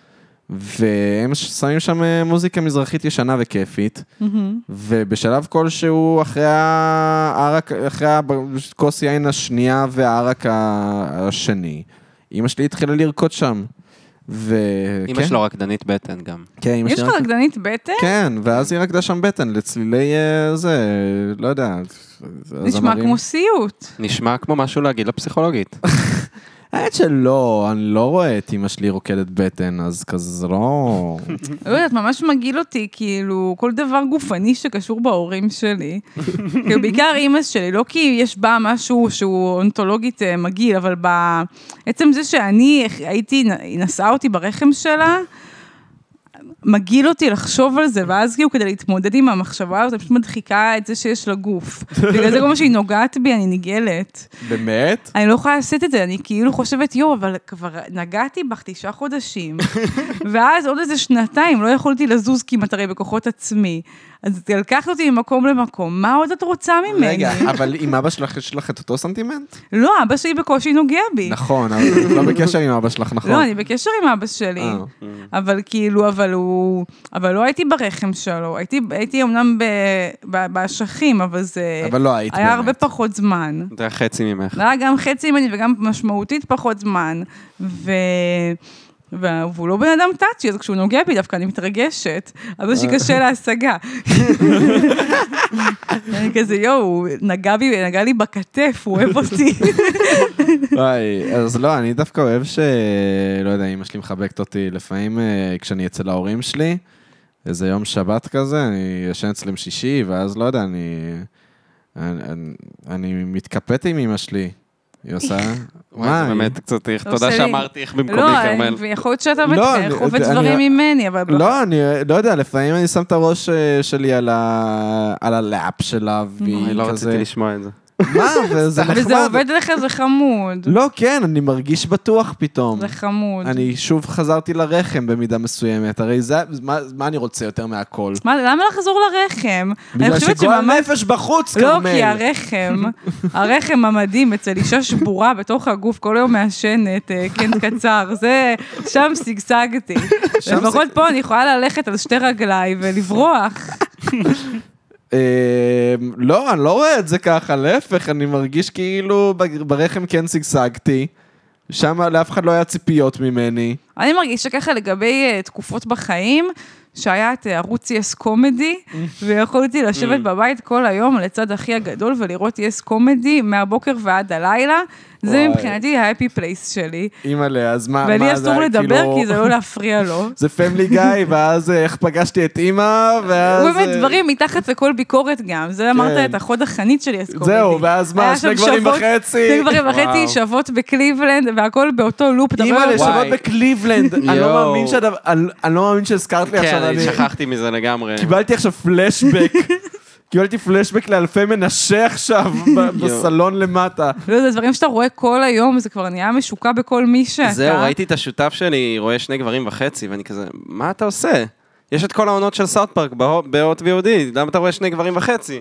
[SPEAKER 1] והם ש- שמים שם אה, מוזיקה מזרחית ישנה וכיפית,
[SPEAKER 3] מהמם.
[SPEAKER 1] ובשלב כלשהו, אחרי הערק, אחרי הכוס יין השנייה והערק ה- השני, אמא שלי התחילה לרקוד שם. ו...
[SPEAKER 2] אמא
[SPEAKER 1] כן?
[SPEAKER 2] שלו רקדנית בטן גם.
[SPEAKER 1] כן, אמא
[SPEAKER 3] יש
[SPEAKER 1] שלי
[SPEAKER 3] לך
[SPEAKER 1] רקדה-
[SPEAKER 3] רקדנית בטן?
[SPEAKER 1] כן, ואז היא רקדה שם בטן לצלילי אה, זה, לא יודע.
[SPEAKER 3] נשמע
[SPEAKER 1] הזמרים.
[SPEAKER 3] כמו סיוט.
[SPEAKER 2] נשמע כמו משהו להגיד לפסיכולוגית.
[SPEAKER 1] (laughs) האמת שלא, אני לא רואה את אמא שלי רוקדת בטן, אז כזה זה לא...
[SPEAKER 3] לא יודעת, ממש מגעיל אותי, כאילו, כל דבר גופני שקשור בהורים שלי. כאילו, בעיקר אימא שלי, לא כי יש בה משהו שהוא אונתולוגית אה, מגעיל, אבל ב- עצם זה שאני הייתי, היא נשאה אותי ברחם שלה, מגעיל אותי לחשוב על זה, ואז כאילו כדי להתמודד עם המחשבה הזאת, אני פשוט מדחיקה את זה שיש לה גוף. בגלל זה כל מה שהיא נוגעת בי, אני נגעלת.
[SPEAKER 1] (laughs) באמת?
[SPEAKER 3] אני לא יכולה לשאת את זה, אני כאילו חושבת, יואו, אבל כבר נגעתי בך תשעה
[SPEAKER 1] (laughs)
[SPEAKER 3] חודשים, ואז עוד איזה שנתיים לא יכולתי לזוז כמעט הרי בכוחות עצמי. אז את לקחת אותי ממקום למקום, מה עוד את רוצה ממני?
[SPEAKER 1] רגע, אבל עם אבא שלך יש לך את אותו סנטימנט?
[SPEAKER 3] לא, אבא שלי בקושי נוגע בי.
[SPEAKER 1] נכון, אבל את לא בקשר עם אבא שלך, נכון?
[SPEAKER 3] לא, אני בקשר עם אבא שלי,
[SPEAKER 1] אה.
[SPEAKER 3] אבל כאילו, אבל הוא... אבל לא הייתי ברחם שלו, הייתי, הייתי אמנם ב- ב- באשכים, אבל זה...
[SPEAKER 1] אבל לא היית
[SPEAKER 3] היה הרבה
[SPEAKER 1] באמת.
[SPEAKER 3] פחות זמן.
[SPEAKER 2] זה היה חצי ממך.
[SPEAKER 3] זה היה גם חצי ממני וגם משמעותית פחות זמן. ו... וה- והוא לא בן אדם טאצ'י, אז כשהוא נוגע בי דווקא אני מתרגשת. אבל זה שקשה להשגה. אני כזה, יואו, הוא נגע בי, נגע לי בכתף, הוא אוהב אותי.
[SPEAKER 1] וואי, אז לא, אני דווקא אוהב ש... לא יודע, אמא שלי מחבקת אותי לפעמים אה, כשאני אצל ההורים שלי, איזה יום שבת כזה, אני ישן אצלם שישי, ואז לא יודע, אני... אני, אני, אני מתקפט עם אמא שלי. היא עושה...
[SPEAKER 2] וואי, זה
[SPEAKER 1] היא-
[SPEAKER 2] באמת קצת איך.
[SPEAKER 3] לא
[SPEAKER 2] תודה
[SPEAKER 1] אוקיי.
[SPEAKER 3] עושה לי-
[SPEAKER 2] שאמרתי איך במקומי,
[SPEAKER 3] לא,
[SPEAKER 2] כרמל.
[SPEAKER 3] ויכול להיות שאתה
[SPEAKER 1] לא,
[SPEAKER 3] מת-
[SPEAKER 1] אני-
[SPEAKER 3] חווה
[SPEAKER 1] אני-
[SPEAKER 3] דברים
[SPEAKER 1] אני-
[SPEAKER 3] ממני, אבל...
[SPEAKER 1] לא, אני לא יודע, לפעמים אני שם את הראש אה, שלי על ה- על הלאפ שלה,
[SPEAKER 2] אוי,
[SPEAKER 1] והיא
[SPEAKER 2] לא
[SPEAKER 1] כזה...
[SPEAKER 2] רציתי לשמוע את זה.
[SPEAKER 1] מה,
[SPEAKER 3] (laughs)
[SPEAKER 1] וזה
[SPEAKER 3] וזה
[SPEAKER 1] נחמד.
[SPEAKER 3] עובד לך, זה חמוד.
[SPEAKER 1] לא, כן, אני מרגיש בטוח פתאום.
[SPEAKER 3] זה חמוד.
[SPEAKER 1] אני שוב חזרתי לרחם במידה מסוימת, הרי זה, מה- מה אני רוצה יותר מהכל?
[SPEAKER 3] מה- למה לחזור לרחם? אני
[SPEAKER 1] בגלל
[SPEAKER 3] חושבת
[SPEAKER 1] שגועל
[SPEAKER 3] שממש...
[SPEAKER 1] נפש בחוץ,
[SPEAKER 3] לא,
[SPEAKER 1] כרמל.
[SPEAKER 3] כי הרחם, הרחם המדהים אצל אישה שבורה בתוך הגוף, כל היום מעשנת, אה, כן קצר, זה, שם שגשגתי. לפחות פה אני יכולה ללכת על שתי רגליי ולברוח.
[SPEAKER 1] אה, לא, אני לא רואה את זה ככה, להפך, אני מרגיש כאילו ב- ברחם כן שגשגתי, שם לאף אחד לא היה ציפיות ממני.
[SPEAKER 3] אני מרגישה ככה לגבי אה, תקופות בחיים, שהיה את אה, ערוץ יס
[SPEAKER 1] (laughs)
[SPEAKER 3] קומדי, ויכולתי
[SPEAKER 1] Mm.
[SPEAKER 3] לשבת בבית כל היום לצד אחי הגדול ולראות יס קומדי מהבוקר ועד הלילה. זה
[SPEAKER 1] וואי.
[SPEAKER 3] מבחינתי ההפי פלייס שלי.
[SPEAKER 1] אימא'לה, אז מה, מה
[SPEAKER 3] ולי
[SPEAKER 1] זה
[SPEAKER 3] אסור
[SPEAKER 1] היה,
[SPEAKER 3] לדבר
[SPEAKER 1] כאילו-
[SPEAKER 3] כי זה לא להפריע לו.
[SPEAKER 1] זה פמילי גיא, (laughs) ואז אה, איך פגשתי את אימא, ואז...
[SPEAKER 3] הוא באמת
[SPEAKER 1] אה,
[SPEAKER 3] דברים מתחת לכל ביקורת גם, זה אמרת את החוד החנית שלי, אז
[SPEAKER 1] כן.
[SPEAKER 3] קוראים
[SPEAKER 1] זהו,
[SPEAKER 3] לי.
[SPEAKER 1] ואז
[SPEAKER 3] היה
[SPEAKER 1] מה, שני
[SPEAKER 3] שם
[SPEAKER 1] גברים
[SPEAKER 3] שוות-
[SPEAKER 1] וחצי?
[SPEAKER 3] שני גברים
[SPEAKER 2] וואו.
[SPEAKER 3] וחצי שוות בקליבלנד, והכל באותו לופ. אתה
[SPEAKER 1] אימא
[SPEAKER 3] רואה?
[SPEAKER 2] וואי.
[SPEAKER 1] לשוות (laughs) בקליבלנד, אני לא
[SPEAKER 2] יואו.
[SPEAKER 1] מאמין שהדבר- אני- אני לא מאמין שהזכרת לי
[SPEAKER 2] כן,
[SPEAKER 1] עכשיו,
[SPEAKER 2] אני
[SPEAKER 1] אני-
[SPEAKER 2] שכחתי מזה לגמרי.
[SPEAKER 1] קיבלתי עכשיו (laughs) פלשבק, קיבלתי פלשבק לאלפי מנשה (laughs) עכשיו, ב- בסלון למטה.
[SPEAKER 3] לא, זה דברים שאתה רואה כל היום, זה כבר נהיה משוקע בכל מי שאתה.
[SPEAKER 2] כן, זהו, ראיתי את השותף שלי, רואה שני גברים וחצי, ואני כזה, מה אתה עושה? יש את כל העונות של סאוט פארק בהוט בהוט VOD, למה אתה רואה שני גברים וחצי?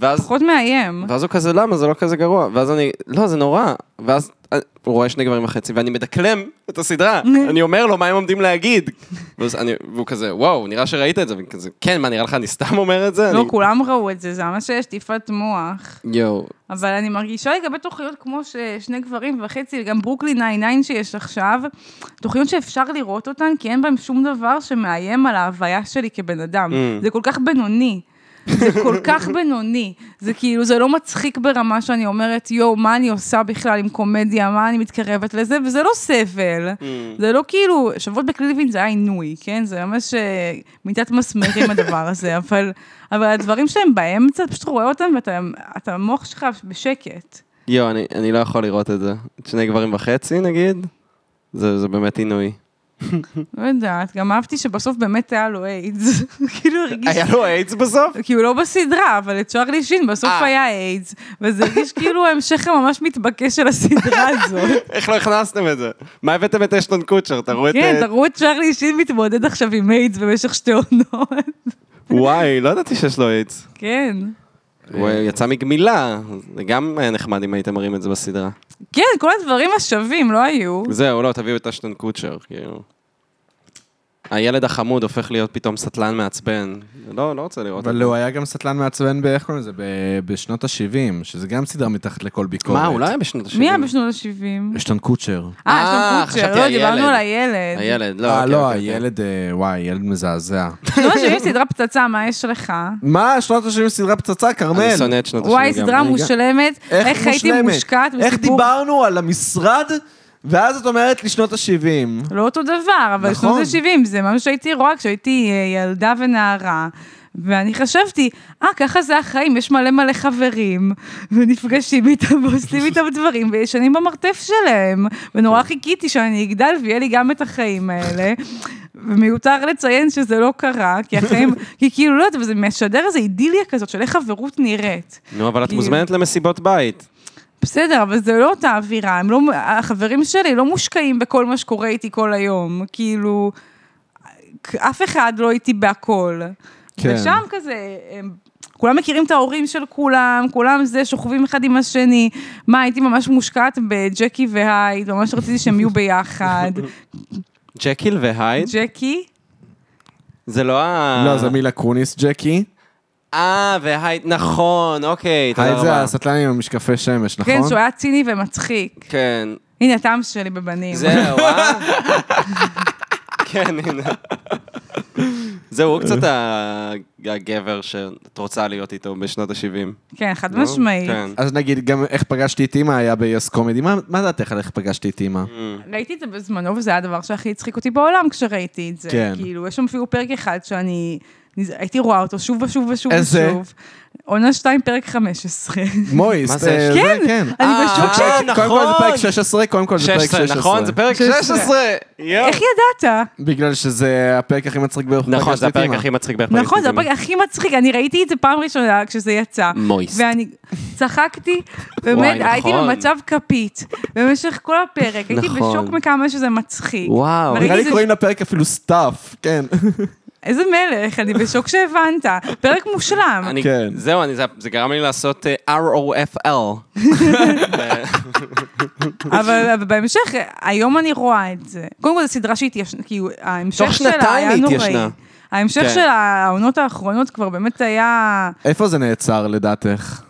[SPEAKER 2] ואז
[SPEAKER 3] פחות מאיים.
[SPEAKER 2] ואז הוא כזה, למה? זה לא כזה גרוע. ואז אני, לא, זה נורא. ואז אה, הוא רואה שני גברים וחצי, ואני מדקלם
[SPEAKER 3] (laughs)
[SPEAKER 2] את הסדרה. אני אומר לו מה הם עומדים להגיד. ואז אני- והוא כזה, וואו, נראה שראית את זה. ואני כזה, כן, מה, נראה לך אני סתם אומר את זה?
[SPEAKER 3] לא,
[SPEAKER 2] אני-
[SPEAKER 3] כולם ראו את זה, זה ממש שטיפת מוח.
[SPEAKER 2] יואו.
[SPEAKER 3] אבל אני מרגישה לגבי תוכניות כמו ששני גברים וחצי, וגם ברוקלי 99 שיש עכשיו, תוכניות שאפשר לראות אותן, כי אין בהן שום דבר שמאיים על ההוויה שלי כבן אדם.
[SPEAKER 2] Mm.
[SPEAKER 3] זה כל כך בינוני. זה כל כך בינוני. זה כאילו, זה לא מצחיק ברמה שאני אומרת, יואו, מה אני עושה בכלל עם קומדיה, מה אני מתקרבת לזה, וזה לא סבל. זה לא כאילו, שבועות בקליבין זה היה עינוי, כן? זה ממש אה, מיטת מסמרים הדבר הזה, אבל, אבל הדברים שלהם באמצע, אתה פשוט רואה אותם ואתה, אתה- המוח שלך בשקט.
[SPEAKER 2] יואו, אני- אני לא יכול לראות את זה. את שני גברים וחצי נגיד? זה זה
[SPEAKER 3] (laughs)
[SPEAKER 2] באמת עינוי.
[SPEAKER 3] לא יודעת, גם אהבתי שבסוף באמת היה לו איידס. (laughs) כאילו הרגיש...
[SPEAKER 2] היה לו איידס בסוף?
[SPEAKER 3] כאילו לא בסדרה, אבל את צ'רלי שין בסוף
[SPEAKER 2] אה.
[SPEAKER 3] היה איידס, וזה הרגיש כאילו ההמשך הממש מתבקש של
[SPEAKER 2] (laughs)
[SPEAKER 3] הסדרה הזאת.
[SPEAKER 2] איך לא הכנסתם את זה? מה הבאתם את אשטון קוצ'ר? תראו את...
[SPEAKER 3] כן,
[SPEAKER 2] אה,
[SPEAKER 3] תראו את צ'רלי שין מתמודד עכשיו עם איידס במשך שתי עונות. (laughs)
[SPEAKER 2] וואי, לא ידעתי שיש לו איידס.
[SPEAKER 3] כן.
[SPEAKER 2] הוא אה, יצא מגמילה. זה גם היה נחמד אם הייתם מראים את זה בסדרה.
[SPEAKER 3] כן, כל הדברים השווים, לא היו.
[SPEAKER 2] זהו, לא, תביאו את אשטון קוצ'ר, כאילו. הילד החמוד הופך להיות פתאום סטלן מעצבן. לא, לא רוצה לראות את
[SPEAKER 1] אבל
[SPEAKER 2] זה.
[SPEAKER 1] הוא היה גם סטלן מעצבן, באיך קוראים לזה? ב- בשנות ה-70, שזה גם סדרה מתחת לכל ביקורת.
[SPEAKER 2] מה, הוא לא היה בשנות ה-70.
[SPEAKER 3] מי היה בשנות ה-70?
[SPEAKER 1] יש לנו קוצ'ר.
[SPEAKER 3] אה,
[SPEAKER 2] אה,
[SPEAKER 3] שלום קוצ'ר,
[SPEAKER 2] חשבתי
[SPEAKER 3] לא,
[SPEAKER 2] הילד.
[SPEAKER 3] דיברנו על הילד.
[SPEAKER 2] הילד, לא.
[SPEAKER 1] אה,
[SPEAKER 2] אוקיי,
[SPEAKER 1] לא,
[SPEAKER 3] כן,
[SPEAKER 2] אוקיי, אוקיי.
[SPEAKER 1] הילד, אה, וואי, ילד מזעזע.
[SPEAKER 3] שנות ה-70 סדרה פצצה, מה יש לך?
[SPEAKER 5] מה? שנות ה-70 סדרה פצצה, כרמל.
[SPEAKER 2] כן. אני שונא את שנות ה-70 גם.
[SPEAKER 3] וואי, סדרה מושלמת, איך הייתי
[SPEAKER 5] מושלמת?
[SPEAKER 3] מושקעת
[SPEAKER 5] איך
[SPEAKER 3] בסיפור
[SPEAKER 5] דיברנו על המשרד, ואז את אומרת לי שנות ה-70.
[SPEAKER 3] לא אותו דבר, אבל
[SPEAKER 5] נכון.
[SPEAKER 3] נכון. שנות ה-70, זה מה שהייתי רואה כשהייתי אה, ילדה ונערה. ואני חשבתי, אה, ככה זה החיים, יש מלא מלא חברים, (laughs) ונפגשים איתם ועושים איתם דברים, וישנים במרתף שלהם. ונורא חיכיתי שאני אגדל ויהיה לי גם את החיים האלה. ומיותר לציין שזה לא קרה, כי (laughs) החיים, כי כאילו, לא יודעת, אבל זה משדר איזו אידיליה כזאת של איך חברות נראית.
[SPEAKER 2] נו, אבל את
[SPEAKER 3] כאילו.
[SPEAKER 2] מוזמנת למסיבות בית.
[SPEAKER 3] בסדר, אבל זה לא אותה אווירה, הם לא, החברים שלי לא מושקעים בכל מה שקורה איתי כל היום, כאילו, אף אחד לא איתי בהכל.
[SPEAKER 1] כן.
[SPEAKER 3] כן. ושם כזה, הם, כולם מכירים את ההורים של כולם, כולם זה, שוכבים אחד עם השני. מה, הייתי ממש מושקעת בג'קי והייד, ממש רציתי שהם יהיו ביחד.
[SPEAKER 2] ג'קיל והייד?
[SPEAKER 3] ג'קי?
[SPEAKER 2] זה לא ה...
[SPEAKER 1] לא, זה מילה קוניס, ג'קי.
[SPEAKER 2] אה, והייד, נכון, אוקיי, תודה
[SPEAKER 1] היי, זה
[SPEAKER 2] רבה.
[SPEAKER 1] הסטלן עם המשקפי שמש, נכון?
[SPEAKER 3] כן, שהוא היה ציני ומצחיק.
[SPEAKER 2] כן,
[SPEAKER 3] הנה, הטעם שלי בבנים.
[SPEAKER 2] זהו, אה? (laughs) כן, הנה. זהו, הוא קצת ה- הגבר שאת רוצה להיות איתו בשנות ה-70.
[SPEAKER 3] כן, חד משמעית.
[SPEAKER 2] כן.
[SPEAKER 1] אז נגיד, גם איך פגשתי את אימא היה ביס קומדי. מה מה דעתך על איך פגשתי את אימא?
[SPEAKER 2] Mm.
[SPEAKER 3] ראיתי את זה בזמנו, וזה היה הדבר שהכי הצחיק אותי בעולם כשראיתי את זה.
[SPEAKER 1] כן.
[SPEAKER 3] כאילו, יש שם אפילו פרק אחד שאני... נז- הייתי רואה אותו שוב ושוב ושוב
[SPEAKER 1] איזה?
[SPEAKER 3] ושוב. עונה 2, פרק 15.
[SPEAKER 1] מויסט.
[SPEAKER 2] מה זה?
[SPEAKER 1] אה,
[SPEAKER 3] כן, אני בשוק ש...
[SPEAKER 2] אה,
[SPEAKER 1] קודם כל זה פרק
[SPEAKER 2] נכון.
[SPEAKER 1] 16, קודם כל זה פרק 16.
[SPEAKER 2] 16, נכון? זה פרק 16! יואו.
[SPEAKER 3] איך ידעת?
[SPEAKER 1] בגלל שזה הפרק הכי מצחיק בערך.
[SPEAKER 2] נכון,
[SPEAKER 1] פגשתי
[SPEAKER 2] זה
[SPEAKER 1] את
[SPEAKER 2] הפרק
[SPEAKER 1] אימא.
[SPEAKER 2] הכי מצחיק בהפרק.
[SPEAKER 3] נכון, זה הפרק הכי מצחיק, אני ראיתי את זה פעם ראשונה כשזה יצא.
[SPEAKER 2] מויסט.
[SPEAKER 3] ואני צחקתי, באמת,
[SPEAKER 2] וואי,
[SPEAKER 3] הייתי
[SPEAKER 2] נכון.
[SPEAKER 3] במצב כפית במשך כל הפרק, הייתי
[SPEAKER 2] נכון.
[SPEAKER 3] בשוק מכמה שזה מצחיק.
[SPEAKER 2] וואו.
[SPEAKER 3] וראיתי
[SPEAKER 5] נראה
[SPEAKER 3] זה-
[SPEAKER 5] לי קוראים לפרק אפילו סטאפ,
[SPEAKER 2] (laughs)
[SPEAKER 5] כן.
[SPEAKER 3] איזה מלך, אני בשוק שהבנת. פרק מושלם.
[SPEAKER 2] אני,
[SPEAKER 5] כן.
[SPEAKER 2] זהו, אני, זה, זה גרם לי לעשות אה,
[SPEAKER 3] (laughs)
[SPEAKER 2] ROFL.
[SPEAKER 1] (laughs)
[SPEAKER 3] אבל אבל בהמשך, היום אני רואה את זה. קודם כל, זו סדרה שהתיישנה, כאילו, ההמשך
[SPEAKER 2] תוך
[SPEAKER 3] שלה
[SPEAKER 2] שנתיים
[SPEAKER 3] היה
[SPEAKER 2] היא
[SPEAKER 3] נוראי.
[SPEAKER 2] התיישנה.
[SPEAKER 3] ההמשך
[SPEAKER 2] כן.
[SPEAKER 3] של העונות האחרונות כבר באמת היה...
[SPEAKER 1] איפה זה נעצר לדעתך?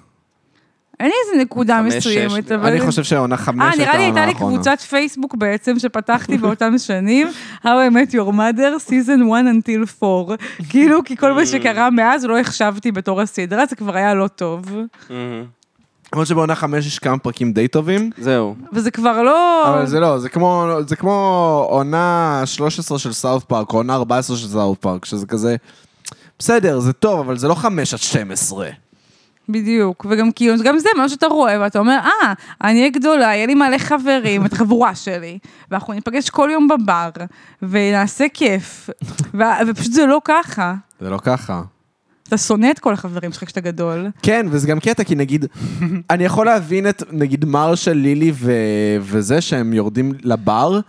[SPEAKER 3] אין לי איזה נקודה
[SPEAKER 2] חמש, שש,
[SPEAKER 3] מסוימת, אבל...
[SPEAKER 1] אני חושב שהעונה חמש
[SPEAKER 3] אה,
[SPEAKER 1] הייתה
[SPEAKER 3] נראה לי
[SPEAKER 1] העונה
[SPEAKER 3] הייתה לי
[SPEAKER 1] האחרונה.
[SPEAKER 3] קבוצת פייסבוק בעצם שפתחתי באותם שנים, How I Met Your Mother, Season 1 Until 4. (laughs) כאילו, כי כל מה שקרה מאז לא החשבתי בתור הסדרה, זה כבר היה לא טוב.
[SPEAKER 1] למרות שבעונה חמש יש כמה פרקים די טובים,
[SPEAKER 2] זהו.
[SPEAKER 3] וזה כבר לא...
[SPEAKER 1] אבל זה לא, זה כמו, זה כמו עונה 13 של סאוף פארק, או עונה 14 של סאוף פארק, שזה כזה, בסדר, זה טוב, אבל זה לא 5 עד 12.
[SPEAKER 3] בדיוק, וגם כאילו, גם זה מה שאתה רואה, ואתה אומר, אה, אני אהיה גדולה, יהיה לי מלא חברים, את החבורה שלי, ואנחנו ניפגש כל יום בבר, ונעשה כיף, (laughs) ו- ופשוט זה לא ככה.
[SPEAKER 1] זה לא ככה.
[SPEAKER 3] אתה שונא את כל החברים שלך כשאתה גדול.
[SPEAKER 1] כן, וזה גם קטע, כי (laughs) נגיד, אני יכול להבין את, נגיד, מרשל, לילי ו... וזה שהם יורדים לבר.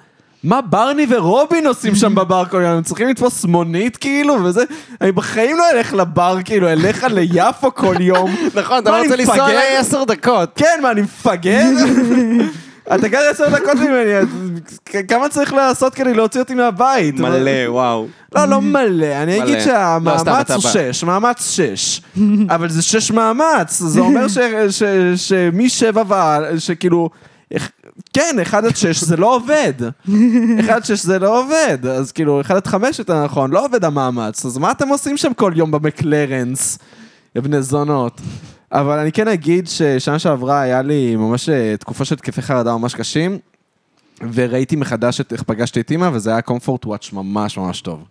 [SPEAKER 1] מה ברני ורובין עושים שם בבר כל יום? הם צריכים לתפוס מונית כאילו, וזה... אני בחיים לא אלך לבר כאילו, אליך ליפו כל (laughs) יום.
[SPEAKER 2] נכון, אתה
[SPEAKER 1] מה,
[SPEAKER 2] לא רוצה
[SPEAKER 1] אני
[SPEAKER 2] לנסוע
[SPEAKER 1] מפגר?
[SPEAKER 2] אליי עשר דקות.
[SPEAKER 1] כן, מה, אני
[SPEAKER 2] (laughs)
[SPEAKER 1] מפגר? אתה גר עשר דקות ממני, אז כ- כמה צריך לעשות כדי להוציא אותי מהבית?
[SPEAKER 2] מלא, וואו.
[SPEAKER 1] לא,
[SPEAKER 2] (laughs)
[SPEAKER 1] לא מלא, אני
[SPEAKER 2] מלא.
[SPEAKER 1] אגיד
[SPEAKER 2] לא, סתם,
[SPEAKER 1] שהמאמץ
[SPEAKER 2] אתה
[SPEAKER 1] הוא
[SPEAKER 2] בא.
[SPEAKER 1] שש, מאמץ
[SPEAKER 2] (laughs)
[SPEAKER 1] שש. אבל זה שש מאמץ, זה אומר ש- ש- שמשבע ועל, שכאילו... איך- כן, 1 עד 6 זה לא
[SPEAKER 2] (laughs)
[SPEAKER 1] עובד. 1 עד 6 זה לא עובד. אז כאילו, 1 עד 5 יותר נכון, לא עובד המאמץ. אז מה אתם עושים שם כל יום במקלרנס? בני זונות. אבל אני כן אגיד ששנה שעברה היה לי ממש אה, תקופה של תקפי חרדה ממש קשים, וראיתי מחדש את איך פגשתי את אימא, וזה היה comfort watch ממש ממש טוב.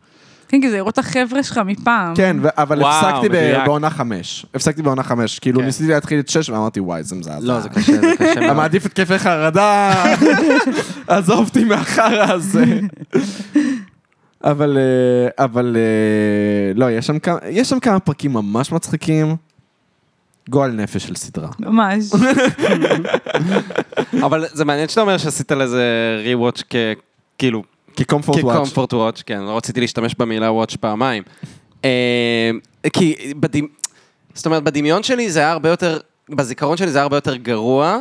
[SPEAKER 3] כן, כי זה לראות את החבר'ה שלך מפעם.
[SPEAKER 1] כן, ו- אבל
[SPEAKER 2] וואו,
[SPEAKER 1] הפסקתי ב-
[SPEAKER 2] מדויק.
[SPEAKER 1] בעונה חמש. הפסקתי בעונה חמש. כאילו,
[SPEAKER 2] כן.
[SPEAKER 1] ניסיתי להתחיל את שש, ואמרתי, וואי, זה מזעזע.
[SPEAKER 2] לא, זה קשה, זה קשה (laughs)
[SPEAKER 1] אתה
[SPEAKER 2] מאוד.
[SPEAKER 1] מעדיף התקפי
[SPEAKER 2] (laughs)
[SPEAKER 1] חרדה, עזוב אותי מהחרא הזה. אבל, אה, אבל, אה, לא, יש שם כמה- יש שם כמה פרקים ממש מצחיקים. גועל נפש של סדרה.
[SPEAKER 3] ממש.
[SPEAKER 2] אבל זה מעניין שאתה אומר שעשית לזה rewatch כ... כאילו,
[SPEAKER 1] כקומפורט וואץ'.
[SPEAKER 2] כ-comfort watch, כן, לא רציתי להשתמש במילה watch פעמיים. אה, כי בדמ... זאת אומרת, בדמיון שלי זה היה הרבה יותר, בזיכרון שלי זה היה הרבה יותר גרוע,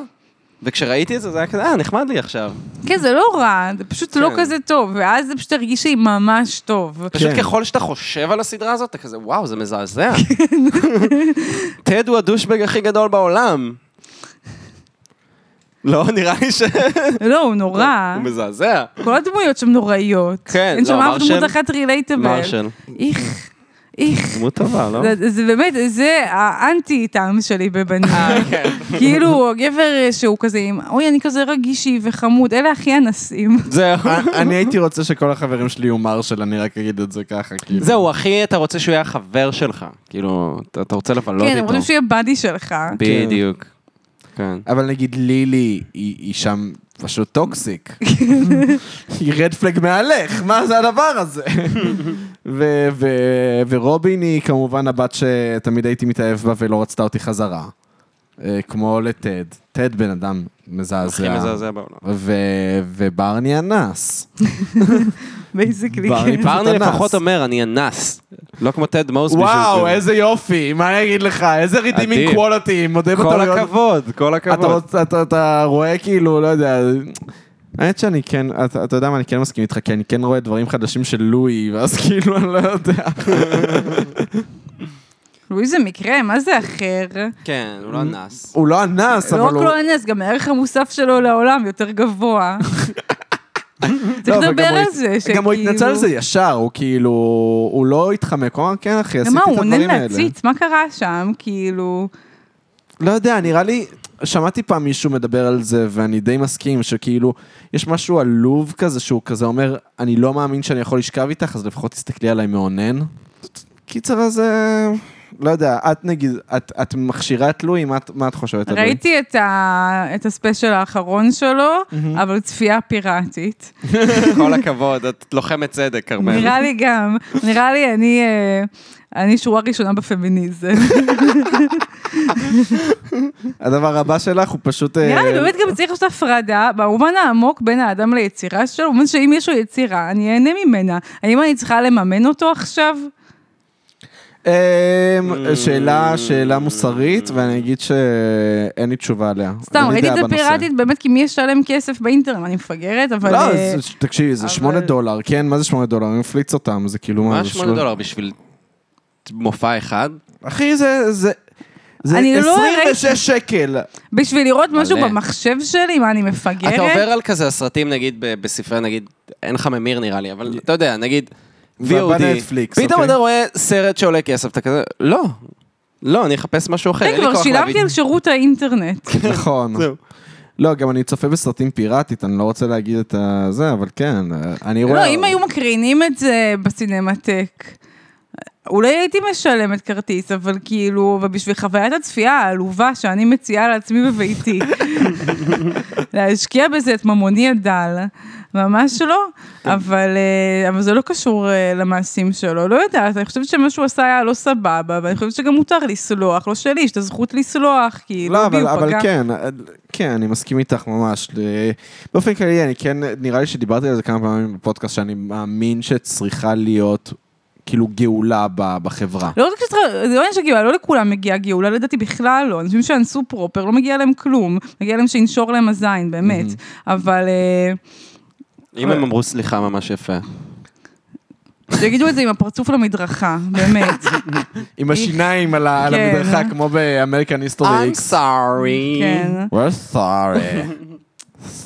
[SPEAKER 2] וכשראיתי את זה, זה היה כזה, אה, נחמד לי עכשיו.
[SPEAKER 3] כן, זה לא רע, זה פשוט לא
[SPEAKER 2] כן.
[SPEAKER 3] כזה טוב, ואז זה פשוט הרגיש לי ממש טוב. (laughs)
[SPEAKER 2] פשוט
[SPEAKER 1] כן.
[SPEAKER 2] ככל שאתה חושב על הסדרה הזאת, אתה כזה, וואו, זה מזעזע. כן. (laughs) טד הוא הדושבג הכי גדול בעולם. לא, נראה לי שהוא
[SPEAKER 3] לא, הוא
[SPEAKER 2] (laughs)
[SPEAKER 3] נורא.
[SPEAKER 2] מזעזע.
[SPEAKER 3] כל הדמויות שם נוראיות.
[SPEAKER 2] כן,
[SPEAKER 3] אין שם
[SPEAKER 2] לא,
[SPEAKER 3] אף דמות
[SPEAKER 2] מרשל-
[SPEAKER 3] אחת רילייטבל.
[SPEAKER 2] מרשל.
[SPEAKER 3] איך, איך.
[SPEAKER 2] דמות טובה, לא?
[SPEAKER 3] זה- זה באמת, זה האנטי טעם שלי בבנים.
[SPEAKER 2] אה, כן.
[SPEAKER 3] כאילו, הגבר שהוא כזה, עם, אוי, אני כזה רגישי וחמוד, אלה הכי אנסים.
[SPEAKER 2] זהו.
[SPEAKER 1] אני הייתי רוצה שכל החברים שלי יהיו מרשל, אני רק אגיד את זה ככה, כאילו.
[SPEAKER 2] זהו, אחי, אתה רוצה שהוא יהיה החבר שלך. כאילו, אתה- אתה רוצה
[SPEAKER 1] לא
[SPEAKER 2] לבלות
[SPEAKER 3] כן, הם
[SPEAKER 2] איתו.
[SPEAKER 3] רוצים שיהיה באדי שלך.
[SPEAKER 2] בדיוק. כן.
[SPEAKER 1] אבל נגיד לילי, היא היא שם פשוט (laughs) טוקסיק. היא רד פלג מהלך, מה זה הדבר (laughs) הזה? ו- ו- ורובין היא כמובן הבת שתמיד הייתי מתאהב בה ולא רצתה אותי חזרה. אה, כמו לטד. טד בן אדם
[SPEAKER 2] הכי
[SPEAKER 1] מזעזע.
[SPEAKER 2] מזעזע בעולם.
[SPEAKER 1] ו- וברני אנס.
[SPEAKER 3] בייסיקלי.
[SPEAKER 1] ברני
[SPEAKER 3] כן.
[SPEAKER 1] פשוט
[SPEAKER 2] ברני
[SPEAKER 1] אנס.
[SPEAKER 2] לפחות אומר, אני אנס. לא כמו טד מוסבי.
[SPEAKER 1] וואו,
[SPEAKER 2] שהוא-
[SPEAKER 1] איזה יופי, מה אני אגיד לך? איזה רידימינג
[SPEAKER 2] כאילו- אדיר.
[SPEAKER 1] קוולטי, מודה
[SPEAKER 2] כל
[SPEAKER 1] בטעויות.
[SPEAKER 2] הכבוד, כל
[SPEAKER 1] אתה,
[SPEAKER 2] הכבוד.
[SPEAKER 1] רוצ, אתה, אתה רואה כאילו, לא יודע, האמת שאני כן, אתה, אתה יודע מה, אני כן מסכים איתך, כי אני כן רואה דברים חדשים של לואי, ואז (laughs) כאילו, אני לא יודע.
[SPEAKER 3] לואי זה מקרה, מה זה אחר?
[SPEAKER 2] כן, הוא לא אנס.
[SPEAKER 1] הוא לא אנס,
[SPEAKER 3] לא
[SPEAKER 1] אבל
[SPEAKER 3] רק
[SPEAKER 1] הוא...
[SPEAKER 3] לא אנס, גם הערך המוסף שלו לעולם יותר
[SPEAKER 1] (laughs)
[SPEAKER 3] גבוה. צריך
[SPEAKER 1] לא, וגם
[SPEAKER 3] לדבר
[SPEAKER 1] הוא
[SPEAKER 3] על
[SPEAKER 1] הת-
[SPEAKER 3] זה,
[SPEAKER 1] גם הוא התנצל על
[SPEAKER 3] שכאילו-
[SPEAKER 1] זה ישר, הוא כאילו, הוא לא התחמק, הוא אמר, כן אחי,
[SPEAKER 3] גם
[SPEAKER 1] עשיתי
[SPEAKER 3] מה,
[SPEAKER 1] את
[SPEAKER 3] הוא עונה
[SPEAKER 1] הדברים האלה.
[SPEAKER 3] לעציץ, מה קרה שם? כאילו...
[SPEAKER 1] לא יודע, נראה לי, שמעתי פעם מישהו מדבר על זה, ואני די מסכים, שכאילו, יש משהו עלוב כזה, שהוא כזה אומר, אני לא מאמין שאני יכול לשכב איתך, אז לפחות תסתכלי עליי מאונן. קיצר, אז... אה, לא יודע, את נגיד, את, את מכשירה את לואי, מה, את- מה את חושבת על לואי?
[SPEAKER 3] ראיתי את, ה... את הספיישל האחרון שלו, אבל צפייה פיראטית.
[SPEAKER 2] כל הכבוד, את לוחמת צדק, כרמל.
[SPEAKER 3] נראה לי גם, נראה לי אני, אה, אני שורה ראשונה בפמיניזם.
[SPEAKER 1] הדבר הבא שלך הוא פשוט... אה,
[SPEAKER 3] נראה לי באמת גם צריך לעשות הפרדה במובן העמוק בין האדם ליצירה שלו, במובן שאם יש לו יצירה, אני אהנה ממנה. האם אני צריכה לממן אותו עכשיו?
[SPEAKER 2] Mm.
[SPEAKER 1] אה, שאלה, שאלה מוסרית, ואני אגיד שאין לי תשובה עליה.
[SPEAKER 3] סתם,
[SPEAKER 1] אין לי
[SPEAKER 3] ראיתי את
[SPEAKER 1] דעה
[SPEAKER 3] זה
[SPEAKER 1] בנושא.
[SPEAKER 3] פיראטית, באמת, כי מי ישלם כסף באינטרנט? אני מפגרת, אבל...
[SPEAKER 1] לא,
[SPEAKER 3] אה,
[SPEAKER 1] זה- תקשיבי, זה
[SPEAKER 3] אבל-
[SPEAKER 1] 8 דולר, כן? מה זה 8 דולר? אני מפליץ אותם, זה כאילו...
[SPEAKER 2] מה
[SPEAKER 1] זה
[SPEAKER 2] 8 דולר בשביל מופע אחד?
[SPEAKER 1] אחי, זה... זה... זה
[SPEAKER 3] אני לא
[SPEAKER 1] 26 שקל.
[SPEAKER 3] בשביל לראות משהו
[SPEAKER 2] מלא.
[SPEAKER 3] במחשב שלי, מה, אני מפגרת?
[SPEAKER 2] אתה עובר על כזה הסרטים, נגיד, ב- בספרי, נגיד, אין לך ממיר נראה לי, אבל אתה יודע, נגיד, VOD,
[SPEAKER 1] בנטפליקס,
[SPEAKER 2] פתאום
[SPEAKER 1] אוקיי?
[SPEAKER 2] אתה רואה סרט שעולה כסף, אתה כזה, לא, לא, אני אחפש משהו אחר,
[SPEAKER 3] כן,
[SPEAKER 2] אין לי
[SPEAKER 3] כבר
[SPEAKER 2] כוח
[SPEAKER 3] שילמתי
[SPEAKER 2] להביא.
[SPEAKER 3] על שירות האינטרנט.
[SPEAKER 1] נכון.
[SPEAKER 2] זהו.
[SPEAKER 1] לא, גם אני צופה בסרטים פיראטית, אני לא רוצה להגיד את זה, אבל כן, אני רואה...
[SPEAKER 3] לא, אם היו מקרינים את זה בסינמטק, אולי הייתי משלמת כרטיס, אבל כאילו, ובשביל חוויית הצפייה העלובה שאני מציעה לעצמי
[SPEAKER 1] (laughs)
[SPEAKER 3] בביתי, להשקיע בזה את ממוני הדל, ממש לא, אבל, אה, אבל זה לא קשור אה, למעשים שלו, לא יודעת, אני חושבת שמה שהוא עשה היה לא סבבה, ואני חושבת שגם מותר לסלוח, לא שלי, יש את הזכות לסלוח, כאילו,
[SPEAKER 1] לא,
[SPEAKER 3] בי
[SPEAKER 1] אבל,
[SPEAKER 3] הוא
[SPEAKER 1] אבל
[SPEAKER 3] פגע.
[SPEAKER 1] כן, כן, אני מסכים איתך ממש. אה, באופן כללי, אני כן, נראה לי שדיברתי על זה כמה פעמים בפודקאסט, שאני מאמין שצריכה להיות כאילו גאולה ב- בחברה.
[SPEAKER 3] לא רק שצריך, זה לא עניין של גאולה, לא לכולם מגיעה גאולה, לדעתי בכלל לא. אנשים שאנסו פרופר, לא מגיע להם כלום. מגיע להם שינשור להם הזין, באמת. אבל אה,
[SPEAKER 2] אם הם אמרו סליחה ממש יפה.
[SPEAKER 3] שיגידו את זה עם הפרצוף למדרכה, באמת.
[SPEAKER 1] עם השיניים על ה- על
[SPEAKER 3] כן.
[SPEAKER 1] המדרכה, כמו באמריקן היסטורי
[SPEAKER 2] I'm
[SPEAKER 1] איקס.
[SPEAKER 2] sorry.
[SPEAKER 3] כן.
[SPEAKER 1] We're sorry.
[SPEAKER 3] אבל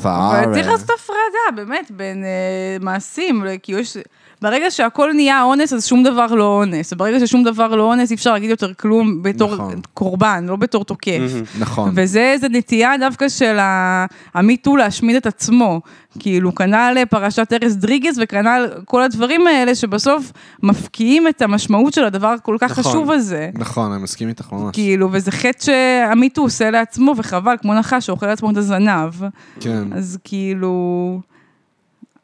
[SPEAKER 1] sorry.
[SPEAKER 3] צריך לעשות הפרדה, באמת, בין אה, מעשים, כי יש... ברגע שהכל נהיה אונס, אז שום דבר לא אונס. וברגע ששום דבר לא אונס, אי אפשר להגיד יותר כלום בתור
[SPEAKER 1] נכון.
[SPEAKER 3] קורבן, לא בתור תוקף.
[SPEAKER 1] נכון.
[SPEAKER 3] וזה איזו נטייה דווקא של ה- המיטו להשמיד את עצמו. כאילו, כנ"ל פרשת ארז דריגס וכנ"ל כל הדברים האלה, שבסוף מפקיעים את המשמעות של הדבר הכל כך
[SPEAKER 1] נכון.
[SPEAKER 3] חשוב הזה.
[SPEAKER 1] נכון, אני מסכים איתך ממש.
[SPEAKER 3] כאילו, וזה חטא שהמיטו עושה לעצמו, וחבל, כמו נחש שאוכל לעצמו את הזנב.
[SPEAKER 1] כן.
[SPEAKER 3] אז כאילו...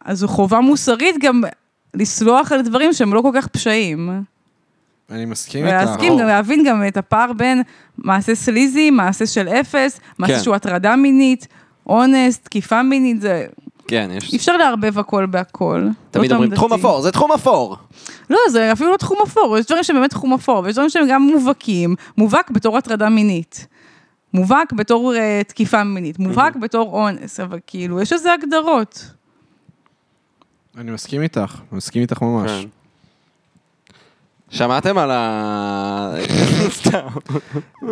[SPEAKER 3] אז זו חובה מוסרית גם לסלוח על דברים שהם לא כל כך פשעים.
[SPEAKER 1] אני מסכים איתך.
[SPEAKER 3] ולהסכים, גם להבין גם את הפער בין מעשה סליזי, מעשה של אפס, מעשה
[SPEAKER 2] כן.
[SPEAKER 3] שהוא הטרדה מינית, אונס, תקיפה מינית, זה...
[SPEAKER 2] כן,
[SPEAKER 3] אי
[SPEAKER 2] יש...
[SPEAKER 3] אפשר לערבב הכל בהכל.
[SPEAKER 2] תמיד
[SPEAKER 3] לא
[SPEAKER 2] אומרים,
[SPEAKER 3] טעם
[SPEAKER 2] "תחום
[SPEAKER 3] דתי."
[SPEAKER 6] אפור, זה תחום אפור.
[SPEAKER 3] לא, זה אפילו לא תחום אפור, יש דברים שהם באמת תחום אפור, ויש דברים שהם גם מובהקים, מובהק בתור הטרדה מינית. מובהק בתור uh, תקיפה מינית, מובהק בתור אונס, אבל כאילו, יש לזה הגדרות.
[SPEAKER 1] אני מסכים איתך, אני מסכים איתך ממש.
[SPEAKER 2] כן. שמעתם על ה... (laughs) סתם.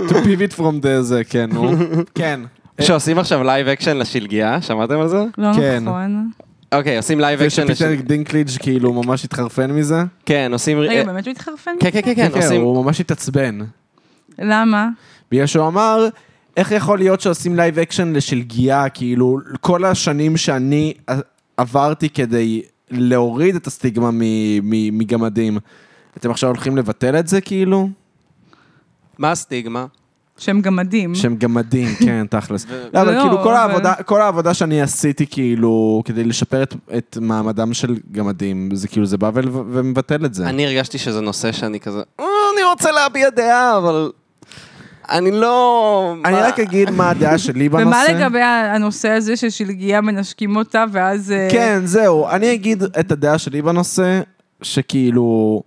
[SPEAKER 1] To pivot from the זה, כן, נו. כן.
[SPEAKER 2] שעושים עכשיו לייב אקשן לשלגיה, שמעתם על זה?
[SPEAKER 3] לא
[SPEAKER 1] כן.
[SPEAKER 3] נכון.
[SPEAKER 2] אוקיי, עושים לייב אקשן לשלגיה.
[SPEAKER 1] ושפיטר דינקליג' כאילו ממש התחרפן מזה.
[SPEAKER 2] כן, עושים...
[SPEAKER 3] רגע, באמת הוא התחרפן?
[SPEAKER 2] כן, כן, כן, כן, עושים...
[SPEAKER 1] הוא ממש התעצבן.
[SPEAKER 3] למה?
[SPEAKER 1] בגלל שהוא אמר, איך יכול להיות שעושים לייב אקשן לשלגיה, כאילו, כל השנים שאני אה, עברתי כדי להוריד את הסטיגמה מ- מ- מגמדים, אתם עכשיו הולכים לבטל את זה, כאילו?
[SPEAKER 2] מה הסטיגמה?
[SPEAKER 3] שהם גמדים.
[SPEAKER 1] שהם גמדים, כן, תכלס. לא, אבל
[SPEAKER 3] לא,
[SPEAKER 1] כאילו כל
[SPEAKER 3] אבל-
[SPEAKER 1] העבודה, כל העבודה שאני עשיתי, כאילו, כדי לשפר את, את מעמדם של גמדים, זה כאילו, זה בא ול- ומבטל את זה.
[SPEAKER 2] אני הרגשתי שזה נושא שאני כזה, "אה, אני רוצה להביע דעה, אבל... אני לא...
[SPEAKER 1] אני
[SPEAKER 2] מה-
[SPEAKER 1] רק אגיד מה הדעה שלי בנושא.
[SPEAKER 3] ומה לגבי הנושא הזה ששלגיה מנשקים אותה, ואז... אה,
[SPEAKER 1] כן, זהו. אני אגיד את הדעה שלי בנושא, שכאילו...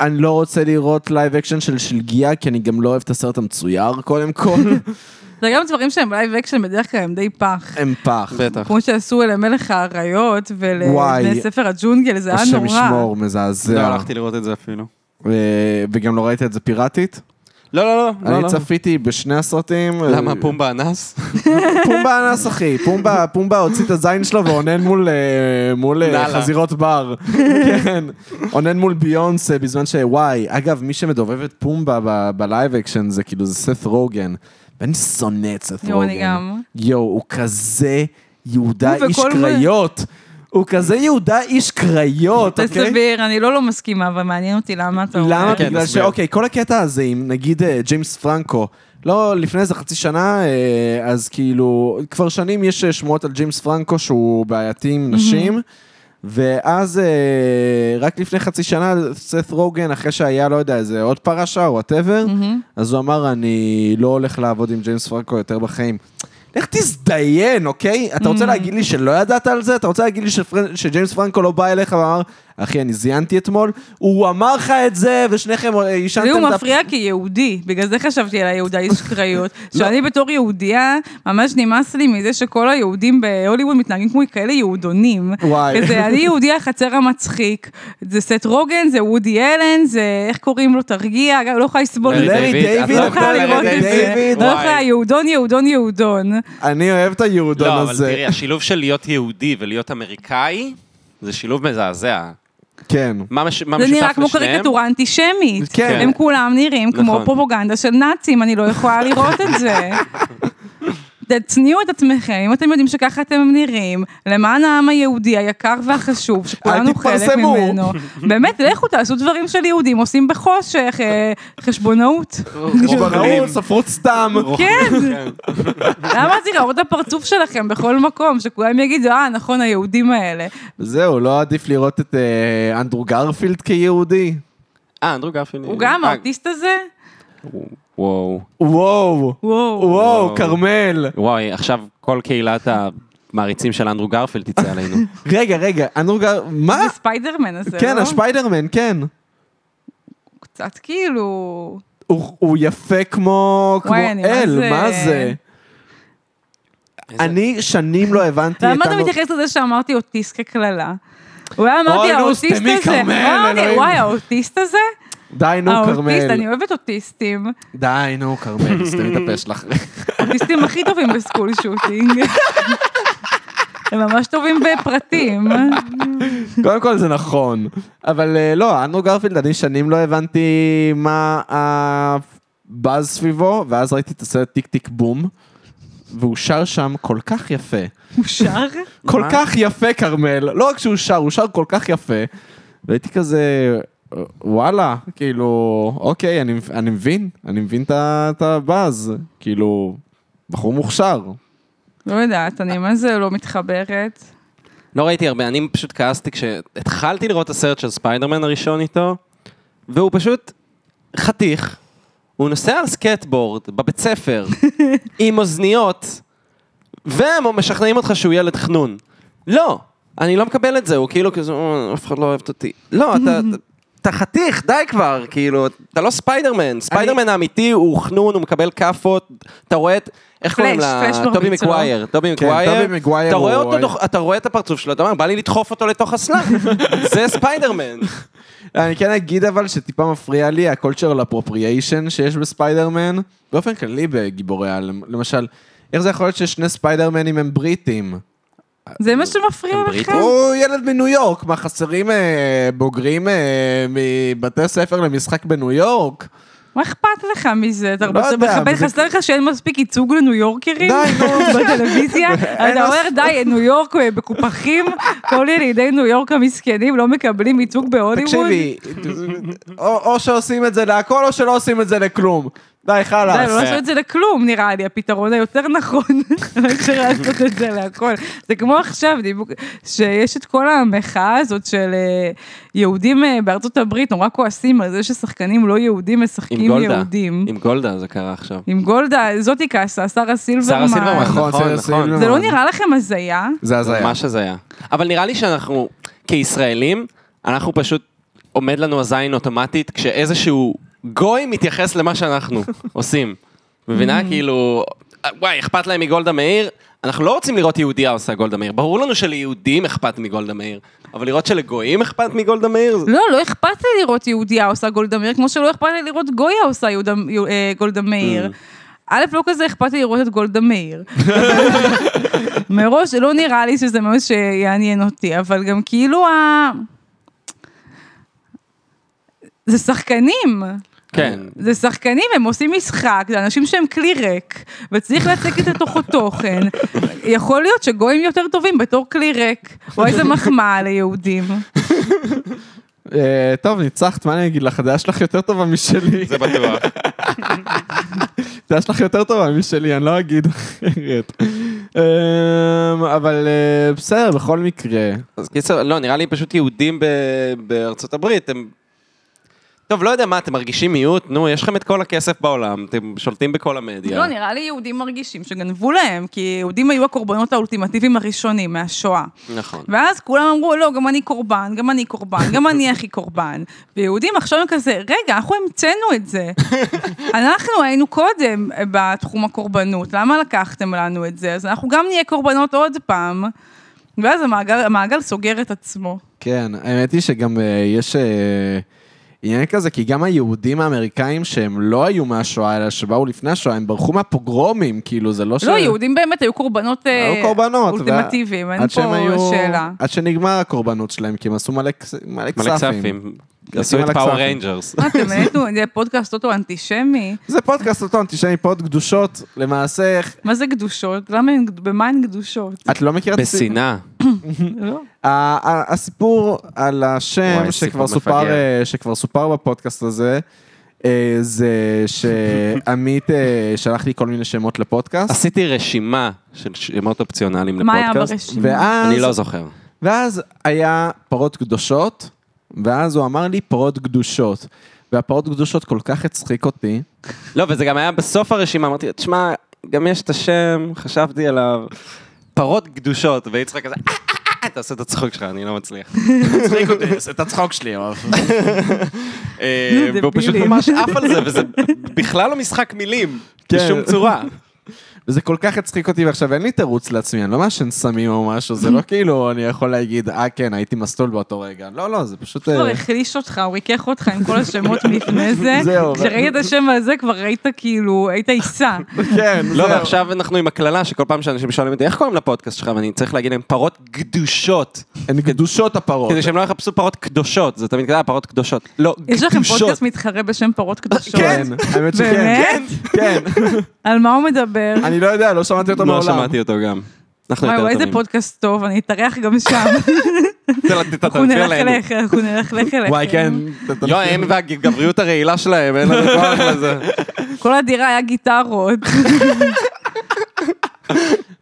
[SPEAKER 1] אני לא רוצה לראות לייב אקשן של שלגיה, כי אני גם לא אוהב את הסרט המצויר, קודם כל.
[SPEAKER 3] זה גם דברים שהם לייב אקשן בדרך כלל הם די פח.
[SPEAKER 1] הם פח.
[SPEAKER 2] בטח.
[SPEAKER 3] כמו שעשו למלך האריות
[SPEAKER 1] וואי.
[SPEAKER 3] ולבני ספר הג'ונגל, זה היה
[SPEAKER 1] השם
[SPEAKER 3] נורא.
[SPEAKER 1] ישמור,
[SPEAKER 2] לא
[SPEAKER 1] מזעזע.
[SPEAKER 2] הלכתי לראות את זה אפילו.
[SPEAKER 1] ו- וגם לא ראית את זה פיראטית.
[SPEAKER 2] לא, לא, לא. לא,
[SPEAKER 1] אני
[SPEAKER 2] לא.
[SPEAKER 1] צפיתי בשני הסרטים.
[SPEAKER 2] למה
[SPEAKER 1] אה,
[SPEAKER 2] פומבה אנס?
[SPEAKER 1] פומבה אנס אחי, פומבה, פומבה הוציא את הזין שלו ואונן מול, אה, מול אה,
[SPEAKER 2] נאללה.
[SPEAKER 1] חזירות בר. כן, אונן מול ביונסה בזמן שוואי. אגב, מי שמדובב את פומבה ב- בלייב אקשן זה כאילו זה סת רוגן. ואני שונא את סת
[SPEAKER 3] יואו,
[SPEAKER 1] רוגן.
[SPEAKER 3] אני גם.
[SPEAKER 1] יואו, הוא כזה יהודה
[SPEAKER 3] הוא
[SPEAKER 1] איש
[SPEAKER 3] וכל מ-
[SPEAKER 1] קריות. הוא כזה יהודה איש קריות,
[SPEAKER 3] זה
[SPEAKER 1] אוקיי?
[SPEAKER 3] סביר, אני לא לא מסכימה, אבל מעניין אותי למה אתה אומר.
[SPEAKER 1] למה?
[SPEAKER 2] כן,
[SPEAKER 1] בגלל ש...
[SPEAKER 2] תסביר.
[SPEAKER 1] אוקיי, כל הקטע הזה עם נגיד אה, ג'יימס פרנקו, לא לפני איזה חצי שנה, אה, אז כאילו, כבר שנים יש אה, שמועות על ג'יימס פרנקו שהוא בעייתי עם נשים. ואז אה, רק לפני חצי שנה, סת רוגן, אחרי שהיה, לא יודע, איזה עוד פרשה או וואטאבר, אז הוא אמר, אני לא הולך לעבוד עם ג'יימס פרנקו יותר בחיים. לך תזדיין, אוקיי? אתה
[SPEAKER 3] Mm.
[SPEAKER 1] רוצה להגיד לי שלא ידעת על זה? אתה רוצה להגיד לי שפרנ- שג'יימס פרנקו לא בא אליך ואמר, אחי, אני זיינתי אתמול? הוא אמר לך את זה, ושניכם אה,
[SPEAKER 3] לי
[SPEAKER 1] עישנתם
[SPEAKER 3] הוא
[SPEAKER 1] את ה...
[SPEAKER 3] מפריע כיהודי, בגלל זה חשבתי על היהודה איש קריות. שאני בתור יהודייה, ממש נמאס לי מזה שכל היהודים בהוליווד מתנהגים כמו כאלה יהודונים.
[SPEAKER 1] וואי.
[SPEAKER 3] כזה, אני יהודי החצר המצחיק. זה סט רוגן, זה וודי אלן, זה איך קוראים לו, תרגיע, גם לא יכולה לסבול.
[SPEAKER 2] לארי
[SPEAKER 3] את זה.
[SPEAKER 1] לארי דיוויד,
[SPEAKER 2] דיוויד, את
[SPEAKER 3] לא
[SPEAKER 2] לא
[SPEAKER 3] יכולה
[SPEAKER 2] יכולה לארי
[SPEAKER 3] לראות את זה.
[SPEAKER 1] דיוויד,
[SPEAKER 3] לא
[SPEAKER 2] וואי.
[SPEAKER 3] יכולה, יהודון, יהודון, יהודון.
[SPEAKER 1] אני אוהב את
[SPEAKER 2] לא,
[SPEAKER 1] היהודון
[SPEAKER 2] אבל
[SPEAKER 1] הזה.
[SPEAKER 2] תראי, השילוב של להיות יהודי ולהיות אמריקאי, זה שילוב מזעזע.
[SPEAKER 1] כן.
[SPEAKER 2] מה מש- מה
[SPEAKER 3] זה
[SPEAKER 2] משותף לשניהם?
[SPEAKER 3] נראה כמו קריקטורה אנטישמית.
[SPEAKER 1] כן.
[SPEAKER 3] הם כולם נראים כמו
[SPEAKER 2] נכון.
[SPEAKER 3] פרופוגנדה של נאצים, אני לא יכולה לראות את
[SPEAKER 2] (laughs)
[SPEAKER 3] זה. תצניעו את עצמכם, אם אתם יודעים שככה אתם נראים, למען העם היהודי היקר והחשוב, שכולנו חלק
[SPEAKER 1] תתפרסמו. (laughs)
[SPEAKER 3] ממנו. באמת, לכו תעשו דברים של יהודים, עושים בחושך, אה,
[SPEAKER 2] (laughs)
[SPEAKER 3] חשבונאות.
[SPEAKER 1] ברור, ספרות סתם.
[SPEAKER 3] כן, למה זה להראות את הפרצוף שלכם בכל מקום, שכולם יגידו, אה, נכון, היהודים האלה.
[SPEAKER 1] זהו, לא עדיף לראות את אה, אנדרו גרפילד כיהודי?
[SPEAKER 2] אה, אנדרו גרפילד.
[SPEAKER 3] הוא גם
[SPEAKER 2] אה,
[SPEAKER 3] האוטיסט הזה?
[SPEAKER 2] וואו.
[SPEAKER 1] וואו,
[SPEAKER 3] וואו.
[SPEAKER 1] וואו, כרמל.
[SPEAKER 2] וואי, עכשיו כל קהילת המעריצים של אנדרו גרפילד תצא עלינו.
[SPEAKER 1] רגע, רגע, אנדרו גרפילד, מה?
[SPEAKER 3] זה ספיידרמן הזה, לא?
[SPEAKER 1] כן, השפיידרמן, כן.
[SPEAKER 3] קצת כאילו...
[SPEAKER 1] הוא הוא יפה כמו כמו
[SPEAKER 3] וואי, אני מה
[SPEAKER 1] אל,
[SPEAKER 3] זה-
[SPEAKER 1] מה זה? אני שנים לא הבנתי את
[SPEAKER 3] למה אתה
[SPEAKER 1] אנדרו-
[SPEAKER 3] מתייחס לזה שאמרתי אוטיסט כקללה? אולי
[SPEAKER 1] אוי,
[SPEAKER 3] אמרתי
[SPEAKER 1] נו,
[SPEAKER 3] האוטיסט
[SPEAKER 1] סתמי,
[SPEAKER 3] הזה,
[SPEAKER 1] כרמל,
[SPEAKER 3] אמרתי,
[SPEAKER 1] אלוהים.
[SPEAKER 3] וואי, האוטיסט הזה?
[SPEAKER 1] די נו,
[SPEAKER 3] האוטיסט,
[SPEAKER 1] כרמל.
[SPEAKER 3] אה, אני אוהבת אוטיסטים.
[SPEAKER 1] די נו, כרמל, סתמי את הפה
[SPEAKER 3] (laughs)
[SPEAKER 1] שלך.
[SPEAKER 3] האוטיסטים הכי
[SPEAKER 1] (laughs) (laughs)
[SPEAKER 3] טובים בסקול שוטינג. הם ממש טובים בפרטים.
[SPEAKER 1] קודם כל זה נכון, אבל אה, לא, אנדרו גרפילד, אני שנים לא הבנתי מה הבאז סביבו, ואז ראיתי את הסרט טיק טיק בום, והוא שר שם כל כך יפה.
[SPEAKER 3] הוא שר?
[SPEAKER 1] כל
[SPEAKER 4] מה?
[SPEAKER 1] כך יפה, כרמל. לא רק שהוא שר, הוא שר כל כך יפה. והייתי כזה, וואלה, כאילו, אוקיי, אני, אני מבין, אני מבין את ה- את הבאז. כאילו, בחור מוכשר.
[SPEAKER 3] לא יודעת, אני מה זה לא מתחברת.
[SPEAKER 2] לא ראיתי הרבה, אני פשוט כעסתי כשהתחלתי לראות את הסרט של ספיידרמן הראשון איתו, והוא פשוט חתיך. הוא נוסע על סקטבורד בבית
[SPEAKER 3] (laughs)
[SPEAKER 2] ספר, עם אוזניות, והם משכנעים אותך שהוא ילד חנון. לא, אני לא מקבל את זה, הוא כאילו כזה, "אה, אף אחד לא אוהבת אותי.
[SPEAKER 3] (laughs)
[SPEAKER 2] לא, אתה... אתה חתיך, די כבר, כאילו, אתה לא ספיידרמן, ספיידרמן האמיתי הוא חנון, הוא מקבל כאפות, אתה רואה את, איך
[SPEAKER 3] פלאש,
[SPEAKER 2] קוראים לה?
[SPEAKER 3] פלאש
[SPEAKER 2] טובי
[SPEAKER 3] מרביץ לו.
[SPEAKER 2] מקווייר, טובי
[SPEAKER 1] כן,
[SPEAKER 2] מקווייר,
[SPEAKER 1] טובי מגווייר
[SPEAKER 2] אתה רואה
[SPEAKER 1] הוא-
[SPEAKER 2] אותו דוח- אתה רואה את הפרצוף שלו, אתה אומר, בא לי לדחוף אותו
[SPEAKER 1] (laughs)
[SPEAKER 2] לתוך הסלאם, זה ספיידרמן.
[SPEAKER 1] אני כן אגיד אבל שטיפה מפריע לי ה-cultural appropriation שיש בספיידרמן, באופן כללי בגיבורי על, למשל, איך זה יכול להיות ששני ספיידרמנים הם בריטים?
[SPEAKER 3] זה מה שמפריע
[SPEAKER 2] הם
[SPEAKER 3] לכם?
[SPEAKER 2] בריטים?
[SPEAKER 1] הוא ילד מניו יורק, מה חסרים אה, בוגרים אה, מבתי ספר למשחק בניו יורק?
[SPEAKER 3] מה אכפת לך מזה? אתה רוצה
[SPEAKER 1] לא יודע,
[SPEAKER 3] מכבד,
[SPEAKER 1] זה-
[SPEAKER 3] חסר לך שאין מספיק ייצוג לניו יורקרים?
[SPEAKER 1] די, נו.
[SPEAKER 3] (laughs)
[SPEAKER 1] (laughs)
[SPEAKER 3] בטלוויזיה? אתה אומר, די, ניו יורק אה, מקופחים, כל ילידי ניו יורק המסכנים לא מקבלים ייצוג בהוליווד?
[SPEAKER 1] תקשיבי, או או שעושים את זה להכל או שלא עושים את זה לכלום. די,
[SPEAKER 3] די,
[SPEAKER 1] חלאס.
[SPEAKER 3] לא לעשות את זה לכלום, נראה לי, הפתרון היותר נכון. (laughs) לא אפשר לעשות את זה להכל. זה כמו עכשיו, דיבוק- שיש את כל המחאה הזאת של אה, יהודים אה, בארצות הברית, נורא כועסים על זה ששחקנים לא יהודים משחקים יהודים.
[SPEAKER 2] (laughs) עם גולדה זה קרה עכשיו.
[SPEAKER 3] עם גולדה, זאתי כעסה, שרה סילברמן.
[SPEAKER 2] שרה סילברמן,
[SPEAKER 1] נכון,
[SPEAKER 2] נכון,
[SPEAKER 1] שרה
[SPEAKER 2] נכון.
[SPEAKER 1] סילברמן.
[SPEAKER 3] זה לא נראה לכם הזיה?
[SPEAKER 1] זה הזיה.
[SPEAKER 2] ממש הזיה. אבל נראה לי שאנחנו, כישראלים, אנחנו פשוט, עומד לנו הזין אוטומטית כשאיזשהו גוי מתייחס למה שאנחנו
[SPEAKER 1] (laughs)
[SPEAKER 2] עושים. מבינה? כאילו, "אה, וואי, אכפת להם מגולדה מאיר? אנחנו לא רוצים לראות יהודייה עושה גולדה מאיר. ברור לנו שליהודים אכפת מגולדה מאיר, אבל לראות שלגויים אכפת מגולדה מאיר? זה-
[SPEAKER 3] לא, לא אכפת לי לראות יהודייה עושה גולדה מאיר, כמו שלא אכפת לי לראות גויה עושה יהודה- יהו- אה, גולדה מאיר. א', לא כזה אכפת לי לראות את גולדה מאיר. (laughs) מראש, לא נראה לי שזה משהו שיעניין אותי, אבל גם כאילו ה... זה שחקנים.
[SPEAKER 2] כן.
[SPEAKER 3] זה שחקנים, הם עושים משחק, זה אנשים שהם כלי ריק, וצריך להציג את לתוכו תוכן. יכול להיות שגויים יותר טובים בתור כלי ריק. או איזה מחמאה ליהודים.
[SPEAKER 1] אה, טוב, ניצחת, מה אני אגיד לך? הדעה שלך יותר טובה משלי.
[SPEAKER 2] זה בטוח.
[SPEAKER 1] הדעה שלך יותר טובה משלי, אני לא אגיד אחרת. אמ, אבל אה, בסדר, בכל מקרה.
[SPEAKER 2] אז קיצר, לא, נראה לי פשוט יהודים ב- בארצות הברית, הם... טוב, לא יודע מה, אתם מרגישים מיעוט? נו, יש לכם את כל הכסף בעולם, אתם שולטים בכל המדיה.
[SPEAKER 3] לא, נראה לי יהודים מרגישים שגנבו להם, כי יהודים היו הקורבנות האולטימטיביים הראשונים מהשואה.
[SPEAKER 2] נכון.
[SPEAKER 3] ואז כולם אמרו, לא, גם אני קורבן, גם אני קורבן, גם אני הכי קורבן. ויהודים עכשיו הם כזה, רגע, אנחנו המצאנו את
[SPEAKER 1] (laughs)
[SPEAKER 3] זה. אנחנו היינו קודם בתחום הקורבנות, למה לקחתם לנו את זה? אז אנחנו גם נהיה קורבנות עוד פעם. ואז המעגל, המעגל סוגר את עצמו.
[SPEAKER 1] כן, האמת היא שגם אה, יש אה, עניין כזה, כי גם היהודים האמריקאים שהם לא היו מהשואה, אלא שבאו לפני השואה, הם ברחו מהפוגרומים, כאילו, זה לא ש...
[SPEAKER 3] לא, יהודים באמת היו קורבנות אה,
[SPEAKER 1] היו קורבנות.
[SPEAKER 3] אולטימטיביים,
[SPEAKER 1] וה-
[SPEAKER 3] אין
[SPEAKER 1] עד שהם
[SPEAKER 3] פה
[SPEAKER 1] היו-
[SPEAKER 3] שאלה.
[SPEAKER 1] עד שנגמר הקורבנות שלהם, כי הם עשו מלא כס- מלא
[SPEAKER 2] מלא
[SPEAKER 1] כספים.
[SPEAKER 2] כספים. עשו את
[SPEAKER 1] מלא
[SPEAKER 2] פאור
[SPEAKER 1] כספים.
[SPEAKER 2] ריינג'רס.
[SPEAKER 1] (laughs)
[SPEAKER 3] מה, אתם העליתם את זה פודקאסט אוטו אנטישמי?
[SPEAKER 1] זה פודקאסט אותו, אנטישמי פוד קדושות, למעשה, איך-
[SPEAKER 3] מה זה קדושות? למה הן, במה הן קדושות?
[SPEAKER 1] את לא מכירה את הסיפור?
[SPEAKER 2] בשנאה.
[SPEAKER 3] לא.
[SPEAKER 1] ה- ה- הסיפור על השם
[SPEAKER 2] וואי,
[SPEAKER 1] שכבר
[SPEAKER 2] סיפור
[SPEAKER 1] סופר,
[SPEAKER 2] מפגר.
[SPEAKER 1] אה, שכבר סופר בפודקאסט הזה, אה, זה שעמית אה, שלח לי כל מיני שמות לפודקאסט,
[SPEAKER 2] עשיתי רשימה של שמות אופציונליים
[SPEAKER 3] מה היה
[SPEAKER 2] לפודקאסט.
[SPEAKER 3] ברשימה?
[SPEAKER 1] ואז,
[SPEAKER 2] אני לא זוכר.
[SPEAKER 1] ואז היה פרות קדושות, ואז הוא אמר לי פרות קדושות. והפרות קדושות כל כך הצחיק אותי.
[SPEAKER 2] לא, וזה גם היה בסוף הרשימה, אמרתי, תשמע, גם יש את השם, חשבתי עליו. פרות קדושות, ויצחק כזה, "אה, אה, אה, תעשה את הצחוק שלך, אני לא מצליח.
[SPEAKER 3] (laughs)
[SPEAKER 1] הצחיק אותי, את הצחוק שלי.
[SPEAKER 2] אה, והוא פשוט
[SPEAKER 3] דבילים. (laughs)
[SPEAKER 2] ממש עף על זה, וזה בכלל לא משחק מילים,
[SPEAKER 1] כן.
[SPEAKER 2] בשום צורה.
[SPEAKER 4] וזה כל כך הצחיק אותי, ועכשיו אין לי תירוץ לעצמי, אני לא מעשן סמים או משהו, זה לא כאילו אני יכול להגיד, אה כן, הייתי מסטול באותו רגע. לא, לא, זה פשוט...
[SPEAKER 3] הוא כבר
[SPEAKER 4] אה,
[SPEAKER 3] החליש אותך, הוא ריכך אותך עם כל השמות
[SPEAKER 1] (laughs)
[SPEAKER 3] לפני זה.
[SPEAKER 1] זהו.
[SPEAKER 3] כשראית את השם הזה כבר היית כאילו, היית
[SPEAKER 1] (laughs)
[SPEAKER 3] עיסה.
[SPEAKER 1] כן,
[SPEAKER 2] לא,
[SPEAKER 1] זהו.
[SPEAKER 2] ועכשיו אנחנו עם הקללה שכל פעם שאנשים שואלים אותי, איך קוראים לפודקאסט שלך? ואני צריך להגיד להם פרות גדושות.
[SPEAKER 1] הן גדושות הפרות.
[SPEAKER 2] כדי שהם לא יחפשו פרות קדושות, זה תמיד כזה, "אה, פרות קדושות. לא,
[SPEAKER 3] יש לכם פודקאסט
[SPEAKER 2] גדושות.
[SPEAKER 3] מתחרה בשם פרות קדושות.
[SPEAKER 1] כן, האמת שכן.
[SPEAKER 3] באמת?
[SPEAKER 1] כן,
[SPEAKER 3] על מה הוא מדבר?
[SPEAKER 1] אני לא יודע, לא שמעתי אותו
[SPEAKER 2] לא
[SPEAKER 1] מעולם.
[SPEAKER 2] שמעתי אותו גם. אנחנו
[SPEAKER 3] וואי,
[SPEAKER 2] יותר
[SPEAKER 3] וואי, איזה
[SPEAKER 2] טובים.
[SPEAKER 3] פודקאסט טוב, אני אתארח גם שם. אנחנו נלך אליך, אנחנו נלך לך אליך.
[SPEAKER 1] וואי, כן.
[SPEAKER 3] Mm.
[SPEAKER 2] יואי, לא, הם והגבריות הרעילה שלהם, אין
[SPEAKER 3] (laughs)
[SPEAKER 2] לנו כוח לזה.
[SPEAKER 3] כל הדירה היה גיטרות.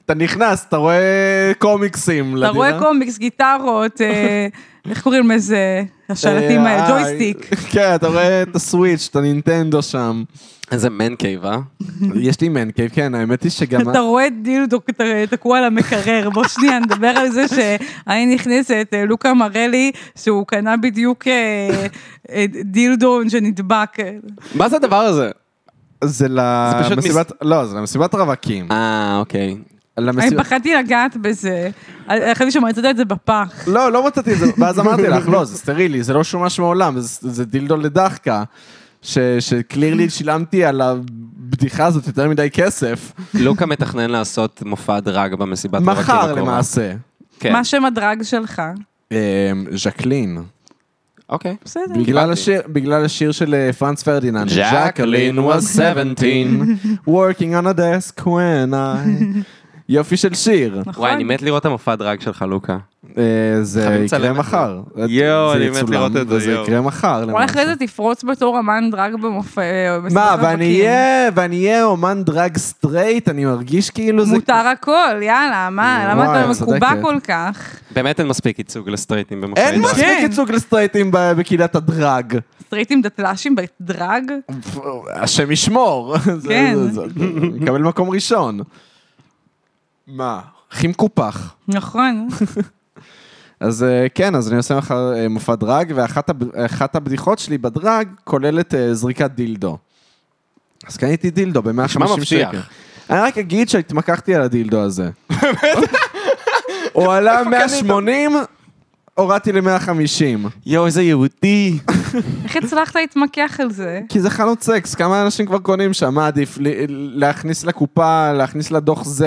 [SPEAKER 1] אתה נכנס, אתה רואה קומיקסים
[SPEAKER 3] אתה
[SPEAKER 1] לדירה.
[SPEAKER 3] רואה קומיקס, גיטרות, אה, איך קוראים לזה? השלטים
[SPEAKER 1] אה,
[SPEAKER 3] האלה,
[SPEAKER 1] אה,
[SPEAKER 3] ג'ויסטיק.
[SPEAKER 1] כן, אתה רואה את הסוויץ', את הנינטנדו שם.
[SPEAKER 2] איזה מן קייב, אה?
[SPEAKER 1] יש לי מן קייב, כן, האמת היא שגם...
[SPEAKER 3] אתה רואה דילדו ת- תקוע על המקרר. בוא שנייה, נדבר על זה שאני נכנסת, אה, לוקה מראה לי שהוא קנה בדיוק אה, אה, דילדו שנדבק.
[SPEAKER 2] מה זה הדבר הזה?
[SPEAKER 1] זה
[SPEAKER 2] פשוט
[SPEAKER 1] למסיבת... לא, זה למסיבת רווקים.
[SPEAKER 2] אה, אוקיי.
[SPEAKER 3] אני
[SPEAKER 1] למסיבת-
[SPEAKER 3] פחדתי לגעת בזה. אה, חשבתי שמצאת את זה בפח.
[SPEAKER 1] לא, לא מצאתי את זה, ואז אמרתי לך, לא, זה סטרילי, זה לא שומש מעולם, זה זה דילדו לדחקה. שקלירלי שילמתי על הבדיחה הזאת יותר מדי כסף.
[SPEAKER 2] לוקה מתכנן לעשות מופע דרג במסיבת רווקים
[SPEAKER 1] מחר
[SPEAKER 2] הקרובה.
[SPEAKER 1] למעשה.
[SPEAKER 2] כן.
[SPEAKER 3] מה שם הדרג שלך?
[SPEAKER 1] אמ, ז'קלין.
[SPEAKER 2] אוקיי.
[SPEAKER 3] בסדר.
[SPEAKER 1] בגלל השיר, בגלל השיר של אה, פרנץ פרדיננד.
[SPEAKER 2] Jacqueline was
[SPEAKER 3] (laughs)
[SPEAKER 2] 17,
[SPEAKER 1] working on a desk when I... יופי של שיר.
[SPEAKER 3] נכון.
[SPEAKER 2] וואי, אני מת לראות את המופע דרג שלך, לוקה.
[SPEAKER 1] אה, זה
[SPEAKER 2] חייבים
[SPEAKER 1] יקרה
[SPEAKER 2] לצלם את
[SPEAKER 1] מחר.
[SPEAKER 2] יואו,
[SPEAKER 1] זה
[SPEAKER 2] אני מת
[SPEAKER 1] יצולם,
[SPEAKER 2] לראות את זה,
[SPEAKER 1] וזה
[SPEAKER 2] יואו.
[SPEAKER 1] יקרה מחר.
[SPEAKER 3] אולי
[SPEAKER 1] למעשה.
[SPEAKER 3] אחרי זה תפרוץ בתור אמן דרג במופע... אה,
[SPEAKER 1] מה,
[SPEAKER 3] בסדרת
[SPEAKER 1] ואני
[SPEAKER 3] רווקים.
[SPEAKER 1] אהיה, ואני אהיה אומן דרג סטרייט, אני מרגיש כאילו זה...
[SPEAKER 3] מותר הכל, יאללה, מה, למה
[SPEAKER 1] וואי,
[SPEAKER 3] אתה
[SPEAKER 1] את
[SPEAKER 3] מקובע
[SPEAKER 1] צודקת.
[SPEAKER 3] כל כך?
[SPEAKER 2] באמת אין מספיק ייצוג לסטרייטים במופעי
[SPEAKER 1] אין
[SPEAKER 2] דרג.
[SPEAKER 1] מספיק
[SPEAKER 3] כן.
[SPEAKER 1] ייצוג לסטרייטים ב- בקהילת הדרג.
[SPEAKER 3] סטרייטים דתל"שים בדרג?
[SPEAKER 1] השם ישמור. (laughs) זה-
[SPEAKER 3] כן.
[SPEAKER 1] זה- זה- מקבל מקום ראשון. מה? הכי מקופח.
[SPEAKER 3] נכון.
[SPEAKER 1] אז אה, כן, אז אני עושה מחר אה, מופע דרג, ואחת הב- אחת הבדיחות שלי בדרג כוללת אה, זריקת דילדו. אז קניתי דילדו ב-150
[SPEAKER 2] מבטיח.
[SPEAKER 1] שקל. אני רק אגיד שהתמקחתי על הדילדו הזה. הוא עלה 180, הורדתי ל-150.
[SPEAKER 2] יואו, איזה יהודי.
[SPEAKER 3] איך הצלחת להתמקח על זה?
[SPEAKER 1] כי זה חנות סקס, כמה אנשים כבר קונים שם? מה עדיף, ל- להכניס לקופה, להכניס לדוח Z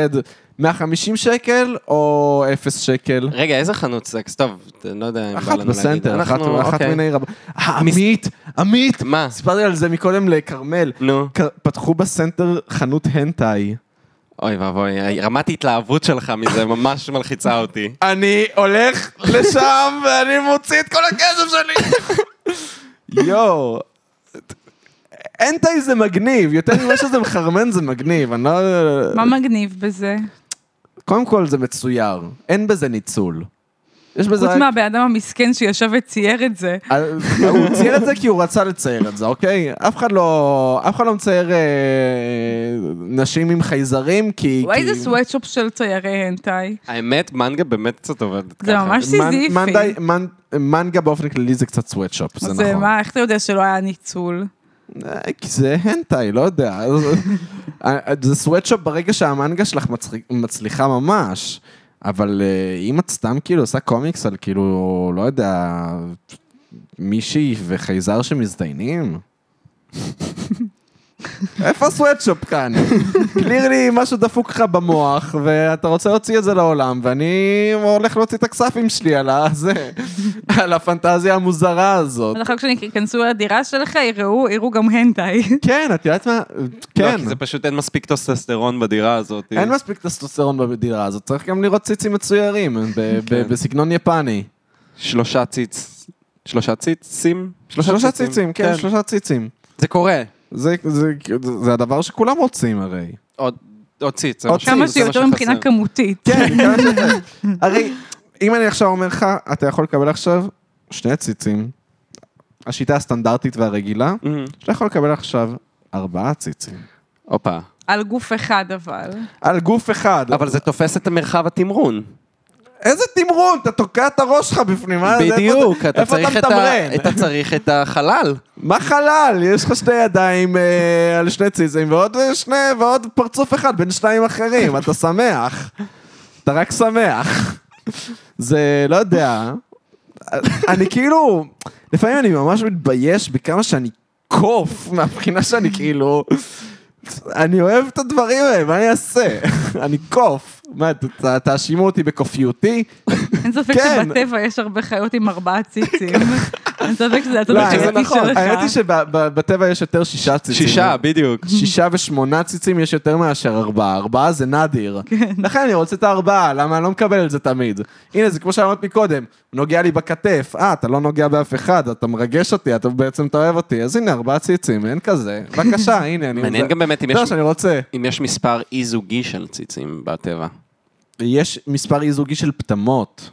[SPEAKER 1] 150 שקל או 0 שקל?
[SPEAKER 2] רגע, איזה חנות סקס? טוב, לא יודע אם בא לנו
[SPEAKER 1] אחת
[SPEAKER 2] להגיד.
[SPEAKER 1] בסנטר, אחת-
[SPEAKER 2] אנחנו-
[SPEAKER 1] אחת
[SPEAKER 2] אוקיי.
[SPEAKER 1] מן העיר הבאה. אה, עמית, עמית,
[SPEAKER 2] מה?
[SPEAKER 1] סיפרתי על זה מקודם לכרמל.
[SPEAKER 2] נו.
[SPEAKER 1] כ- פתחו בסנטר חנות הנטאי.
[SPEAKER 2] אוי ואבוי, רמת ההתלהבות שלך מזה ממש מלחיצה אותי.
[SPEAKER 1] אני הולך לשם (laughs) ואני מוציא את כל הכסף שלי. (laughs) יואו. הנטאי זה מגניב, יותר ממה שזה מחרמן זה מגניב, אני לא...
[SPEAKER 3] מה מגניב בזה?
[SPEAKER 1] קודם כל זה מצויר, אין בזה ניצול. יש בזה
[SPEAKER 3] חוץ
[SPEAKER 1] רק...
[SPEAKER 3] מהבן אדם המסכן שישב וצייר את זה.
[SPEAKER 1] הוא צייר את זה כי הוא רצה לצייר את זה, אוקיי? אף אחד לא, אף אחד לא מצייר אה, נשים עם חייזרים כי...
[SPEAKER 3] וואי,
[SPEAKER 1] כי-
[SPEAKER 3] זה סוואטשופ של ציירי הנטאי.
[SPEAKER 2] האמת, מנגה באמת קצת עובדת
[SPEAKER 3] זה
[SPEAKER 2] ככה.
[SPEAKER 3] ממש
[SPEAKER 1] מנ-
[SPEAKER 3] סיזיפי.
[SPEAKER 1] מנדי- מנ- מנגה באופן כללי זה קצת סוואטשופ, זה
[SPEAKER 3] אז
[SPEAKER 1] נכון.
[SPEAKER 3] מה, איך אתה יודע שלא היה ניצול?
[SPEAKER 1] אה, כי זה הנטאי, לא יודע. (laughs) אה, זה סוואטשופ ברגע שהמנגה שלך מצחיק- מצליחה ממש. אבל אה, אם את סתם כאילו עושה קומיקס על כאילו, לא יודע, מישהי וחייזר
[SPEAKER 2] (laughs)
[SPEAKER 1] שמזדיינים? איפה הסוואטשופ כאן? קליר לי משהו דפוק לך במוח, ואתה רוצה להוציא את זה לעולם, ואני הולך להוציא את הכספים שלי על הזה, (laughs) על הפנטזיה המוזרה הזאת.
[SPEAKER 3] אז אחר כך כשייכנסו לדירה שלך, יראו יראו גם הנטאי.
[SPEAKER 1] (laughs) כן, את יודעת מה?
[SPEAKER 2] לא,
[SPEAKER 1] כן.
[SPEAKER 2] כי זה פשוט אין מספיק טוסטסטרון בדירה הזאת.
[SPEAKER 1] אין מספיק טסטוסטרון בדירה הזאת, צריך גם לראות ציצים מצוירים, ב- ב-
[SPEAKER 2] כן.
[SPEAKER 1] בסגנון יפני.
[SPEAKER 2] שלושה ציץ... שלושה ציצים?
[SPEAKER 1] שלושה ציצים, כן, שלושה ציצים.
[SPEAKER 2] זה קורה.
[SPEAKER 1] זה- זה- זה הדבר שכולם רוצים הרי.
[SPEAKER 2] עוד עוד ציץ. זה
[SPEAKER 1] עוד
[SPEAKER 2] מה ש-
[SPEAKER 1] ציץ.
[SPEAKER 3] כמה
[SPEAKER 2] זה לא
[SPEAKER 3] שיותר
[SPEAKER 2] מה שחסר.
[SPEAKER 3] מבחינה כמותית.
[SPEAKER 1] כן, כמה שיותר. הרי אם אני עכשיו אומר לך, אתה יכול לקבל עכשיו שני ציצים, השיטה הסטנדרטית והרגילה,
[SPEAKER 2] אמ,
[SPEAKER 1] אתה יכול לקבל עכשיו ארבעה ציצים.
[SPEAKER 2] הופה.
[SPEAKER 3] על גוף אחד אבל.
[SPEAKER 1] (laughs) על גוף אחד.
[SPEAKER 2] אבל זה תופס את מרחב התמרון.
[SPEAKER 1] איזה תמרון, אתה תוקע את הראש שלך בפנים, מה? איפה
[SPEAKER 4] בדיוק, אתה
[SPEAKER 1] איפה
[SPEAKER 4] צריך את ה-
[SPEAKER 1] מתמרן?
[SPEAKER 4] אתה צריך את החלל.
[SPEAKER 1] מה חלל? יש לך שתי ידיים אה, על שני ציזים ועוד שני, ועוד פרצוף אחד בין שניים אחרים, אתה שמח. אתה רק שמח. זה, לא יודע. אני כאילו, לפעמים אני ממש מתבייש בכמה שאני קוף מהבחינה שאני כאילו... אני אוהב את הדברים האלה, מה אני אעשה? אני קוף. מה, ת- ת- תאשימו אותי בקופיותי?
[SPEAKER 3] אין ספק
[SPEAKER 1] כן.
[SPEAKER 3] שבטבע יש הרבה חיות
[SPEAKER 1] (laughs)
[SPEAKER 3] עם ארבעה ציצים. אין ספק שזה הצד
[SPEAKER 1] לא,
[SPEAKER 2] שזה
[SPEAKER 3] הבעייתי
[SPEAKER 2] נכון.
[SPEAKER 3] שלך.
[SPEAKER 1] האמת היא שבטבע יש יותר שישה ציצים.
[SPEAKER 2] (laughs) שישה, בדיוק.
[SPEAKER 1] שישה ושמונה ציצים יש יותר מאשר ארבעה, ארבעה זה נדיר.
[SPEAKER 2] כן.
[SPEAKER 1] לכן אני רוצה את הארבעה, למה אני לא מקבל את זה תמיד? הנה, זה כמו שאמרת מקודם, נוגע לי בכתף, אה, אתה לא נוגע באף אחד, אתה מרגש אותי, אתה בעצם אתה אוהב אותי, אז הנה, ארבעה ציצים, אין כזה. בבקשה,
[SPEAKER 2] (laughs)
[SPEAKER 1] הנה, אני...
[SPEAKER 2] מעניין גם באמת אם
[SPEAKER 1] זה
[SPEAKER 2] יש-
[SPEAKER 1] מה שאני רוצה.
[SPEAKER 2] אם יש מספר אי-זוגי של ציצים בטבע.
[SPEAKER 1] יש מספר אי-זוגי של פטמות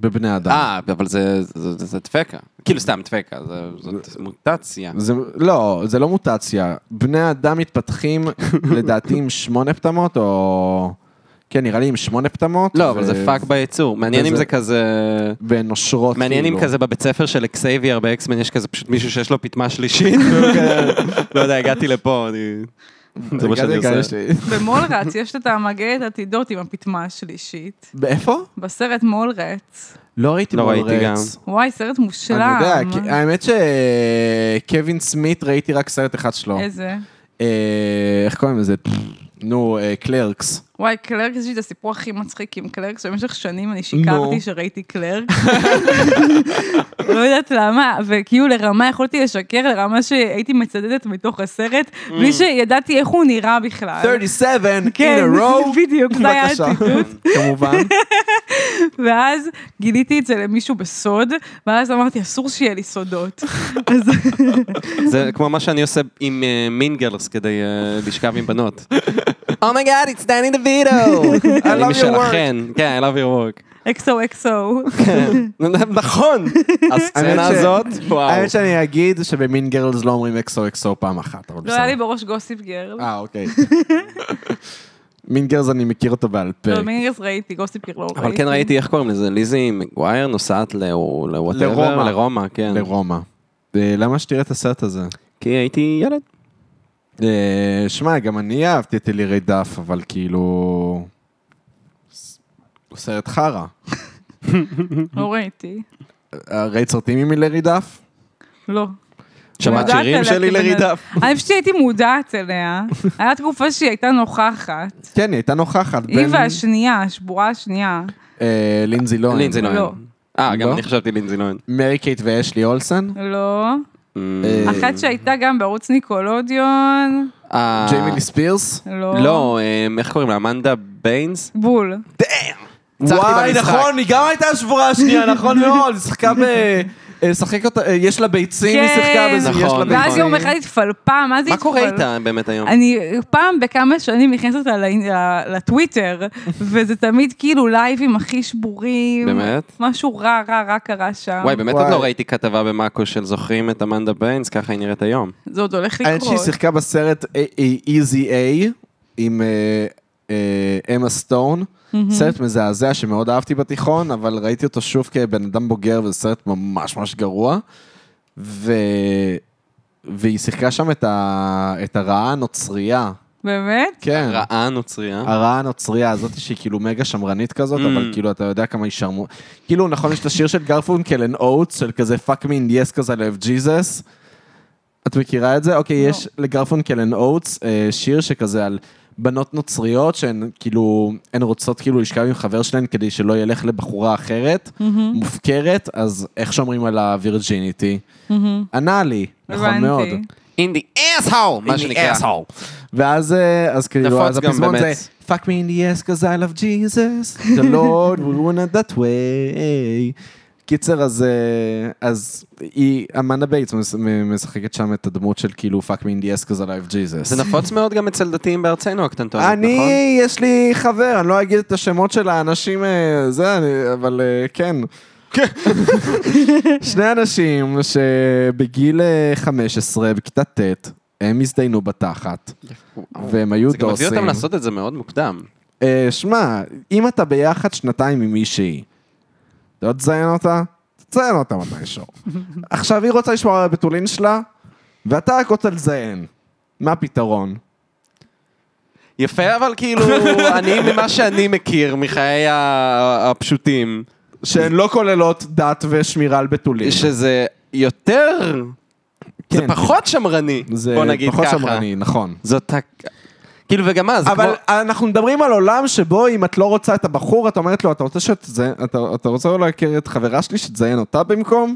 [SPEAKER 1] בבני אדם.
[SPEAKER 2] אה, אבל זה- זה זה- זה דפקה. כאילו סתם דפקה, זה- זאת מוטציה.
[SPEAKER 1] זה, לא, זה לא מוטציה. בני אדם
[SPEAKER 2] (laughs)
[SPEAKER 1] מתפתחים, לדעתי, עם שמונה פטמות, או... כן, נראה לי עם שמונה פטמות.
[SPEAKER 2] לא, אבל זה
[SPEAKER 1] ו-
[SPEAKER 2] פאק ביצור. מעניין אם
[SPEAKER 1] וזה-
[SPEAKER 2] זה כזה...
[SPEAKER 1] ונושרות.
[SPEAKER 2] מעניין אם
[SPEAKER 1] כאילו.
[SPEAKER 2] כזה בבית ספר של אקסייביאר באקסמן יש כזה פשוט מישהו שיש לו פטמה שלישית, והוא כזה, (laughs) לא יודע, הגעתי לפה, אני... זה מה שאני
[SPEAKER 1] רגע,
[SPEAKER 2] עושה.
[SPEAKER 1] יש לי-
[SPEAKER 3] במולרץ יש את המגעת עתידות עם הפטמה השלישית.
[SPEAKER 1] באיפה?
[SPEAKER 3] בסרט מולרץ.
[SPEAKER 1] לא ראיתי
[SPEAKER 2] לא ראיתי גם.
[SPEAKER 1] מולרץ.
[SPEAKER 3] וואי, סרט מושלם.
[SPEAKER 1] אני יודע, כי- האמת שקווין סמית ראיתי רק סרט אחד שלו.
[SPEAKER 3] איזה?
[SPEAKER 1] אה, איך קוראים לזה? נו, אה, קלרקס.
[SPEAKER 3] וואי, קלרקס, יש לי את הסיפור הכי מצחיק עם קלרקס, במשך שנים אני
[SPEAKER 1] נו.
[SPEAKER 3] שיקרתי שראיתי קלרקס. לא יודעת למה, וכאילו לרמה יכולתי לשקר, לרמה שהייתי מצדדת מתוך הסרט, בלי שידעתי איך הוא נראה בכלל.
[SPEAKER 1] 37 Mm. in
[SPEAKER 3] כן,
[SPEAKER 1] a row.
[SPEAKER 3] (laughs) בדיוק, זה היה
[SPEAKER 1] בבקשה.
[SPEAKER 3] הציטוט.
[SPEAKER 1] כמובן.
[SPEAKER 3] ואז גיליתי את זה למישהו בסוד, ואז אמרתי, אסור שיהיה לי סודות. (laughs) אז
[SPEAKER 2] זה כמו מה שאני עושה עם מינגרס כדי אה, לשכב עם
[SPEAKER 1] (laughs)
[SPEAKER 2] בנות.
[SPEAKER 1] Oh
[SPEAKER 4] אומייגאד, it's Danny
[SPEAKER 2] (laughs)
[SPEAKER 4] DeVito.
[SPEAKER 2] אני
[SPEAKER 1] your
[SPEAKER 2] משלכן, כן, I love your work.
[SPEAKER 3] אקסו לא אקסו.
[SPEAKER 1] (laughs)
[SPEAKER 2] (laughs) נכון, הסצנה
[SPEAKER 1] כן. האמת ש-
[SPEAKER 2] הזאת, וואו.
[SPEAKER 1] האמת שאני אגיד שבמין גרלס לא אומרים אקסו אקסו פעם אחת, אבל
[SPEAKER 3] לא היה לי
[SPEAKER 1] בסדר.
[SPEAKER 3] בראש לא, גוסיפ גרל.
[SPEAKER 1] אה, אוקיי. מין גרלס אני מכיר אותו בעל פה.
[SPEAKER 3] לא, מינגרס ראיתי, גוסיפ גרל לא ראיתי.
[SPEAKER 2] אבל כן ראיתי איך קוראים לזה, ליזי מגווייר נוסעת לרומא,
[SPEAKER 1] לרומא.
[SPEAKER 2] לרומא, כן.
[SPEAKER 1] לרומא. אה, למה שתראה את הסרט הזה?
[SPEAKER 2] כי הייתי ילד.
[SPEAKER 1] אה, שמע, גם אני אהבתי את אלירי דף, אבל כאילו... ס- סרט חרא.
[SPEAKER 3] לא ראיתי.
[SPEAKER 1] אה, ראית סרטים עם אלירי דף?
[SPEAKER 3] לא.
[SPEAKER 2] שמעת
[SPEAKER 3] מודעת
[SPEAKER 2] שירים
[SPEAKER 3] אליה
[SPEAKER 2] של
[SPEAKER 3] כבן
[SPEAKER 2] הילרי
[SPEAKER 3] אדם.
[SPEAKER 2] דף?
[SPEAKER 3] אני חושבת שהייתי מודעת אליה. הייתה תקופה שהיא הייתה נוכחת.
[SPEAKER 1] כן, היא הייתה נוכחת.
[SPEAKER 3] היא והשנייה, השבורה השנייה.
[SPEAKER 1] אה, לינזי לוהן.
[SPEAKER 2] לינזי
[SPEAKER 3] לא.
[SPEAKER 2] נוהן. אה, גם
[SPEAKER 1] לא?
[SPEAKER 2] אני חשבתי לינזי נוהן.
[SPEAKER 1] מרי קייט ואשלי אולסן.
[SPEAKER 3] לא.
[SPEAKER 2] אה,
[SPEAKER 3] אחת שהייתה גם בערוץ ניקולודיון.
[SPEAKER 2] אה,
[SPEAKER 1] ג'יימילי ספירס.
[SPEAKER 3] לא.
[SPEAKER 2] לא, אמ, איך קוראים לה? אמנדה ביינס?
[SPEAKER 3] בול.
[SPEAKER 2] ניצחתי
[SPEAKER 1] וואי,
[SPEAKER 2] במשחק.
[SPEAKER 1] נכון, היא גם הייתה השבורה השנייה, נכון מאוד. היא שיחקה ב... אה, שחק אותה, אה, יש לה ביצים, היא שיחקה
[SPEAKER 3] כן.
[SPEAKER 1] בזה, יש לה
[SPEAKER 2] נכון,
[SPEAKER 1] ביצים.
[SPEAKER 3] ואז יום אחד התפלפה, מה זה
[SPEAKER 2] מה קורה
[SPEAKER 3] התפלפה?
[SPEAKER 2] איתה באמת היום?
[SPEAKER 3] אני פעם בכמה שנים נכנסת ל- ל- לטוויטר, וזה תמיד כאילו לייבים הכי שבורים.
[SPEAKER 2] באמת?
[SPEAKER 3] משהו רע, רע, רע קרה שם.
[SPEAKER 2] וואי, באמת
[SPEAKER 1] וואי.
[SPEAKER 2] עוד לא ראיתי כתבה במאקו של זוכרים את אמנדה ביינס, ככה היא נראית היום.
[SPEAKER 3] זה עוד הולך
[SPEAKER 1] האמת שהיא
[SPEAKER 3] לקרות.
[SPEAKER 1] שיחקה בסרט Easy A עם אה, אה, אמה סטון. סרט מזעזע שמאוד אהבתי בתיכון, אבל ראיתי אותו שוב כבן אדם בוגר, וזה סרט ממש ממש גרוע. ו... והיא שיחקה שם את, ה... את הרעה הנוצרייה.
[SPEAKER 3] באמת?
[SPEAKER 1] כן.
[SPEAKER 2] רעה נוצריה.
[SPEAKER 1] הרעה הנוצריה הזאת שהיא כאילו מגה שמרנית כזאת, אבל כאילו אתה יודע כמה היא שרמו... כאילו נכון, יש את השיר של גרפונקל אנד אוטס, של כזה פאק מין יס כזה לאב ג'יזס. את מכירה את זה? אוקיי,
[SPEAKER 3] לא.
[SPEAKER 1] יש לגרפונקל אנד אוטס שיר שכזה על בנות נוצריות שהן כאילו, הן רוצות כאילו לשכב עם חבר שלהן כדי שלא ילך לבחורה אחרת,
[SPEAKER 3] Mm-hmm.
[SPEAKER 1] מופקרת, אז איך שומרים על הווירג'יניטי? ענה לי, נכון
[SPEAKER 3] Mm-hmm. הבנתי.
[SPEAKER 1] מאוד.
[SPEAKER 2] In the asshole, מה
[SPEAKER 1] In the
[SPEAKER 2] שנקרא.
[SPEAKER 1] asshole. ואז אה, אז כאילו,
[SPEAKER 2] נפוץ
[SPEAKER 1] אז
[SPEAKER 2] גם
[SPEAKER 1] הפזמון זה
[SPEAKER 2] באמת.
[SPEAKER 1] fuck me in the ass cause I love Jesus, the Lord will want it that way. קיצר, אז, אה, אז היא, אמנה בייטס מש- מ- משחקת שם את הדמות של כאילו fuck me in the ass cause I love
[SPEAKER 2] זה
[SPEAKER 1] Jesus.
[SPEAKER 2] נפוץ מאוד גם אצל דתיים בארצנו הקטנטונת, נכון?
[SPEAKER 1] אני, יש לי חבר, אני לא אגיד את השמות של האנשים, אה, זה, אני- אבל אה,
[SPEAKER 2] (laughs)
[SPEAKER 1] כן. שני אנשים שבגיל אה, 15, בכיתה ט', הם הזדיינו בתחת, והם היו
[SPEAKER 2] זה גם מביא
[SPEAKER 1] דוסים.
[SPEAKER 2] אותם לעשות את זה מאוד מוקדם.
[SPEAKER 1] אה, שמע, אם אתה ביחד שנתיים עם מישהי, אתה לא תזיין אותה? תזיין אותה מתישהו. עכשיו, היא רוצה לשמור על הבתולין שלה, ואתה רק רוצה לזיין. מה הפתרון?
[SPEAKER 2] יפה, אבל (laughs) כאילו, אני, ממה שאני מכיר מחיי ה- הפשוטים,
[SPEAKER 1] שהן לא כוללות דת ושמירה על
[SPEAKER 2] כן.
[SPEAKER 1] בתולין.
[SPEAKER 2] שזה יותר, זה
[SPEAKER 1] כן.
[SPEAKER 2] פחות שמרני,
[SPEAKER 1] זה
[SPEAKER 2] בוא נגיד
[SPEAKER 1] פחות
[SPEAKER 2] ככה.
[SPEAKER 1] שמרני, נכון.
[SPEAKER 2] זאת ה... כאילו, וגם מה, זה
[SPEAKER 1] אבל
[SPEAKER 2] כמו...
[SPEAKER 1] כמו... אנחנו מדברים על עולם שבו אם את לא רוצה את הבחור, את אומרת לו, אתה רוצה, שתזיין, אתה, אתה רוצה לא להכיר את חברה שלי, שתזיין אותה
[SPEAKER 2] (laughs)
[SPEAKER 1] במקום?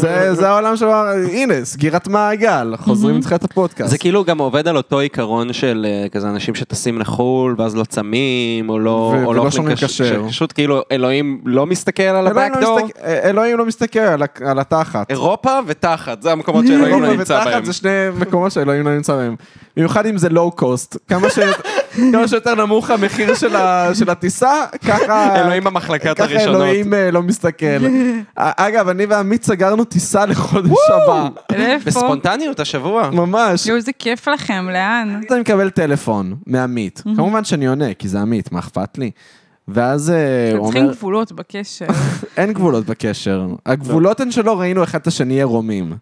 [SPEAKER 1] זה, זה העולם שבו, הנה, סגירת מעגל, חוזרים לתחילת הפודקאסט.
[SPEAKER 2] Mhm. זה כאילו גם עובד על אותו עיקרון של אה, כזה אנשים שטסים לחו"ל ואז לא צמים או לא
[SPEAKER 1] ו-
[SPEAKER 2] או
[SPEAKER 1] ולא
[SPEAKER 2] אוכלים
[SPEAKER 1] שומרים
[SPEAKER 2] כש-
[SPEAKER 1] כשר.
[SPEAKER 2] פשוט כאילו אלוהים לא מסתכל על
[SPEAKER 1] אלוהים לא,
[SPEAKER 2] הבקדור.
[SPEAKER 1] מסתכל, אלוהים לא מסתכל על, ה- על התחת.
[SPEAKER 2] אירופה ותחת, זה המקומות שאלוהים לא
[SPEAKER 1] אירופה
[SPEAKER 2] נמצא
[SPEAKER 1] ותחת
[SPEAKER 2] בהם.
[SPEAKER 1] זה שני מקומות שאלוהים לא נמצא בהם. במיוחד אם זה לואו קוסט. כמה ש-
[SPEAKER 2] (laughs)
[SPEAKER 1] כמה שיותר נמוך המחיר של ה- של הטיסה, ככה...
[SPEAKER 2] אלוהים במחלקת
[SPEAKER 1] ככה
[SPEAKER 2] הראשונות.
[SPEAKER 1] אלוהים אה, לא
[SPEAKER 2] (laughs)
[SPEAKER 1] מסתכל. א- אגב, אני ועמית סגרנו טיסה לחודש הבא.
[SPEAKER 3] לאיפה?
[SPEAKER 2] בספונטניות השבוע.
[SPEAKER 1] ממש.
[SPEAKER 3] יואו, איזה כיף לכם, לאן?
[SPEAKER 2] אה,
[SPEAKER 1] אז אני מקבל טלפון מעמית. כמובן שאני עונה, כי זה עמית, מה אכפת לי? ואז אה,
[SPEAKER 3] אתם
[SPEAKER 1] הוא
[SPEAKER 3] צריכים
[SPEAKER 1] אומר,
[SPEAKER 3] גבולות בקשר.
[SPEAKER 1] אין גבולות בקשר. הגבולות הן שלא ראינו אחד את השני עירומים.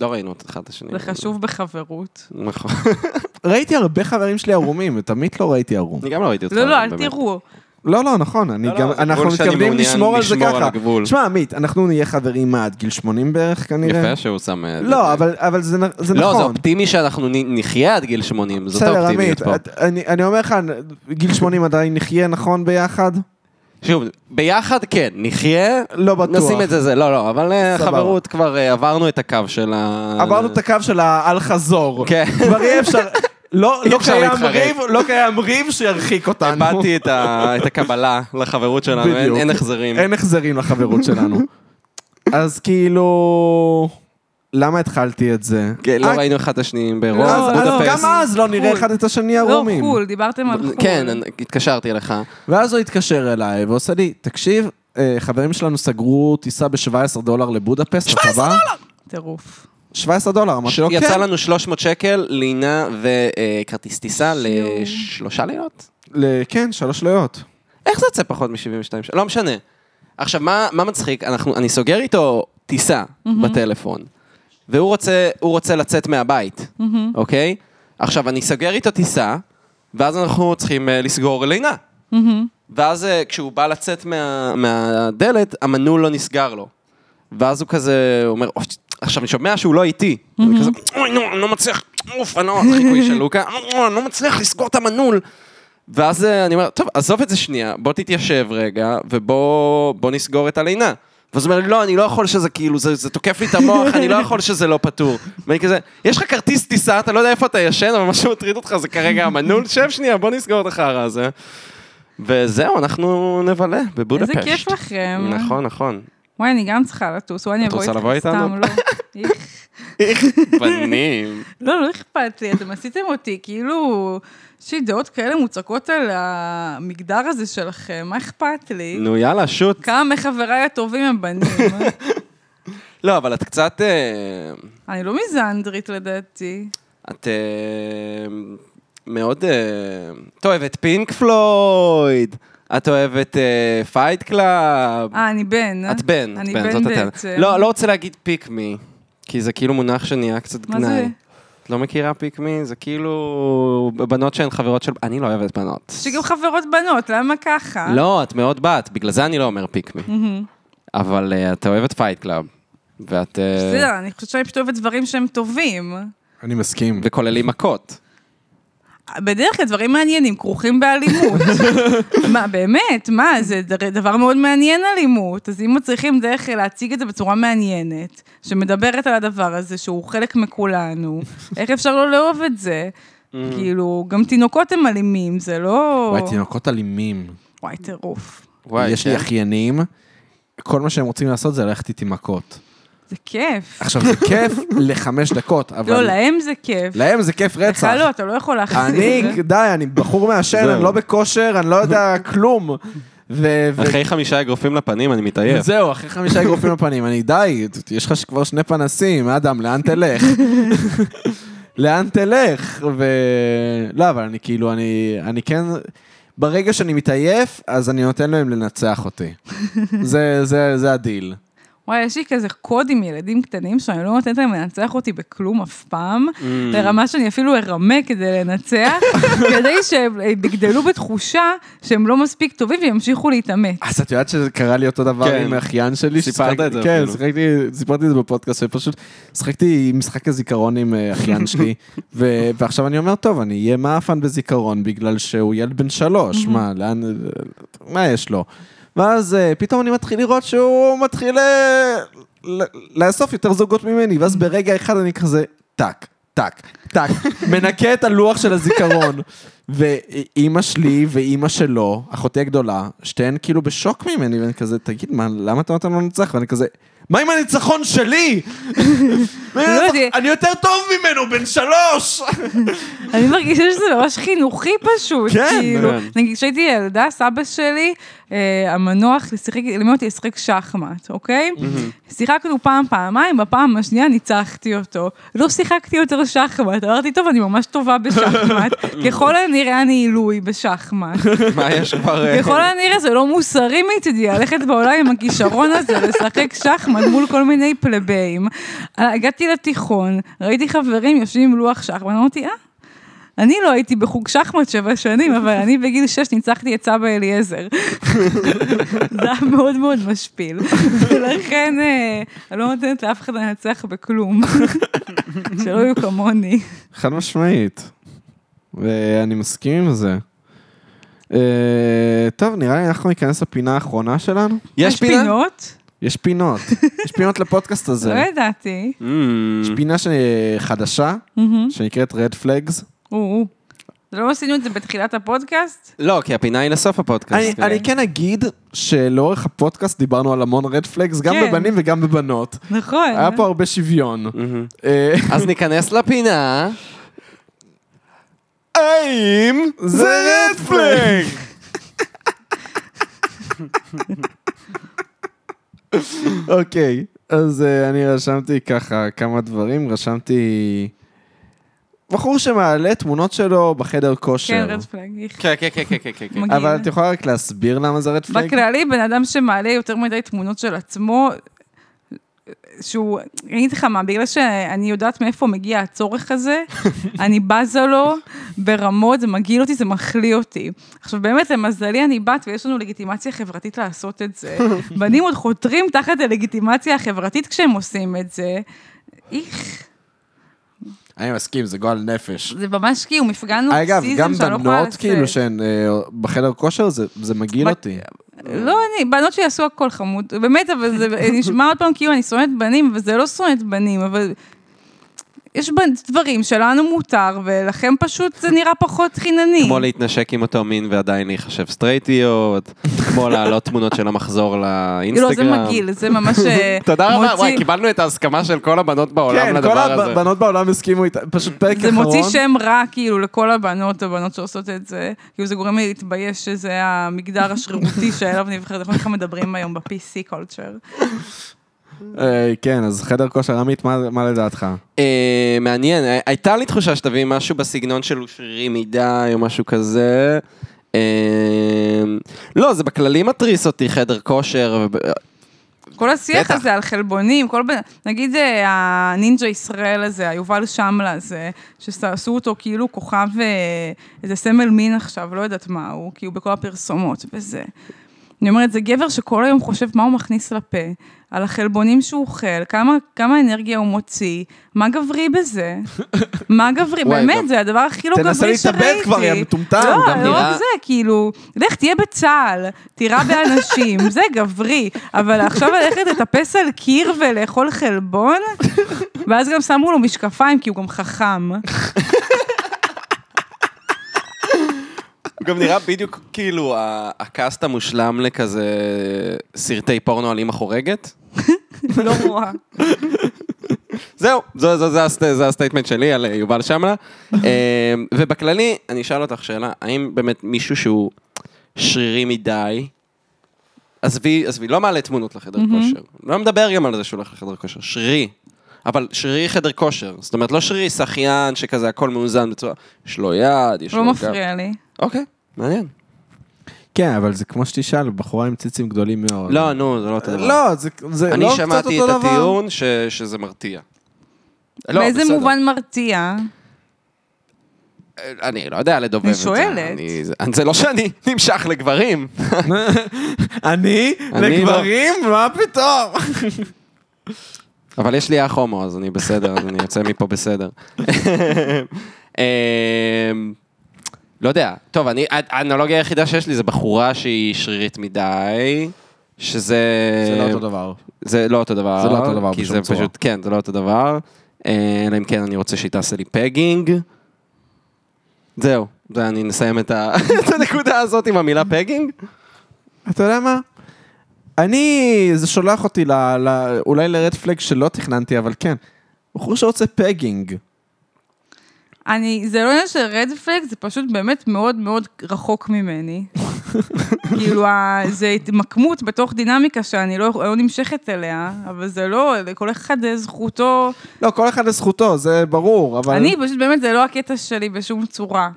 [SPEAKER 2] לא ראינו את אחד את השני.
[SPEAKER 3] זה חשוב בחברות.
[SPEAKER 2] נכון. (laughs)
[SPEAKER 1] ראיתי הרבה חברים שלי ערומים, (laughs) את עמית לא ראיתי ערום.
[SPEAKER 2] אני גם לא ראיתי אותך.
[SPEAKER 3] לא, לא, אל
[SPEAKER 2] באמת.
[SPEAKER 3] תראו.
[SPEAKER 1] לא, לא, נכון, אני
[SPEAKER 2] לא,
[SPEAKER 1] גם,
[SPEAKER 2] לא, זה
[SPEAKER 1] אנחנו
[SPEAKER 2] גבול שאני
[SPEAKER 1] מתכוונים
[SPEAKER 2] מעוניין
[SPEAKER 1] לשמור על זה
[SPEAKER 2] לשמור על
[SPEAKER 1] ככה.
[SPEAKER 2] הגבול.
[SPEAKER 1] שמע, עמית, אנחנו נהיה חברים עד גיל 80 בערך כנראה.
[SPEAKER 2] יפה שהוא שם... אה,
[SPEAKER 1] לא, אבל, אבל זה, נ- זה
[SPEAKER 2] לא,
[SPEAKER 1] נכון.
[SPEAKER 2] זה אופטימי שאנחנו נ- נחיה עד גיל 80, זאת
[SPEAKER 1] בסדר, עמית,
[SPEAKER 2] האופטימיות פה.
[SPEAKER 1] את- אני אני אומר לך, גיל 80 עדיין נחיה נכון ביחד?
[SPEAKER 2] שוב, ביחד כן, נחיה,
[SPEAKER 1] לא בטוח.
[SPEAKER 2] נשים את זה זה, לא, לא, אבל אה,
[SPEAKER 1] סבבה.
[SPEAKER 2] חברות כבר אה, עברנו את הקו של ה...
[SPEAKER 1] עברנו את הקו של האל-חזור.
[SPEAKER 2] (laughs) כן.
[SPEAKER 1] כבר אי אפשר... לא,
[SPEAKER 2] אי
[SPEAKER 1] לא,
[SPEAKER 2] אפשר
[SPEAKER 1] קיים
[SPEAKER 2] להתחרט.
[SPEAKER 1] ריב, לא קיים ריב שירחיק אותנו.
[SPEAKER 2] איבדתי את ה- את הקבלה לחברות שלנו, אין-
[SPEAKER 1] בדיוק.
[SPEAKER 2] אין החזרים.
[SPEAKER 1] אין החזרים לחברות
[SPEAKER 2] (laughs)
[SPEAKER 1] שלנו. אז כאילו... למה התחלתי את זה?
[SPEAKER 2] כן, לא
[SPEAKER 1] אה,
[SPEAKER 2] ראינו אחד את השני
[SPEAKER 1] לא,
[SPEAKER 2] ברוב,
[SPEAKER 1] אז- אז גם
[SPEAKER 2] בודפסט.
[SPEAKER 1] אז לא נראה
[SPEAKER 3] חו"ל.
[SPEAKER 1] אחד את השני
[SPEAKER 3] לא,
[SPEAKER 1] ערומים.
[SPEAKER 3] חו"ל, דיברתם על חו"ל.
[SPEAKER 2] כן, אני- התקשרתי אליך.
[SPEAKER 1] ואז הוא התקשר אליי ועושה לי, תקשיב, אה, חברים שלנו סגרו טיסה ב-17 דולר לבודפסט, אתה בא?
[SPEAKER 3] טירוף.
[SPEAKER 1] 17 דולר, אמרתי לו,
[SPEAKER 2] יצא
[SPEAKER 1] כן,
[SPEAKER 2] לנו 300 שקל, לינה וכרטיס טיסה
[SPEAKER 3] שיו.
[SPEAKER 2] לשלושה לילות?
[SPEAKER 1] ל- כן, שלוש ליות.
[SPEAKER 2] איך זה יוצא פחות מ-72 שעות? לא משנה. עכשיו, מה, מה מצחיק? אנחנו, אני סוגר איתו טיסה בטלפון, והוא רוצה, הוא רוצה לצאת מהבית, אוקיי? עכשיו, אני סוגר איתו טיסה, ואז אנחנו צריכים אה, לסגור לינה. ואז אה, כשהוא בא לצאת מה, מהדלת, המנעול לא נסגר לו. ואז הוא כזה אומר, "אוי, עכשיו אני שומע שהוא לא איתי. אני כזה,
[SPEAKER 3] Mm-hmm.
[SPEAKER 2] אוי, נו, אני לא מצליח, אוף, אני לא, החיקוי של לוקה, "אוי, אני לא מצליח לסגור את המנעול. ואז אה, אני אומר, טוב, עזוב את זה שנייה, בוא תתיישב רגע, ובוא בוא נסגור את הלינה. ואז הוא אומר, לי, לא, אני לא יכול שזה כאילו, זה, זה תוקף לי את המוח,
[SPEAKER 3] (laughs)
[SPEAKER 2] אני לא יכול שזה לא פתור. ואני כזה, יש לך כרטיס טיסה, אתה לא יודע איפה אתה ישן, אבל מה שמטריד אותך זה כרגע המנעול, שב שנייה, בוא נסגור את החרא הזה. וזהו, אנחנו נבלה
[SPEAKER 3] איזה
[SPEAKER 2] בבודפשט.
[SPEAKER 3] כיף לכם.
[SPEAKER 2] נכון, נכון.
[SPEAKER 3] וואי, אני גם צריכה לטוס. וואי, אני
[SPEAKER 2] את
[SPEAKER 3] אבוא
[SPEAKER 2] רוצה
[SPEAKER 3] איתך.
[SPEAKER 2] לבוא איתנו?
[SPEAKER 3] סתם, לא. איך?
[SPEAKER 2] בנים.
[SPEAKER 3] לא, לא אכפת לי, אתם עשיתם אותי, כאילו, יש לי דעות כאלה מוצקות על המגדר הזה שלכם, מה אכפת לי?
[SPEAKER 2] נו, יאללה, שוט.
[SPEAKER 3] כמה מחבריי הטובים הם בנים. (laughs)
[SPEAKER 2] לא, אבל את קצת... אה,
[SPEAKER 3] אני לא מיזנדרית לדעתי.
[SPEAKER 2] את אה, מאוד... אה, את אוהבת פינק פלויד, את אוהבת אה, פייט קלאב.
[SPEAKER 3] אה, אני בן. אה?
[SPEAKER 2] את בן, את
[SPEAKER 3] אני
[SPEAKER 2] בן,
[SPEAKER 3] בן
[SPEAKER 2] זאת הטענה.
[SPEAKER 3] בעצם.
[SPEAKER 2] לא, לא רוצה להגיד פיק מי, כי זה כאילו מונח שנהיה קצת
[SPEAKER 3] מה זה?
[SPEAKER 2] גנאי. את לא מכירה פיק מי? זה כאילו בנות שהן חברות של... אני לא אוהבת בנות.
[SPEAKER 3] יש לי גם חברות בנות, למה ככה?
[SPEAKER 2] לא, את מאוד בת, בגלל זה אני לא אומר פיק מי.
[SPEAKER 3] מהמם.
[SPEAKER 2] אבל אה, את אוהבת פייט קלאב. ואת... אה,
[SPEAKER 3] בסדר, אני חושבת שאני פשוט אוהבת דברים שהם טובים.
[SPEAKER 1] אני מסכים.
[SPEAKER 2] וכוללים מכות.
[SPEAKER 3] בדרך כלל דברים מעניינים
[SPEAKER 1] (laughs)
[SPEAKER 3] כרוכים באלימות. מה, באמת, מה, זה דר- דבר מאוד מעניין אלימות. אז אם מצליחים דרך להציג את זה בצורה מעניינת, שמדברת על הדבר הזה, שהוא
[SPEAKER 1] (laughs)
[SPEAKER 3] חלק מכולנו, איך אפשר לא לאהוב את זה? כאילו, גם תינוקות הם אלימים, זה לא...
[SPEAKER 1] Mm. וואי, תינוקות אלימים.
[SPEAKER 3] וואי, טירוף.
[SPEAKER 2] וואי,
[SPEAKER 1] יש לי
[SPEAKER 2] כן.
[SPEAKER 1] אחיינים, כל מה שהם רוצים לעשות זה ללכת איתי מכות.
[SPEAKER 3] זה כיף.
[SPEAKER 1] עכשיו,
[SPEAKER 2] (laughs)
[SPEAKER 1] זה כיף לחמש דקות, אבל...
[SPEAKER 3] לא, להם זה כיף.
[SPEAKER 1] להם זה כיף רצח.
[SPEAKER 3] לך לא, אתה לא יכול להחזיר
[SPEAKER 1] אני,
[SPEAKER 3] (laughs) את זה.
[SPEAKER 1] די, אני בחור מעשן,
[SPEAKER 2] זהו.
[SPEAKER 1] אני לא בכושר, אני לא
[SPEAKER 2] (laughs)
[SPEAKER 1] יודע כלום. ו- ו-
[SPEAKER 2] אחרי חמישה אגרופים לפנים, אני מתעייף.
[SPEAKER 1] זהו, אחרי חמישה אגרופים לפנים, אני די, יש לך כבר שני פנסים, אדם, לאן תלך? לאן תלך? ו... לא, אבל אני כאילו, אני, אני כן... ברגע שאני מתעייף, אז אני נותן להם לנצח אותי. זה, זה, זה הדיל.
[SPEAKER 3] וואי, יש לי כזה קוד עם ילדים קטנים שאני לא נותנת להם לנצח אותי בכלום אף פעם, לרמה שאני אפילו ארמה כדי לנצח, כדי שהם יגדלו בתחושה שהם לא מספיק טובים וימשיכו להתאמץ.
[SPEAKER 1] אז את יודעת שזה קרה לי אותו דבר
[SPEAKER 2] כן.
[SPEAKER 1] עם אחיין שלי?
[SPEAKER 2] סיפרת
[SPEAKER 1] ששיחק-
[SPEAKER 2] את זה
[SPEAKER 1] כן,
[SPEAKER 2] אפילו.
[SPEAKER 1] שיחקתי- סיפרתי את זה בפודקאסט, שפשוט שיחקתי עם משחק הזיכרון עם אה,
[SPEAKER 2] (laughs)
[SPEAKER 1] אחיין שלי, ו- ועכשיו אני אומר, טוב, אני אהיה מאפן בזיכרון, בגלל שהוא ילד בן שלוש, מה, לאן, מה יש לו? ואז אה, פתאום אני מתחיל לראות שהוא מתחיל אה, ל- לאסוף יותר זוגות ממני, ואז ברגע אחד אני כזה, טאק, טאק, טאק, מנקה את הלוח של הזיכרון. ואימא שלי ואימא שלו, אחותי הגדולה, שתיהן כאילו בשוק ממני, ואני כזה, תגיד, מה, למה אתה נותן לו לנצח? ואני כזה, מה עם הניצחון שלי?
[SPEAKER 3] יודעת.
[SPEAKER 1] אני יותר טוב ממנו, בן שלוש!
[SPEAKER 3] אני מרגישה שזה ממש חינוכי פשוט,
[SPEAKER 1] כן,
[SPEAKER 3] כאילו,
[SPEAKER 2] כן.
[SPEAKER 3] נגיד כשהייתי ילדה, סבא שלי, אה, המנוח, שיחק- לימד אותי לשחק שחמט, אוקיי? שיחקנו פעם, פעמיים, בפעם השנייה ניצחתי אותו. לא שיחקתי יותר שחמט, אמרתי, טוב, אני ממש טובה בשחמט, ככל הנראה אני עילוי בשחמט.
[SPEAKER 2] מה יש כבר... אה, (laughs)
[SPEAKER 3] ככל הנראה זה לא מוסרי מצידי, ללכת בעולם עם הכישרון הזה, לשחק שחמט מול כל מיני פלבאים. אה, הגעתי לתיכון, ראיתי חברים יושבים עם לוח שחמט, אמרתי, אה, אני לא הייתי בחוג שחמט שבע שנים, אבל אני בגיל שש ניצחתי את סבא אליעזר. (laughs) זה היה מאוד מאוד משפיל, ולכן אה, אני לא נותנת לאף אחד לנצח בכלום. (laughs) שלא יהיו כמוני.
[SPEAKER 1] חד משמעית. ואני מסכים עם זה. אה, טוב, נראה לי אנחנו ניכנס לפינה האחרונה שלנו.
[SPEAKER 2] יש פינה?
[SPEAKER 3] פינות?
[SPEAKER 1] יש (laughs) פינות. יש פינות לפודקאסט
[SPEAKER 3] לא
[SPEAKER 1] הזה.
[SPEAKER 3] ידעתי.
[SPEAKER 1] יש
[SPEAKER 2] Mm.
[SPEAKER 1] פינה ש- חדשה,
[SPEAKER 3] מהמם.
[SPEAKER 1] שנקראת רד פלגס.
[SPEAKER 3] או, או. לא עשינו את זה בתחילת הפודקאסט?
[SPEAKER 2] לא, כי הפינה היא לסוף
[SPEAKER 1] אני,
[SPEAKER 2] הפודקאסט. כאילו.
[SPEAKER 1] אני כן אגיד שלאורך הפודקאסט דיברנו על המון רד פלגס, גם
[SPEAKER 3] כן.
[SPEAKER 1] בבנים וגם בבנות.
[SPEAKER 3] נכון.
[SPEAKER 1] היה פה הרבה שוויון.
[SPEAKER 2] מהמם.
[SPEAKER 1] אה,
[SPEAKER 2] אז ניכנס לפינה.
[SPEAKER 1] האם זה רד פלג? אוקיי, אז אה, אני רשמתי ככה כמה דברים, רשמתי... בחור שמעלה תמונות שלו בחדר
[SPEAKER 3] כן,
[SPEAKER 1] כושר.
[SPEAKER 3] רד פלאג. איך-
[SPEAKER 2] כן, כן, כן, כן, כן, כן.
[SPEAKER 3] מגעיל.
[SPEAKER 1] אבל את יכולה רק להסביר למה זה רד פלג?
[SPEAKER 3] בכללי, בן אדם שמעלה יותר מדי תמונות של עצמו, שהוא, אני אגיד לך מה, בגלל שאני יודעת מאיפה מגיע הצורך
[SPEAKER 1] (laughs)
[SPEAKER 3] הזה, אני בזה לו ברמות, זה מגעיל אותי, זה מחליא אותי. עכשיו, באמת, למזלי אני בת, ויש לנו לגיטימציה חברתית לעשות את
[SPEAKER 1] (laughs)
[SPEAKER 3] זה. בנים עוד חותרים תחת הלגיטימציה החברתית כשהם עושים את זה. איך,
[SPEAKER 1] אני מסכים, זה גועל נפש.
[SPEAKER 3] זה ממש כאילו מפגן
[SPEAKER 1] אגב, גם
[SPEAKER 3] נורקסיזם שאני לא יכולה
[SPEAKER 1] בנות
[SPEAKER 3] לשאת.
[SPEAKER 1] כאילו שהן אה, בחדר כושר, זה- זה מגעיל
[SPEAKER 3] בת-
[SPEAKER 1] אותי.
[SPEAKER 3] לא, אני, בנות שיעשו הכל חמוד, באמת, אבל זה (laughs) נשמע עוד פעם כאילו אני שונאת בנים, וזה לא שונאת בנים, אבל... יש בנ- דברים שלנו מותר, ולכם פשוט זה נראה פחות חינני. לא,
[SPEAKER 2] כמו להתנשק עם אותו מין ועדיין להיחשב סטרייטיות, כמו להעלות תמונות של המחזור לאינסטגרם.
[SPEAKER 3] לא, זה מגעיל, זה ממש... אה,
[SPEAKER 2] (laughs) תודה רבה,
[SPEAKER 3] מוציא-
[SPEAKER 2] וואי, קיבלנו את ההסכמה של כל הבנות בעולם
[SPEAKER 1] כן, כל
[SPEAKER 2] לדבר הזה.
[SPEAKER 1] הבנות בעולם הסכימו איתה, פשוט פרק
[SPEAKER 3] זה
[SPEAKER 1] אחרון.
[SPEAKER 3] מוציא שם רע, כאילו, לכל הבנות, הבנות שעושות את זה. כאילו, זה גורם לי להתבייש שזה המגדר השרירותי (laughs) שאליו נבחרת. אנחנו ככה מדברים היום ב-PC culture.
[SPEAKER 1] אה, כן, אז חדר כושר, עמית, מה- מה לדעתך?
[SPEAKER 2] אה, מעניין, הי- הייתה לי תחושה שתביא משהו בסגנון של שרירי מדי או משהו כזה. אה, לא, זה בכללי מתריס אותי, חדר כושר. וב- אה,
[SPEAKER 3] כל השיח
[SPEAKER 2] בטח.
[SPEAKER 3] הזה על חלבונים, כל בן... נגיד אה, הנינג'ה ישראל הזה, היובל שמלה הזה, שעשו אותו כאילו כוכב, אה, איזה סמל מין עכשיו, לא יודעת מה הוא, כי הוא בכל הפרסומות וזה. אני אומרת, זה גבר שכל היום חושב מה הוא מכניס לפה, על החלבונים שהוא אוכל, כמה, כמה אנרגיה הוא מוציא, מה גברי
[SPEAKER 1] (laughs)
[SPEAKER 3] בזה? מה גברי?
[SPEAKER 1] וואי,
[SPEAKER 3] באמת,
[SPEAKER 1] גם-
[SPEAKER 3] זה הדבר הכי לא גברי
[SPEAKER 1] תנסה
[SPEAKER 3] שראיתי.
[SPEAKER 1] להתאבד כבר, יא מטומטם.
[SPEAKER 3] לא,
[SPEAKER 2] גם
[SPEAKER 3] לא
[SPEAKER 2] נראה-
[SPEAKER 3] רק זה, כאילו, לך תהיה בצה"ל, תירה
[SPEAKER 2] (laughs)
[SPEAKER 3] באנשים, זה גברי, אבל עכשיו ללכת לטפס על קיר ולאכול חלבון, ואז גם שמו לו משקפיים, כי הוא גם
[SPEAKER 2] (laughs)
[SPEAKER 3] חכם.
[SPEAKER 2] הוא גם נראה בדיוק כאילו ה- הקאסט המושלם לכזה סרטי פורנו על אימא חורגת.
[SPEAKER 3] לא רואה.
[SPEAKER 2] זהו, זה, זה, זה, הסט- זה הסטייטמנט שלי על אה, יובל
[SPEAKER 3] (laughs)
[SPEAKER 2] שמלה. אה, ובכללי, אני אשאל אותך שאלה, האם באמת מישהו שהוא שרירי מדי, עזבי, עזבי, לא מעלה תמונות לחדר כושר, לא מדבר גם על זה שהוא הולך לחדר כושר, שרירי. אבל שרירי חדר כושר. זאת אומרת, לא שרירי שחיין שכזה הכל מאוזן בצורה... יש לו יד, יש לו...
[SPEAKER 3] לא
[SPEAKER 2] גב.
[SPEAKER 3] מפריע לי.
[SPEAKER 2] אוקיי, מעניין.
[SPEAKER 1] כן, אבל זה כמו שתשאל, בחורה עם ציצים גדולים מאוד.
[SPEAKER 2] לא, נו, זה לא אותו דבר.
[SPEAKER 1] אוקיי. לא, זה זה
[SPEAKER 2] אני
[SPEAKER 1] לא קצת
[SPEAKER 2] שמעתי את
[SPEAKER 1] אותו דבר.
[SPEAKER 2] הטיעון ש- שזה מרתיע. לא,
[SPEAKER 3] באיזה
[SPEAKER 2] בסדר.
[SPEAKER 3] מובן מרתיע?
[SPEAKER 2] אני לא יודע לדובב
[SPEAKER 3] אני
[SPEAKER 2] את זה.
[SPEAKER 3] שואלת.
[SPEAKER 2] אני- זה- זה לא שאני (laughs) נמשך לגברים.
[SPEAKER 1] אני?
[SPEAKER 2] אני לא.
[SPEAKER 1] לגברים? מה פתאום?
[SPEAKER 2] אבל יש לי אח הומו, אז אני בסדר, אז אני יוצא מפה בסדר. (laughs) אמ, לא יודע. טוב, אני, הא- האנלוגיה היחידה שיש לי זה בחורה שהיא שרירית מדי, שזה...
[SPEAKER 1] זה לא אותו דבר.
[SPEAKER 2] זה לא אותו דבר.
[SPEAKER 1] זה לא אותו דבר
[SPEAKER 2] כי
[SPEAKER 1] בשום
[SPEAKER 2] זה
[SPEAKER 1] צורה.
[SPEAKER 2] פשוט, כן, זה לא אותו דבר. אה, אלא אם כן אני רוצה שהיא תעשה לי פגינג. זהו, זה, אני נסיים את ה- (laughs) את הנקודה הזאת עם המילה (laughs) פגינג.
[SPEAKER 1] אתה יודע מה? אני, זה שולח אותי ל, ל, אולי לרד פלג שלא תכננתי, אבל כן. בחור שרוצה פגינג.
[SPEAKER 3] אני, זה לא עניין של רד פלג, זה פשוט באמת מאוד מאוד רחוק
[SPEAKER 2] (laughs)
[SPEAKER 3] ממני. כאילו, ה- זה התמקמות בתוך דינמיקה שאני לא, לא נמשכת אליה, אבל זה לא, כל אחד אה, זכותו.
[SPEAKER 1] לא, כל אחד לזכותו, זה ברור, אבל...
[SPEAKER 3] אני פשוט באמת, זה לא הקטע שלי בשום צורה.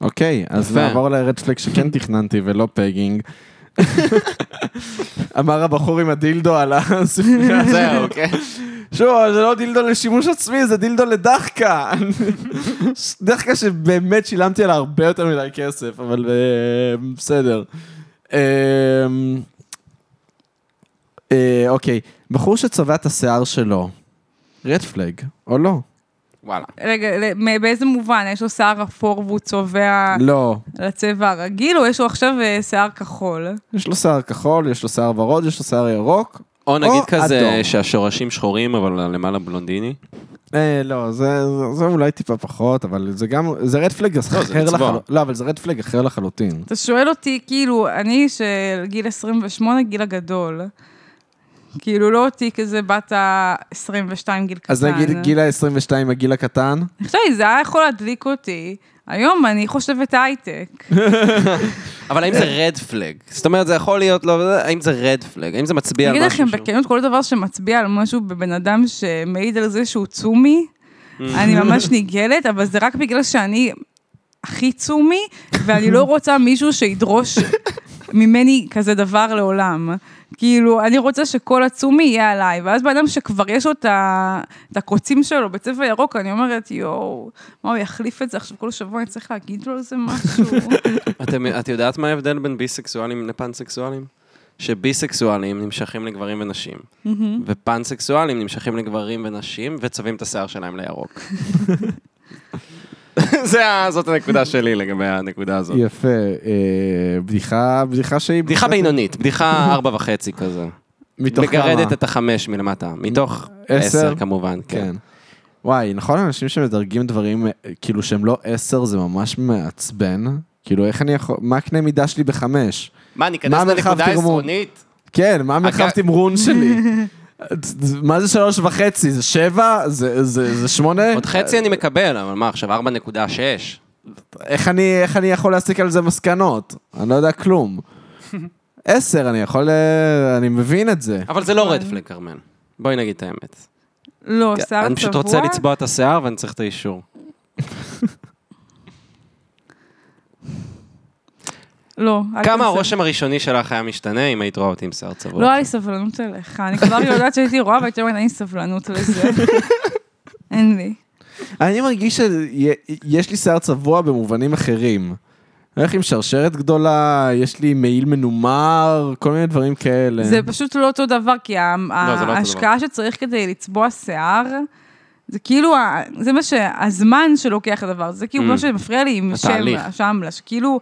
[SPEAKER 1] אוקיי, אז
[SPEAKER 2] יפה.
[SPEAKER 1] נעבור לרד פלג שכן תכננתי ולא
[SPEAKER 2] (laughs)
[SPEAKER 1] פגינג. אמר הבחור עם הדילדו על הספרייה.
[SPEAKER 2] (laughs) זהו, כן.
[SPEAKER 1] שוב, אבל זה לא דילדו לשימוש עצמי, זה דילדו לדחקה. (laughs) דחקה שבאמת שילמתי עליה הרבה יותר מדי כסף, אבל אה, בסדר. אה, אה, אוקיי, בחור שצבע את השיער שלו, רד פלג, או לא?
[SPEAKER 2] וואלה.
[SPEAKER 3] רגע, ל- מ- באיזה מובן? יש לו שיער אפור והוא צובע
[SPEAKER 1] לא.
[SPEAKER 3] לצבע הרגיל, או יש לו עכשיו אה, שיער כחול?
[SPEAKER 1] יש לו שיער כחול, יש לו שיער ורוד, יש לו שיער ירוק.
[SPEAKER 2] או נגיד
[SPEAKER 1] או
[SPEAKER 2] כזה
[SPEAKER 1] אדום.
[SPEAKER 2] שהשורשים שחורים, אבל למעלה בלונדיני.
[SPEAKER 1] אה, לא, זה, זה, זה אולי טיפה פחות, אבל זה גם, זה רד פלג אחר
[SPEAKER 2] זה לצבוע.
[SPEAKER 1] לחלוטין. לא, אבל זה רד פלג אחר לחלוטין.
[SPEAKER 3] אתה שואל אותי, כאילו, אני של גיל 28, גיל הגדול. כאילו, לא אותי כזה בת ה-22, גיל קטן.
[SPEAKER 1] אז נגיד גיל ה-22, הגיל הקטן.
[SPEAKER 3] אני חושבת שזה היה יכול להדליק אותי. היום אני חושבת הייטק.
[SPEAKER 2] אבל האם זה רד פלג? זאת אומרת, זה יכול להיות לא... האם זה רד פלג? האם זה מצביע
[SPEAKER 3] אני
[SPEAKER 2] על
[SPEAKER 3] אגיד
[SPEAKER 2] משהו
[SPEAKER 3] לכם
[SPEAKER 2] שהוא...
[SPEAKER 3] בכנות, כל דבר שמצביע על משהו בבן אדם שמעיד על זה שהוא צומי,
[SPEAKER 2] Mm.
[SPEAKER 3] אני ממש נגעלת, אבל זה רק בגלל שאני הכי צומי, ואני לא רוצה מישהו שידרוש ממני כזה דבר לעולם. כאילו, אני רוצה שכל הצומי יהיה עליי, ואז בן אדם שכבר יש לו את ה- את הקוצים שלו בצבע ירוק, אני אומרת, יואו, מה, הוא יחליף את זה עכשיו כל שבוע, אני צריך להגיד לו איזה
[SPEAKER 2] (laughs)
[SPEAKER 3] משהו?
[SPEAKER 2] אתם- את יודעת מה ההבדל בין ביסקסואלים לפנסקסואלים? שביסקסואלים נמשכים לגברים ונשים, ופנסקסואלים נמשכים לגברים ונשים, וצובעים את השיער שלהם לירוק. (laughs) זה ה- זאת הנקודה שלי לגבי הנקודה הזאת.
[SPEAKER 1] יפה, אה, בדיחה, בדיחה שהיא...
[SPEAKER 2] בדיחה בינונית, בדיחה ארבע וחצי כזה.
[SPEAKER 1] מתוך כמה?
[SPEAKER 2] מגרדת את החמש מלמטה, מתוך
[SPEAKER 1] עשר?
[SPEAKER 2] עשר כמובן, כן.
[SPEAKER 1] כן. וואי, נכון אנשים שמדרגים דברים, אה, כאילו שהם לא עשר, זה ממש מעצבן. כאילו, איך אני יכול... מה הקנה מידה שלי בחמש?
[SPEAKER 2] מה, ניכנס
[SPEAKER 1] מה מרחב
[SPEAKER 2] לנקודה
[SPEAKER 1] תרמון?
[SPEAKER 2] עשרונית?
[SPEAKER 1] כן, מה מרחב
[SPEAKER 2] אגב-
[SPEAKER 1] תמרון שלי? (laughs) מה זה שלוש וחצי? זה שבע? זה- זה זה שמונה?
[SPEAKER 2] אה, עוד חצי אני מקבל, אבל מה עכשיו, 4.6?
[SPEAKER 1] איך אני, איך אני יכול להסיק על זה מסקנות? אני לא יודע כלום. עשר, אני יכול... אה, אני מבין את זה.
[SPEAKER 2] אבל זה לא רד פלג, כרמן. בואי נגיד את האמת.
[SPEAKER 3] לא, שיער צבוע?
[SPEAKER 2] כן, אני פשוט רוצה לצבוע את השיער ואני צריך את האישור.
[SPEAKER 3] לא. אל
[SPEAKER 2] כמה
[SPEAKER 3] תעשה.
[SPEAKER 2] הרושם הראשוני שלך היה משתנה אם היית רואה אותי עם שיער צבוע?
[SPEAKER 3] לא היה לי סבלנות אליך, אני כבר יודעת שהייתי רואה והייתי אומרת, אין לי סבלנות לזה. אין לי.
[SPEAKER 1] אני מרגיש שיש לי שיער צבוע במובנים אחרים. אני הולך עם שרשרת גדולה, יש לי מעיל מנומר, כל מיני דברים כאלה.
[SPEAKER 3] זה פשוט לא אותו דבר, כי ה-
[SPEAKER 2] לא אותו דבר.
[SPEAKER 3] ההשקעה שצריך כדי לצבוע שיער, זה כאילו, ה- זה מה שהזמן שלוקח הדבר, הזה, זה כאילו
[SPEAKER 2] Mm.
[SPEAKER 3] מה שמפריע לי עם
[SPEAKER 2] התהליך.
[SPEAKER 3] שם- שמלה, שכאילו...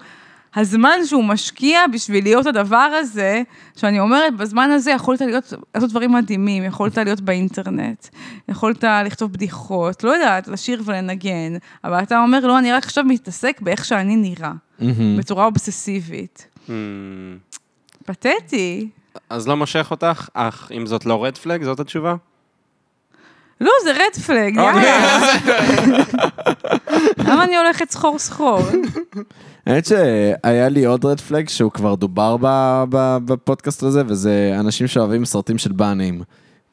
[SPEAKER 3] הזמן שהוא משקיע בשביל להיות הדבר הזה, שאני אומרת, בזמן הזה יכולת להיות, לעשות דברים מדהימים, יכולת להיות באינטרנט, יכולת לכתוב בדיחות, לא יודעת, לשיר ולנגן, אבל אתה אומר, לא, אני רק עכשיו מתעסק באיך שאני נראה,
[SPEAKER 1] מהמם.
[SPEAKER 3] בצורה אובססיבית.
[SPEAKER 2] Hmm.
[SPEAKER 3] פתטי.
[SPEAKER 2] אז לא מושך אותך, אך אם זאת לא רד פלג, זאת התשובה?
[SPEAKER 3] לא, זה רד פלג,
[SPEAKER 1] אוקיי.
[SPEAKER 3] יאללה. למה אני הולכת סחור סחור?
[SPEAKER 1] האמת שהיה לי עוד רד פלג שהוא כבר דובר ב- ב- בפודקאסט הזה, וזה אנשים שאוהבים סרטים של באנים.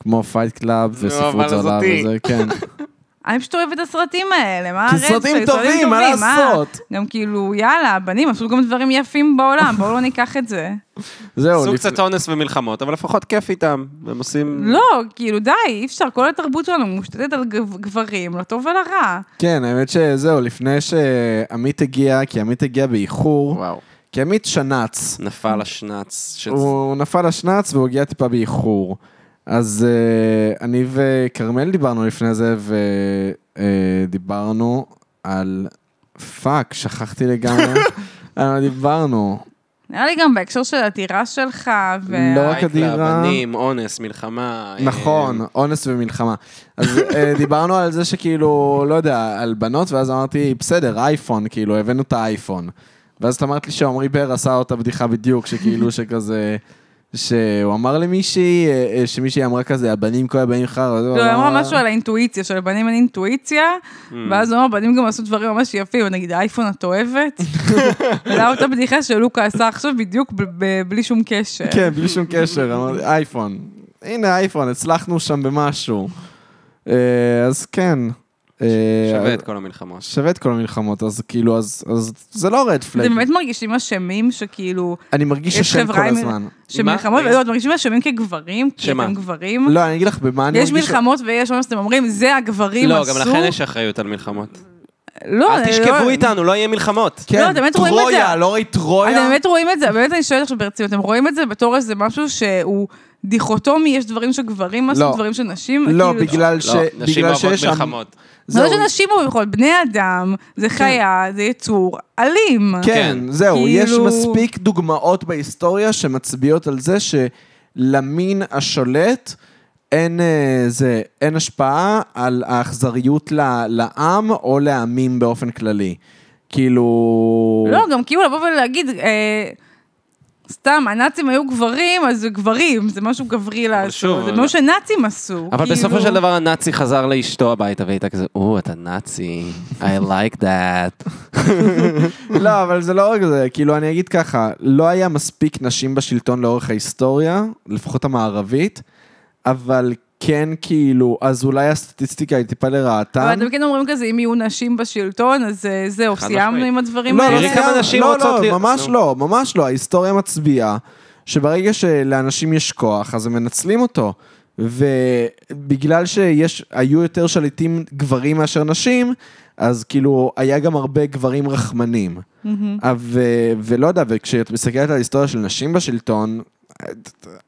[SPEAKER 1] כמו פייט קלאב
[SPEAKER 2] נו,
[SPEAKER 1] וספרות
[SPEAKER 2] אבל אז
[SPEAKER 1] זולה
[SPEAKER 2] אותי.
[SPEAKER 1] וזה, כן.
[SPEAKER 3] אני פשוט אוהבת את הסרטים האלה, מה
[SPEAKER 1] כי
[SPEAKER 3] הרדפק?
[SPEAKER 1] סרטים טובים, מה לעשות?
[SPEAKER 3] גם כאילו, יאללה, הבנים עשו גם דברים יפים בעולם, בואו לא ניקח את זה.
[SPEAKER 1] זהו,
[SPEAKER 2] עשו
[SPEAKER 1] לא, לפ-
[SPEAKER 2] קצת אונס ומלחמות, אבל לפחות כיף איתם. הם עושים...
[SPEAKER 3] לא, כאילו, די, אי אפשר, כל התרבות שלנו מושתתת על גב- גברים, לטוב ולרע.
[SPEAKER 1] כן, האמת שזהו, לפני שעמית הגיע, כי עמית הגיע באיחור,
[SPEAKER 2] וואו.
[SPEAKER 1] כי עמית שנץ.
[SPEAKER 2] נפל השנץ. ש-
[SPEAKER 1] הוא נפל לשנץ והוא הגיע טיפה באיחור. אז uh, אני וכרמל דיברנו לפני זה, ודיברנו על... פאק, שכחתי לגמרי על מה דיברנו.
[SPEAKER 3] נראה לי גם בהקשר של הטירה שלך, ו...
[SPEAKER 1] לא רק
[SPEAKER 2] פייט קלאב,
[SPEAKER 1] הדירה.
[SPEAKER 2] בנים, אונס, מלחמה. אה,
[SPEAKER 1] נכון, אונס ומלחמה. אז
[SPEAKER 2] (laughs)
[SPEAKER 1] אה, דיברנו על זה שכאילו, לא יודע, על בנות, ואז אמרתי, בסדר, אייפון, כאילו, הבאנו את האייפון. ואז את אמרת לי שעמרי בר עשה אותה בדיחה בדיוק,
[SPEAKER 2] (laughs)
[SPEAKER 1] שכאילו, שכזה... שהוא אמר למישהי, אה, אה, שמישהי אמרה כזה, הבנים כל הבנים חרא.
[SPEAKER 3] לא, היא
[SPEAKER 1] "אה,
[SPEAKER 3] אמרה משהו על האינטואיציה, שלבנים אין אינטואיציה,
[SPEAKER 2] Mm.
[SPEAKER 3] ואז הוא אמר, בנים גם עשו דברים ממש יפים, נגיד האייפון את
[SPEAKER 2] (laughs)
[SPEAKER 3] אוהבת. זו הייתה אותה בדיחה שלוקה עשה עכשיו בדיוק ב- ב- בלי שום קשר.
[SPEAKER 1] כן, בלי שום קשר, אמרתי, אייפון. הנה האייפון, הצלחנו שם במשהו. אה, אז כן. אה,
[SPEAKER 2] שווה את כל המלחמות.
[SPEAKER 1] שווה את כל המלחמות, אז כאילו, אז אז זה לא רד פלאג.
[SPEAKER 3] אתם באמת מרגישים אשמים שכאילו,
[SPEAKER 1] אני מרגיש
[SPEAKER 3] יש
[SPEAKER 1] אשם
[SPEAKER 3] חברה
[SPEAKER 1] כל
[SPEAKER 3] עם-
[SPEAKER 1] הזמן.
[SPEAKER 3] שמלחמות,
[SPEAKER 2] מה?
[SPEAKER 3] לא, אתם מרגישים אשמים כגברים? כי
[SPEAKER 2] אה? שמה?
[SPEAKER 3] אתם גברים?
[SPEAKER 1] לא, אני אגיד לך במה אני
[SPEAKER 3] יש
[SPEAKER 1] מרגיש...
[SPEAKER 3] מלחמות ויש אונס, אתם אומרים, זה הגברים
[SPEAKER 2] לא,
[SPEAKER 3] עשו?
[SPEAKER 2] גם לכן יש אחריות על מלחמות.
[SPEAKER 3] לא,
[SPEAKER 2] אל
[SPEAKER 3] לא-
[SPEAKER 2] תשכבו איתנו, לא יהיה מלחמות.
[SPEAKER 1] כן,
[SPEAKER 3] לא, אתם באמת רואים את זה.
[SPEAKER 1] טרויה, לא ראית טרויה?
[SPEAKER 3] אתם באמת רואים את זה, באמת אני שואלת עכשיו ברצינות, אתם רואים את זה בתור איזה משהו שהוא דיכוטומי, יש דברים שגברים עשו,
[SPEAKER 1] לא.
[SPEAKER 3] דברים שנשים?
[SPEAKER 1] לא,
[SPEAKER 3] כאילו-
[SPEAKER 1] בגלל ש...
[SPEAKER 2] לא, נשים
[SPEAKER 1] בגלל
[SPEAKER 2] אוהבות
[SPEAKER 1] שיש שם-
[SPEAKER 2] מלחמות.
[SPEAKER 3] זה לא
[SPEAKER 1] זהו,
[SPEAKER 3] שנשים הוא יכול, בני אדם, זה חיה, זה יצור אלים.
[SPEAKER 1] כן,
[SPEAKER 2] כן.
[SPEAKER 1] זהו, יש
[SPEAKER 3] כאילו-
[SPEAKER 1] מספיק דוגמאות בהיסטוריה שמצביעות על זה שלמין השולט אין, אה, זה, אין השפעה על האכזריות ל- לעם או לעמים באופן כללי. כאילו...
[SPEAKER 3] לא, גם כאילו לבוא ולהגיד, אה, סתם, הנאצים היו גברים, אז זה גברים, זה משהו גברי
[SPEAKER 2] שוב,
[SPEAKER 3] לעשות, זה
[SPEAKER 2] אבל-
[SPEAKER 3] משהו שנאצים עשו.
[SPEAKER 2] אבל
[SPEAKER 3] כאילו-
[SPEAKER 2] בסופו של דבר הנאצי חזר לאשתו הביתה והיא הייתה כזה, או, אתה נאצי, I like that.
[SPEAKER 1] לא, אבל זה לא רק זה, כאילו, אני אגיד ככה, לא היה מספיק נשים בשלטון לאורך ההיסטוריה, לפחות המערבית, אבל כן, כאילו, אז אולי הסטטיסטיקה היא טיפה
[SPEAKER 3] אבל
[SPEAKER 1] לרעתן.
[SPEAKER 3] אתם כן אומרים כזה, אם יהיו נשים בשלטון, אז אה, זהו,
[SPEAKER 2] חד
[SPEAKER 3] סיימנו
[SPEAKER 2] משמעית.
[SPEAKER 3] עם הדברים
[SPEAKER 1] לא,
[SPEAKER 3] האלה. כן.
[SPEAKER 1] לא,
[SPEAKER 2] תראי כמה
[SPEAKER 1] סיימנו.
[SPEAKER 2] נשים
[SPEAKER 1] לא,
[SPEAKER 2] רוצות
[SPEAKER 1] לא,
[SPEAKER 2] להיות-
[SPEAKER 1] ממש
[SPEAKER 2] נו.
[SPEAKER 1] לא, ממש לא. ההיסטוריה מצביעה שברגע שלאנשים יש כוח, אז הם מנצלים אותו. ובגלל שיש, היו יותר שליטים גברים מאשר נשים, אז כאילו, היה גם הרבה גברים רחמנים. אה, ו, ולא יודע, וכשאת מסתכלת על ההיסטוריה של נשים בשלטון,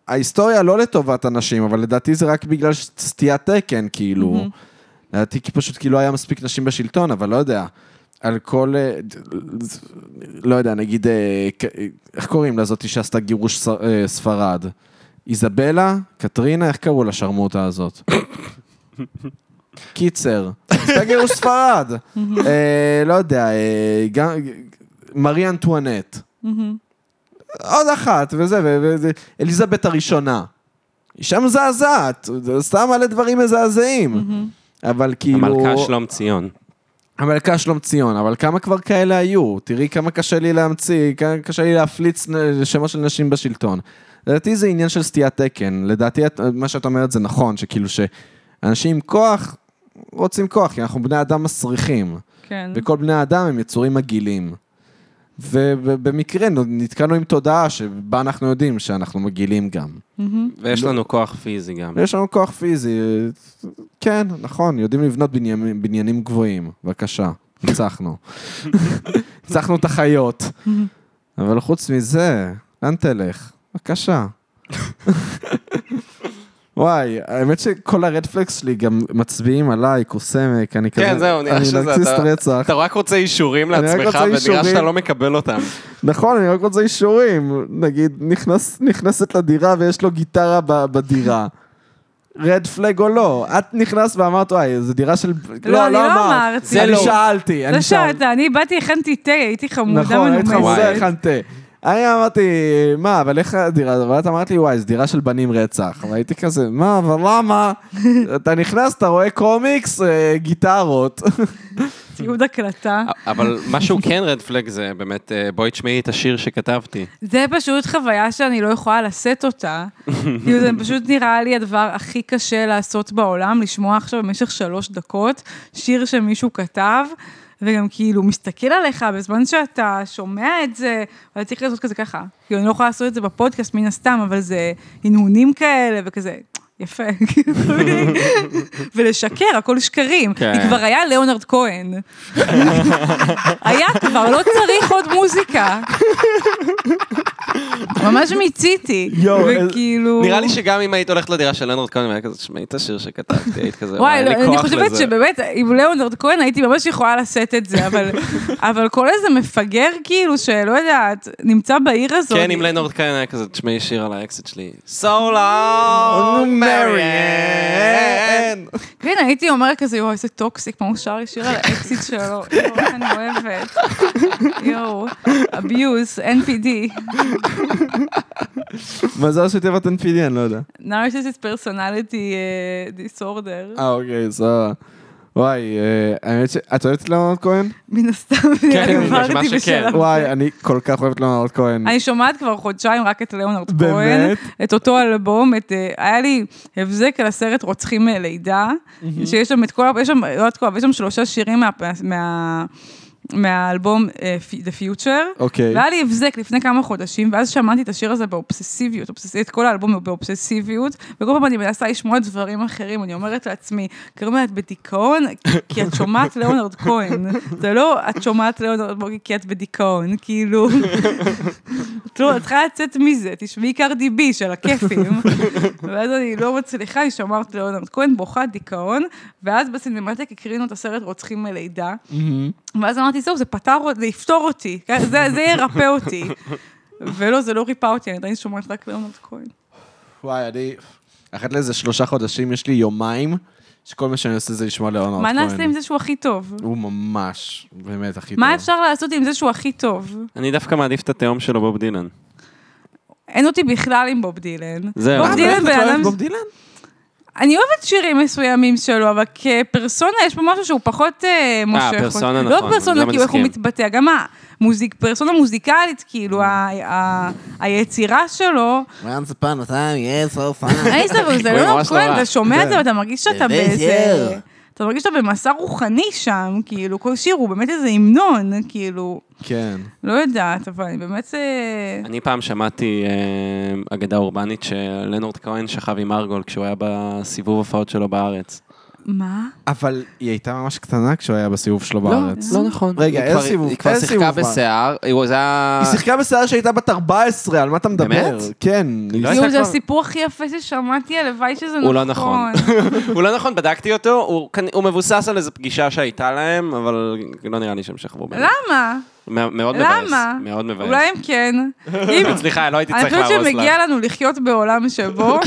[SPEAKER 1] ההיסטוריה לא לטובת הנשים, אבל לדעתי זה רק בגלל סטיית תקן, כאילו. לדעתי כי פשוט כי לא היה מספיק נשים בשלטון, אבל לא יודע. על כל, אה, לא יודע, נגיד, אה, כ- אה, איך קוראים לזאתי שעשתה גירוש ס- אה, ספרד? איזבלה? קטרינה? איך קראו לשרמוטה הזאת? קיצר, עשתה גירוש ספרד. אה, לא יודע, אה, גם... מרי אנטואנט. עוד אחת, וזה, ו- וזה, אליזבת הראשונה. אישה מזעזעת, עשתה מלא דברים מזעזעים. אבל (laughs) כאילו...
[SPEAKER 2] המלכה שלום ציון.
[SPEAKER 1] המלכה שלום ציון, אבל כמה כבר כאלה היו? תראי כמה קשה לי להמציא, כמה קשה לי להפליץ נ- שמות של נשים בשלטון. לדעתי זה עניין של סטיית תקן. לדעתי את- מה שאת אומרת זה נכון, שכאילו שאנשים עם כוח רוצים כוח, כי אנחנו בני אדם מסריחים.
[SPEAKER 3] כן.
[SPEAKER 1] וכל בני אדם הם יצורים מגעילים. ובמקרה נתקענו עם תודעה שבה אנחנו יודעים שאנחנו מגעילים גם.
[SPEAKER 2] ויש לנו כוח פיזי גם.
[SPEAKER 1] יש לנו כוח פיזי, אה, כן, נכון, יודעים לבנות בניינים, בניינים גבוהים, בבקשה,
[SPEAKER 2] (laughs)
[SPEAKER 1] ניצחנו. ניצחנו את החיות. אבל חוץ מזה, לאן תלך? בבקשה. וואי, האמת שכל הרדפלקס שלי גם מצביעים עליי, קוסמק, אני כזה...
[SPEAKER 2] כן, זהו, נראה שזה,
[SPEAKER 1] אני נרקסיסט
[SPEAKER 2] אתה-
[SPEAKER 1] רצח.
[SPEAKER 2] אתה רק רוצה אישורים
[SPEAKER 1] אני רק
[SPEAKER 2] לעצמך,
[SPEAKER 1] רוצה
[SPEAKER 2] ונראה
[SPEAKER 1] אישורים.
[SPEAKER 2] שאתה לא מקבל אותם.
[SPEAKER 1] נכון, אני רק רוצה אישורים. נגיד, נכנס, נכנסת לדירה ויש לו גיטרה ב, בדירה. רד פלג או לא? את נכנסת ואמרת, וואי, זו דירה של...
[SPEAKER 3] אני לא
[SPEAKER 1] אמרת.
[SPEAKER 3] אמרתי. זה
[SPEAKER 1] אני
[SPEAKER 3] לא.
[SPEAKER 1] שאלתי,
[SPEAKER 3] זה
[SPEAKER 1] אני שאלתי.
[SPEAKER 3] שאתה, אני באתי, הכנתי תה, הייתי חמודה מנומסת.
[SPEAKER 1] נכון, היית חמודה,
[SPEAKER 2] וואי.
[SPEAKER 1] הכנת. אני אמרתי, מה, אבל איך הדירה? אבל את אמרת לי, וואי, זו דירה של בנים רצח. והייתי כזה, מה, אבל למה? אתה נכנס, אתה רואה קומיקס, אה, גיטרות.
[SPEAKER 3] תיעוד הקלטה.
[SPEAKER 2] אבל מה שהוא כן רד פלג זה באמת, אה, בואי תשמעי את השיר שכתבתי.
[SPEAKER 3] זה פשוט חוויה שאני לא יכולה לשאת אותה. כאילו, זה פשוט נראה לי הדבר הכי קשה לעשות בעולם, לשמוע עכשיו במשך שלוש דקות שיר שמישהו כתב, וגם כאילו מסתכל עליך בזמן שאתה שומע את זה, אבל צריך לעשות כזה ככה. כאילו, אני לא יכולה לעשות את זה בפודקאסט מן הסתם, אבל זה הנהונים כאלה וכזה. יפה, (laughs) כאילו, ולשקר, הכל שקרים.
[SPEAKER 2] כן.
[SPEAKER 3] כי כבר היה ליאונרד כהן. היה כבר, לא צריך עוד מוזיקה. ממש מיציתי.
[SPEAKER 1] יואו,
[SPEAKER 3] וכאילו...
[SPEAKER 2] אה, נראה לי שגם אם היית הולכת לדירה של לנרד כהן, היה כזה, תשמעי את השיר שכתבתי, היית כזה,
[SPEAKER 3] וואי,
[SPEAKER 2] אין
[SPEAKER 3] לא,
[SPEAKER 2] לי
[SPEAKER 3] אני
[SPEAKER 2] כוח
[SPEAKER 3] חושבת
[SPEAKER 2] לזה."
[SPEAKER 3] שבאמת, עם ליאונרד כהן הייתי ממש יכולה לשאת את זה,
[SPEAKER 2] (laughs)
[SPEAKER 3] אבל, אבל כל איזה מפגר כאילו, שלא יודעת, נמצא בעיר הזאת.
[SPEAKER 2] כן, אם לנרד כהן היה כזה, תשמעי שיר על האקסיט שלי. So
[SPEAKER 1] (laughs)
[SPEAKER 2] long, מריאן.
[SPEAKER 3] כן, הייתי אומרת כזה, יואו, איזה טוקסיק, מה הוא שר לי שיר על האקסיט
[SPEAKER 2] (laughs)
[SPEAKER 3] שלו, יואו, איך אני אוהבת. יואו, abuse, NPD,
[SPEAKER 1] מזל שתיבת NPD, אני לא יודע.
[SPEAKER 3] narcissist personality אה, disorder,
[SPEAKER 1] אה, אוקיי, סבבה. וואי, אה, האמת ש... את אוהבת את ליאונרד כהן?
[SPEAKER 3] (laughs) מן הסתם, אני
[SPEAKER 2] כן, נשמע
[SPEAKER 3] עברתי
[SPEAKER 2] שכן.
[SPEAKER 3] בשלב.
[SPEAKER 1] וואי, אני כל כך אוהב את ליאונרד כהן.
[SPEAKER 3] אני שומעת כבר חודשיים רק את ליאונרד
[SPEAKER 1] כן. באמת?
[SPEAKER 3] כהן, את אותו אלבום, את, אה, היה לי הבזק על הסרט רוצחים מלידה, שיש שם את כל, ה- יש שם, לא את כל, אבל יש שם שלושה שירים מה, מה, מהאלבום אה, F- The Future,
[SPEAKER 1] אוקיי.
[SPEAKER 3] והיה לי הבזק לפני כמה חודשים, ואז שמעתי את השיר הזה באובססיביות, אובסס... את כל האלבום באובססיביות, וכל פעם אני מנסה לשמוע דברים אחרים, אני אומרת לעצמי, כרמל, את בדיכאון? כי את שומעת ליאונרד כהן. זה לא את שומעת ליאונרד כהן כי את בדיכאון, כאילו... את לא, את צריכה לצאת מזה, תשמעי קרדי בי של הכיפים. ואז אני לא מצליחה, אני שומעת ליאונרד כהן, בוכה דיכאון, ואז בסינמטק הקרינו את הסרט רוצחים מלידה. ואז אמרתי, זהו, זה פתר, אות- זה יפתור אותי, כן? זה, זה ירפא אותי. ולא, זה לא ריפא אותי, אני עדיין שומעת רק ליאונרד כהן.
[SPEAKER 1] וואי, אני... אחת לאיזה שלושה חודשים יש לי יומיים, שכל מה שאני עושה זה לשמוע ליאונרד כהן.
[SPEAKER 3] מה נעשה עם זה שהוא הכי טוב?
[SPEAKER 1] הוא ממש, באמת, הכי טוב.
[SPEAKER 3] מה אפשר לעשות עם זה שהוא הכי טוב?
[SPEAKER 2] אני דווקא מעדיף את התהום שלו, בוב דילן.
[SPEAKER 3] אין אותי בכלל עם בוב דילן.
[SPEAKER 2] זהו.
[SPEAKER 3] בוב
[SPEAKER 2] אה,
[SPEAKER 3] דילן בן אדם...
[SPEAKER 1] דילן?
[SPEAKER 3] אני אוהבת שירים מסוימים שלו, אבל כפרסונה יש פה משהו שהוא פחות אה, מושך. אותי.
[SPEAKER 2] פרסונה, נכון,
[SPEAKER 3] לא פרסונה,
[SPEAKER 2] למה
[SPEAKER 3] כאילו, איך הוא
[SPEAKER 2] נסכים?
[SPEAKER 3] מתבטא, גם המוזיק, פרסונה מוזיקלית, כאילו, ה- ה- היצירה שלו,
[SPEAKER 7] Once upon a time, yeah, so fun.
[SPEAKER 3] אני סתם, זה
[SPEAKER 2] הוא
[SPEAKER 3] לא
[SPEAKER 2] ממש כן.
[SPEAKER 3] נכון,
[SPEAKER 2] נורא.
[SPEAKER 3] אתה שומע את זה ואתה מרגיש שאתה
[SPEAKER 7] זה
[SPEAKER 3] באיזה...
[SPEAKER 7] זהו.
[SPEAKER 3] אתה מרגיש שאתה במסע רוחני שם, כאילו, כל שיר הוא באמת איזה המנון, כאילו,
[SPEAKER 1] כן.
[SPEAKER 3] לא יודעת, אבל אני באמת... אה,
[SPEAKER 2] אני פעם שמעתי אה, אגדה אורבנית שלנורד כהן שכב עם ארגול כשהוא היה בסיבוב הופעות שלו בארץ.
[SPEAKER 3] מה?
[SPEAKER 1] אבל היא הייתה ממש קטנה כשהוא היה בסיבוב שלו בארץ.
[SPEAKER 2] לא נכון.
[SPEAKER 1] רגע,
[SPEAKER 8] היא
[SPEAKER 1] איזה
[SPEAKER 8] כבר-
[SPEAKER 1] סיבוב?
[SPEAKER 8] היא כבר
[SPEAKER 1] איזה
[SPEAKER 8] שיחקה
[SPEAKER 1] סיבוב, מה?
[SPEAKER 8] בשיער, היא- זה היה...
[SPEAKER 1] היא שיחקה בשיער שהייתה בת 14, על מה אתה מדבר?
[SPEAKER 2] באמת?
[SPEAKER 1] כן. היא-
[SPEAKER 2] לא
[SPEAKER 3] יואו,
[SPEAKER 2] הייתה
[SPEAKER 3] זה
[SPEAKER 2] כבר-
[SPEAKER 3] הסיפור הכי יפה ששמעתי, הלוואי שזה נכון.
[SPEAKER 2] הוא לא הוא לא נכון, בדקתי אותו, הוא כנ- הוא מבוסס על איזו פגישה שהייתה להם, אבל לא נראה לי שהם שכבו
[SPEAKER 3] (laughs)
[SPEAKER 2] ביניהם.
[SPEAKER 3] למה?
[SPEAKER 2] מא- מאוד מבאס.
[SPEAKER 3] למה?
[SPEAKER 2] מאוד מבאס.
[SPEAKER 3] אולי הם
[SPEAKER 2] (laughs)
[SPEAKER 3] כן. אם...
[SPEAKER 2] סליחה, לא הייתי
[SPEAKER 3] אני
[SPEAKER 2] צריך
[SPEAKER 3] חושבת
[SPEAKER 2] להרוס לך.
[SPEAKER 3] שמגיע לנו לחיות בעולם
[SPEAKER 2] (laughs)
[SPEAKER 3] שבו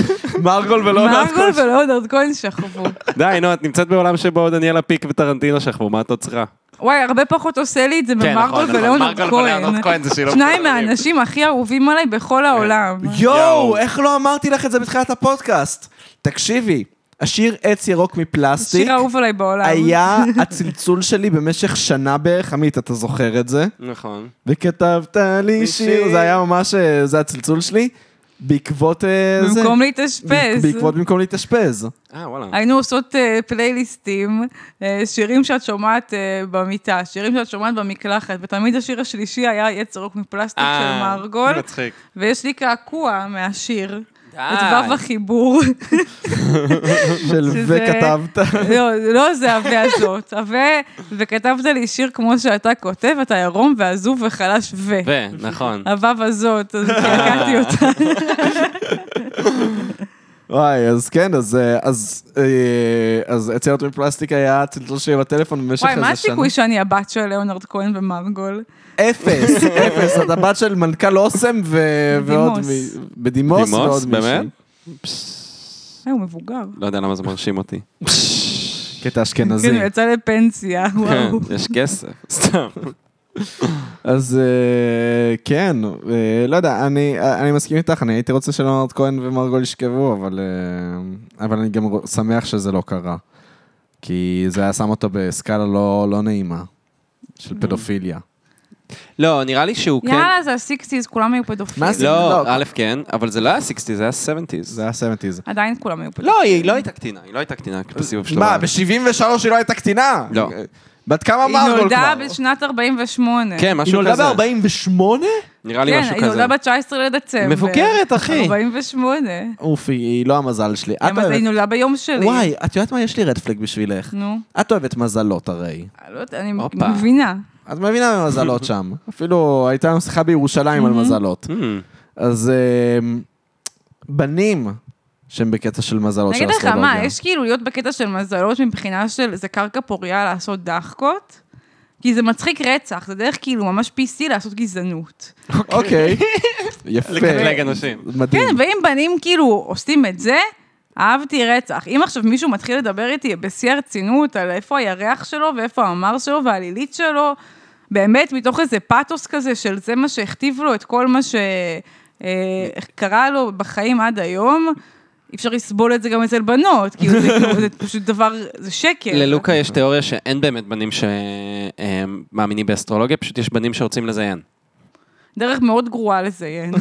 [SPEAKER 1] מרגול
[SPEAKER 2] לא,
[SPEAKER 1] ולא
[SPEAKER 3] מרגול ולאודרד כהן שכבו.
[SPEAKER 2] די, נו, את נמצאת בעולם שבו דניאלה פיק וטרנטינו שכבו, מה את עוד צריכה?
[SPEAKER 3] וואי, הרבה פחות עושה לי את
[SPEAKER 2] כן,
[SPEAKER 3] זה
[SPEAKER 2] נכון,
[SPEAKER 3] ממרגול ולאונרד כהן.
[SPEAKER 2] כהן זה לא כן. שילוב.
[SPEAKER 3] שניים מהאנשים הכי אהובים עליי בכל העולם.
[SPEAKER 1] יואו, איך לא אמרתי לך את זה בתחילת הפודקאסט? תקשיבי, השיר עץ ירוק מפלסטיק
[SPEAKER 3] שיר אהוב עליי בעולם.
[SPEAKER 1] היה הצלצול שלי במשך שנה בערך, עמית, אתה זוכר את זה?
[SPEAKER 2] נכון.
[SPEAKER 1] וכתבת לי שיר,
[SPEAKER 2] שיר.
[SPEAKER 1] זה היה ממש, אה, זה הצלצול שלי, בעקבות אה, זה.
[SPEAKER 3] במקום
[SPEAKER 1] ב-
[SPEAKER 3] להתאשפז.
[SPEAKER 1] בעקבות במקום להתאשפז.
[SPEAKER 2] אה, וואלה.
[SPEAKER 3] היינו עושות אה, פלייליסטים, אה, שירים שאת שומעת אה, במיטה, שירים שאת שומעת במקלחת, ותמיד השיר השלישי היה עץ ירוק מפלסטיק של
[SPEAKER 2] אה,
[SPEAKER 3] מרגול,
[SPEAKER 2] מצחיק.
[SPEAKER 3] ויש לי קעקוע מהשיר, את
[SPEAKER 2] די.
[SPEAKER 3] וו החיבור.
[SPEAKER 1] של
[SPEAKER 3] שזה-
[SPEAKER 1] וכתבת.
[SPEAKER 3] לא, לא זה הווה הזאת, הווה, וכתבת לי שיר כמו שאתה כותב, אתה עירום ועזוב וחלש ו.
[SPEAKER 2] ו, נכון.
[SPEAKER 3] הוו הזאת, אז קעקעתי
[SPEAKER 1] (laughs)
[SPEAKER 3] אותה.
[SPEAKER 1] וואי, אז כן, אז, אה, אז, אה, אז עץ ירוק מפלסטיק היה הצלצול שלי בטלפון במשך
[SPEAKER 3] וואי, מה
[SPEAKER 1] איזה שנה.
[SPEAKER 3] הסיכוי שאני הבת של ליאונרד כהן ומרגול? (laughs)
[SPEAKER 1] אפס, אפס, את הבת של מנכ"ל אוסם ו- ועוד
[SPEAKER 3] בדימוס.
[SPEAKER 1] מי... בדימוס.
[SPEAKER 2] דימוס,
[SPEAKER 1] ועוד מישהי.
[SPEAKER 2] באמת?
[SPEAKER 3] אה, הוא מבוגר.
[SPEAKER 2] לא יודע למה זה מרשים אותי.
[SPEAKER 1] קטע אשכנזי.
[SPEAKER 3] כן, הוא יצא לפנסיה,
[SPEAKER 2] כן,
[SPEAKER 3] וואו.
[SPEAKER 2] יש כסף. סתם.
[SPEAKER 1] אז אה, כן, אה, לא יודע, אני, אני מסכים איתך, אני הייתי רוצה שלאונרד כהן ומרגול ישכבו, אבל, אה, אבל אני גם רוא- שמח שזה לא קרה.
[SPEAKER 4] כי זה היה שם אותו בסקאלה לא, לא נעימה, של
[SPEAKER 3] Mm.
[SPEAKER 4] פדופיליה.
[SPEAKER 2] לא, נראה לי שהוא כן...
[SPEAKER 3] יאללה, זה הסיקסיס, כולם היו פדופילים.
[SPEAKER 4] מה זה?
[SPEAKER 2] לא,
[SPEAKER 4] לא.
[SPEAKER 2] א' כן, אבל זה לא היה 60, זה היה 70.
[SPEAKER 4] זה היה 70's.
[SPEAKER 3] עדיין כולם היו פדופילים.
[SPEAKER 2] לא, היא לא הייתה קטינה, היא לא הייתה קטינה בסיבוב שלו.
[SPEAKER 1] מה, ב-73 היא לא הייתה קטינה?
[SPEAKER 2] לא.
[SPEAKER 1] בת כמה
[SPEAKER 3] היא
[SPEAKER 1] מרגול
[SPEAKER 3] נולדה
[SPEAKER 1] כבר?
[SPEAKER 3] בשנת 48.
[SPEAKER 2] כן,
[SPEAKER 1] היא
[SPEAKER 2] משהו
[SPEAKER 1] נולדה
[SPEAKER 2] כזה.
[SPEAKER 1] ב-48?
[SPEAKER 2] נראה לי משהו
[SPEAKER 3] כן, היא
[SPEAKER 2] כזה.
[SPEAKER 3] נולדה ב-19 לדצמבר.
[SPEAKER 2] מבוגרת, אחי.
[SPEAKER 3] 48.
[SPEAKER 1] אוף, היא לא המזל שלי.
[SPEAKER 3] גם כן, אז היא נולדה ביום שלי.
[SPEAKER 1] וואי, את יודעת מה? יש לי רדפלג בשבילך.
[SPEAKER 3] נו,
[SPEAKER 1] את אוהבת מזלות הרי.
[SPEAKER 3] לא יודעת, אני
[SPEAKER 2] הופה. לא,
[SPEAKER 3] מבינה.
[SPEAKER 1] את מבינה מה מזלות
[SPEAKER 3] (laughs)
[SPEAKER 1] שם. אפילו הייתה לנו שיחה בירושלים על מזלות.
[SPEAKER 2] Hmm.
[SPEAKER 1] אז אמ, בנים שהם בקטע של מזלות
[SPEAKER 3] אני
[SPEAKER 1] של
[SPEAKER 2] לא
[SPEAKER 3] אגיד לך
[SPEAKER 1] אסטרולוגיה.
[SPEAKER 3] מה, יש כאילו להיות בקטע של מזלות מבחינה של זה קרקע פוריה לעשות דחקות, כי זה מצחיק רצח, זה דרך כאילו ממש PC לעשות גזענות.
[SPEAKER 1] (laughs) אוקיי. יפה.
[SPEAKER 2] לקטלג אנשים.
[SPEAKER 1] מדהים.
[SPEAKER 3] כן, ואם בנים כאילו עושים את זה, אהבתי רצח. אם עכשיו מישהו מתחיל לדבר איתי בשיא הרצינות על איפה הירח שלו ואיפה המר שלו והעלילית שלו, באמת מתוך איזה פאתוס כזה של זה מה שהכתיב לו את כל מה ש- אה, קרה לו בחיים עד היום, אי אפשר לסבול את זה גם אצל בנות, כאילו זה, כאילו, זה פשוט דבר, זה שקר.
[SPEAKER 2] ללוקה יש תיאוריה שאין באמת בנים שמאמינים באסטרולוגיה, פשוט יש בנים שרוצים לזיין.
[SPEAKER 3] דרך מאוד גרועה לזיין. (laughs)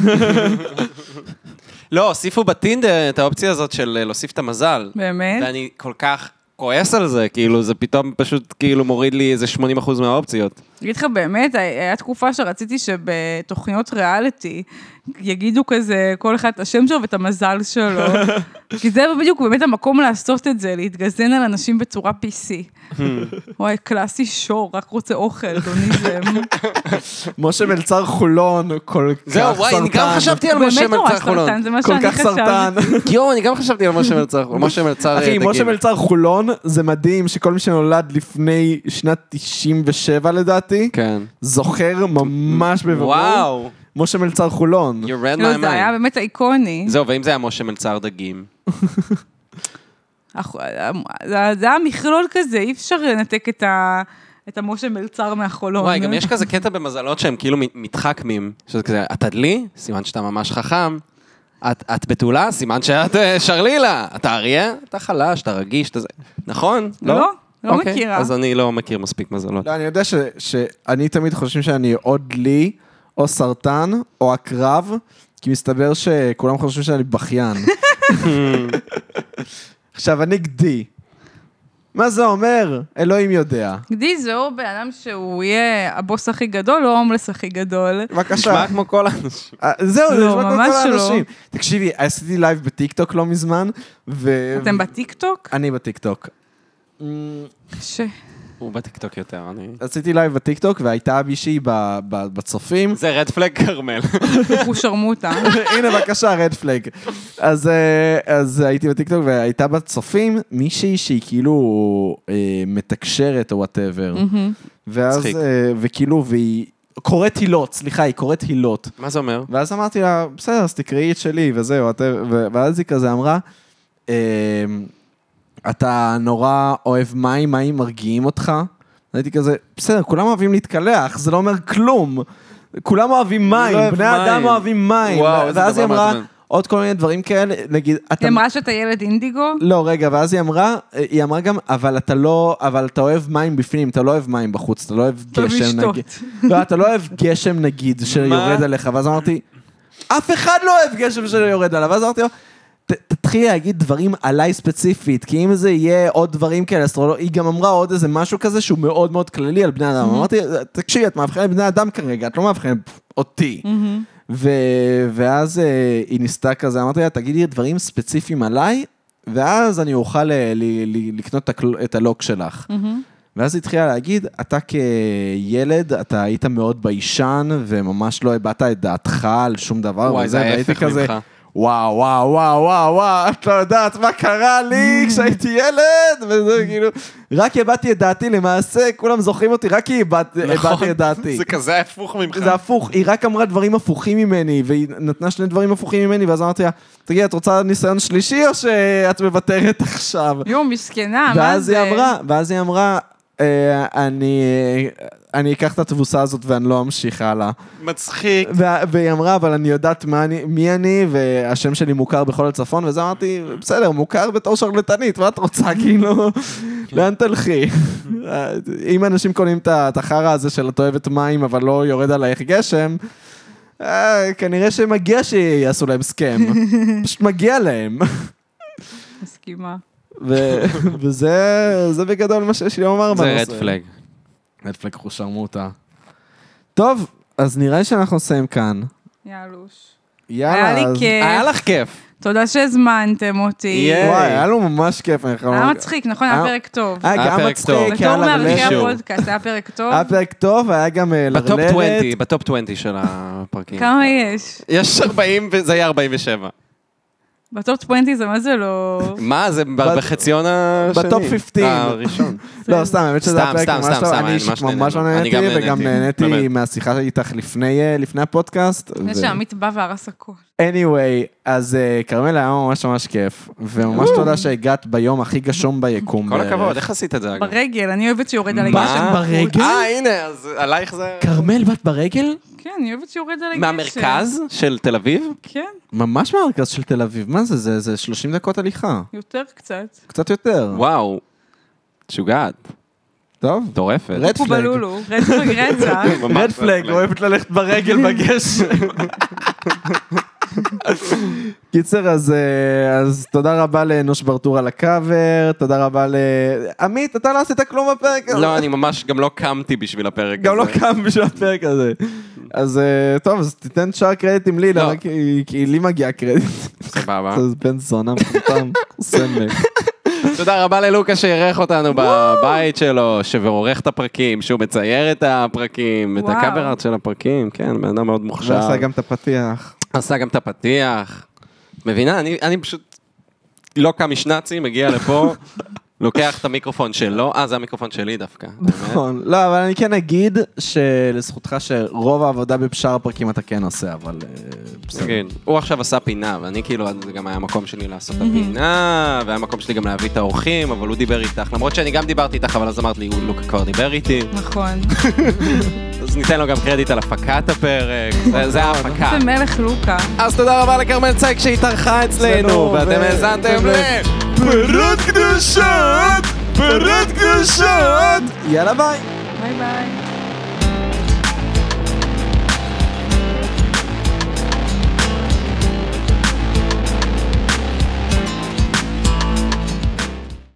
[SPEAKER 2] לא, הוסיפו בטינדר את האופציה הזאת של אה, להוסיף את המזל.
[SPEAKER 3] באמת?
[SPEAKER 2] ואני כל כך כועס על זה, כאילו, זה פתאום פשוט כאילו מוריד לי איזה 80% מהאופציות.
[SPEAKER 3] אגיד לך באמת, היה תקופה שרציתי שבתוכניות ריאליטי יגידו כזה כל אחד את השם שלו ואת המזל שלו. כי זה בדיוק באמת המקום לעשות את זה, להתגזן על אנשים בצורה PC. וואי, קלאסי שור, רק רוצה אוכל, דוניזם.
[SPEAKER 1] משה מלצר חולון, כל כך סרטן.
[SPEAKER 2] על
[SPEAKER 3] באמת נורא סרטן, זה מה
[SPEAKER 1] כל
[SPEAKER 3] שאני
[SPEAKER 1] כך סרטן.
[SPEAKER 3] חשבתי.
[SPEAKER 2] יואו, אני גם חשבתי על משה מלצר, על משה מלצר, אה,
[SPEAKER 1] אחי, משה
[SPEAKER 2] דגים.
[SPEAKER 1] מלצר חולון, זה מדהים שכל מי שנולד לפני שנת 97 לדעתי,
[SPEAKER 2] כן.
[SPEAKER 1] זוכר ממש בבירור.
[SPEAKER 2] וואו,
[SPEAKER 1] משה מלצר חולון.
[SPEAKER 2] you read
[SPEAKER 3] לא,
[SPEAKER 2] my
[SPEAKER 3] זה היה
[SPEAKER 2] mind.
[SPEAKER 3] באמת איקוני.
[SPEAKER 2] זהו, ואם זה היה משה מלצר דגים?
[SPEAKER 3] אח- אמ, זה זה היה מכלול כזה, אי אפשר לנתק את ה... את המשה מלצר מהחולון.
[SPEAKER 2] וואי, גם יש כזה קטע במזלות שהם כאילו מ- מתחכמים, שזה כזה, אתה דלי? סימן שאתה ממש חכם. את, את בתולה? סימן שאת אה, שרלילה. אתה אריה? אתה חלש, אתה רגיש, אתה זה... נכון?
[SPEAKER 3] לא, לא
[SPEAKER 2] אוקיי,
[SPEAKER 3] מכירה.
[SPEAKER 2] אז אני לא מכיר מספיק מזלות.
[SPEAKER 1] לא, אני יודע ש- שאני תמיד חושבים שאני או דלי, או סרטן, או עקרב, כי מסתבר שכולם חושבים שאני
[SPEAKER 2] (laughs)
[SPEAKER 1] בכיין. עכשיו, אני גדי. מה זה אומר? אלוהים יודע.
[SPEAKER 3] גדי זה או בן אדם שהוא יהיה הבוס הכי גדול או ההומלס הכי גדול.
[SPEAKER 1] בבקשה.
[SPEAKER 2] נשמע כמו כל האנשים.
[SPEAKER 1] אה, זהו, זה
[SPEAKER 3] לא,
[SPEAKER 1] נשמע
[SPEAKER 3] ממש
[SPEAKER 1] כמו כל
[SPEAKER 3] לא.
[SPEAKER 1] האנשים. תקשיבי, עשיתי לייב בטיקטוק לא מזמן, ו...
[SPEAKER 3] אתם בטיקטוק?
[SPEAKER 1] אני בטיקטוק.
[SPEAKER 3] ש... (laughs)
[SPEAKER 2] הוא בטיקטוק יותר, אני...
[SPEAKER 1] עשיתי לייב בטיקטוק והייתה מישהי ב- ב- בצופים.
[SPEAKER 2] זה רד פלג כרמל. (laughs)
[SPEAKER 3] הוא שרמוטה.
[SPEAKER 1] הנה בבקשה, רד פלג. אז, אה, אז הייתי בטיקטוק והייתה בצופים מישהי שהיא כאילו אה, מתקשרת או וואטאבר. ואז,
[SPEAKER 2] מצחיק.
[SPEAKER 1] אה, וכאילו, והיא קוראת הילות, סליחה, היא קוראת הילות.
[SPEAKER 2] מה זה אומר?
[SPEAKER 1] ואז אמרתי לה, בסדר, אז תקראי את שלי וזהו, את- ו- ואז היא כזה אמרה, "אמ, אתה נורא אוהב מים, מים מרגיעים אותך? הייתי כזה, בסדר, כולם אוהבים להתקלח, זה לא אומר כלום. כולם אוהבים מים,
[SPEAKER 2] לא אוהב
[SPEAKER 1] בני אדם
[SPEAKER 2] מים.
[SPEAKER 1] אוהבים מים.
[SPEAKER 2] וואו, איזה
[SPEAKER 1] ואז היא
[SPEAKER 2] דבר
[SPEAKER 1] אמרה
[SPEAKER 2] מעצבן.
[SPEAKER 1] עוד כל מיני דברים כאלה, נגיד, אתה...
[SPEAKER 3] היא אמרה שאתה ילד אינדיגו?
[SPEAKER 1] לא, רגע, ואז היא אמרה, היא אמרה גם, אבל אתה לא, אבל אתה אוהב מים בפנים, אתה לא אוהב מים בחוץ, אתה לא אוהב
[SPEAKER 3] אוהב
[SPEAKER 1] גשם
[SPEAKER 3] לשתות.
[SPEAKER 1] נגיד. לא, אתה לא אוהב גשם נגיד, שיורד עליך, ואז אמרתי, אף אחד לא אוהב גשם שיורד עליו, ואז אמרתי לו, "ת- תתחיל להגיד דברים עליי ספציפית, כי אם זה יהיה עוד דברים כאלה, אסטרולוג... היא גם אמרה עוד איזה משהו כזה שהוא מאוד מאוד כללי על בני אדם.
[SPEAKER 3] Mm-hmm.
[SPEAKER 1] אמרתי, תקשיבי, את מאבחנת בני אדם כרגע, את לא מאבחנת אותי.
[SPEAKER 3] Mm-hmm.
[SPEAKER 1] ו- ואז אה, היא ניסתה כזה, אמרתי לה, תגידי דברים ספציפיים עליי, ואז אני אוכל אה, ל- ל- לקנות את הקל- את הלוק שלך.
[SPEAKER 2] Mm-hmm.
[SPEAKER 1] ואז היא התחילה להגיד, אתה כילד, אתה היית מאוד ביישן, וממש לא הבעת את דעתך על שום דבר.
[SPEAKER 2] וואי,
[SPEAKER 1] וזה,
[SPEAKER 2] זה
[SPEAKER 1] והייתי
[SPEAKER 2] ההפך
[SPEAKER 1] כזה,
[SPEAKER 2] ממך.
[SPEAKER 1] וואו, וואו, וואו, וואו, וואו, את לא יודעת מה קרה לי כשהייתי ילד, וזה כאילו, רק הבעתי את דעתי, למעשה, כולם זוכרים אותי, רק כי הבעת-
[SPEAKER 2] נכון.
[SPEAKER 1] הבעתי את
[SPEAKER 2] (laughs)
[SPEAKER 1] דעתי.
[SPEAKER 2] כזה הפוך ממך.
[SPEAKER 1] זה הפוך, היא רק אמרה דברים הפוכים ממני, והיא נתנה שני דברים הפוכים ממני, ואז אמרתי לה, תגידי, את רוצה ניסיון שלישי או שאת מוותרת (laughs) עכשיו?
[SPEAKER 3] יואו, מסכנה, אה, מה
[SPEAKER 1] ואז
[SPEAKER 3] זה?
[SPEAKER 1] היא אמרה, ואז היא אמרה, "אה, אני, אה, אני אקח את התבוסה הזאת ואני לא אמשיך הלאה.
[SPEAKER 2] מצחיק.
[SPEAKER 1] וה- והיא אמרה, אבל אני יודעת מה אני, מי אני, והשם שלי מוכר בכל הצפון, ואז אמרתי, בסדר, מוכר בתור שרלטנית, מה את רוצה, כאילו? לאן תלכי? (laughs) אם אנשים קונים את ה- את החרא הזה של את אוהבת מים אבל לא יורד עלייך גשם, אה, כנראה שמגיע שיעשו להם סכם. פשוט מגיע להם.
[SPEAKER 3] מסכימה.
[SPEAKER 1] ו- וזה זה בגדול מה שיש לי לומר
[SPEAKER 2] זה
[SPEAKER 1] בנושא.
[SPEAKER 2] רד פלג.
[SPEAKER 4] נטפלג חושרמוטה.
[SPEAKER 1] טוב, אז נראה לי שאנחנו נסיים כאן.
[SPEAKER 3] יאלוש.
[SPEAKER 1] יאללה.
[SPEAKER 3] היה לי
[SPEAKER 1] אז-
[SPEAKER 2] היה
[SPEAKER 3] כיף,
[SPEAKER 2] לך כיף.
[SPEAKER 3] תודה שהזמנתם אותי.
[SPEAKER 2] יהיה.
[SPEAKER 1] וואי, היה לנו ממש כיף. אני חייב
[SPEAKER 3] היה
[SPEAKER 1] לומר.
[SPEAKER 3] מצחיק, נכון? היה
[SPEAKER 1] אה,
[SPEAKER 3] פרק טוב.
[SPEAKER 1] אה,
[SPEAKER 2] היה
[SPEAKER 1] גם
[SPEAKER 2] פרק טוב.
[SPEAKER 1] מצחיק, היה
[SPEAKER 3] בתור מערכי
[SPEAKER 1] לרלשת.
[SPEAKER 2] שוב.
[SPEAKER 3] הפודקאסט, היה פרק טוב.
[SPEAKER 1] היה אה, פרק טוב, היה גם אה,
[SPEAKER 2] בטופ
[SPEAKER 1] לרלרת.
[SPEAKER 2] 20, בטופ 20 של הפרקים.
[SPEAKER 3] כמה יש?
[SPEAKER 2] יש 40 וזה יהיה 47.
[SPEAKER 3] בטופ 20 זה מה זה לא...
[SPEAKER 2] מה, זה ב-
[SPEAKER 1] בת-
[SPEAKER 2] בחציון השני. אה,
[SPEAKER 1] בטופ 15.
[SPEAKER 2] הראשון.
[SPEAKER 1] לא, סתם, האמת שזה
[SPEAKER 2] סתם,
[SPEAKER 1] היה פרק
[SPEAKER 2] סתם,
[SPEAKER 1] ממש
[SPEAKER 2] סתם,
[SPEAKER 1] טוב.
[SPEAKER 2] סתם,
[SPEAKER 1] אני
[SPEAKER 2] אני
[SPEAKER 1] אישית
[SPEAKER 2] ממש
[SPEAKER 1] ממש לא
[SPEAKER 2] נהנה. אני גם
[SPEAKER 1] נהניתי, וגם
[SPEAKER 2] נהניתי,
[SPEAKER 1] נהניתי
[SPEAKER 2] באמת.
[SPEAKER 1] מהשיחה איתך לפני אה, לפני הפודקאסט.
[SPEAKER 3] לפני
[SPEAKER 1] ו-
[SPEAKER 3] שעמית בא והרס הכול.
[SPEAKER 1] anyway, אז אה, כרמל היה ממש ממש כיף, וממש תודה שהגעת ביום הכי גשום ביקום.
[SPEAKER 2] (laughs) כל
[SPEAKER 1] בערך.
[SPEAKER 2] הכבוד, איך עשית את זה? אגב?
[SPEAKER 3] ברגל, אני אוהבת שיורד עליי
[SPEAKER 1] מה?
[SPEAKER 3] גשם.
[SPEAKER 1] ברגל?
[SPEAKER 2] אה, הנה, אז עלייך זה...
[SPEAKER 1] כרמל בת ברגל?
[SPEAKER 3] כן, אני אוהבת שיורד עליי גשם.
[SPEAKER 2] מהמרכז של תל אביב?
[SPEAKER 3] כן,
[SPEAKER 1] ממש מהרכז של תל אביב, מה זה? זה? זה 30 דקות הליכה,
[SPEAKER 3] יותר קצת.
[SPEAKER 1] קצת יותר.
[SPEAKER 2] וואו. משוגעת,
[SPEAKER 1] טוב.
[SPEAKER 2] מטורפת.
[SPEAKER 1] רד
[SPEAKER 3] איפה
[SPEAKER 1] פלג.
[SPEAKER 3] בלולו? רצח רצח.
[SPEAKER 2] ממש
[SPEAKER 1] רד פלג, אוהבת ללכת ברגל בגשם. (laughs) קיצר, אז, אה, אז תודה רבה לאנוש ברטור על הקאבר, תודה רבה ל... עמית, אתה לא עשית כלום בפרק הזה.
[SPEAKER 2] לא, אני ממש גם לא קמתי בשביל הפרק הזה.
[SPEAKER 1] גם לא קם בשביל הפרק הזה. אז אה, טוב, אז תיתן שאר קרדיטים לי,
[SPEAKER 2] לא.
[SPEAKER 1] למה? כי כי לי מגיע קרדיט. (laughs)
[SPEAKER 2] סבבה.
[SPEAKER 1] אז בן זונה, מפוטם,
[SPEAKER 2] (laughs)
[SPEAKER 1] סמק.
[SPEAKER 2] תודה רבה ללוקה שאירח אותנו בבית שלו, שעורך את הפרקים, שהוא מצייר את הפרקים, את
[SPEAKER 3] וואו.
[SPEAKER 2] הקאבר ארט של הפרקים, כן, בן אדם מאוד מוכשר.
[SPEAKER 1] ועשה גם את הפתיח.
[SPEAKER 2] עשה גם את הפתיח. מבינה? אני, אני פשוט לא קם משנאצי,
[SPEAKER 1] (laughs)
[SPEAKER 2] מגיע לפה, לוקח את המיקרופון שלו, אה, זה המיקרופון שלי
[SPEAKER 1] (laughs)
[SPEAKER 2] דווקא.
[SPEAKER 1] נכון. לא, אבל אני כן אגיד שלזכותך שרוב העבודה בשאר הפרקים אתה כן עושה, אבל אה, בסדר.
[SPEAKER 2] כן. הוא עכשיו עשה פינה, ואני כאילו, אז זה גם היה המקום שלי לעשות את הפינה, והיה המקום שלי גם להביא את האורחים, אבל הוא דיבר איתך, למרות שאני גם דיברתי איתך, אבל אז אמרת לי, הוא לוקה כבר דיבר איתי,
[SPEAKER 3] נכון.
[SPEAKER 2] אז ניתן לו גם קרדיט על הפקת
[SPEAKER 1] (laughs)
[SPEAKER 2] הפרק, זה- זה ההפקה.
[SPEAKER 3] זה מלך לוקה.
[SPEAKER 2] אז תודה רבה לכרמל צייק שהתארחה
[SPEAKER 1] אצלנו,
[SPEAKER 2] אצלנו, ואתם
[SPEAKER 1] ו-
[SPEAKER 2] האזנתם
[SPEAKER 1] ו-
[SPEAKER 2] ל... פירות קדושות! פירות קדושות!
[SPEAKER 1] יאללה ביי.
[SPEAKER 3] ביי ביי.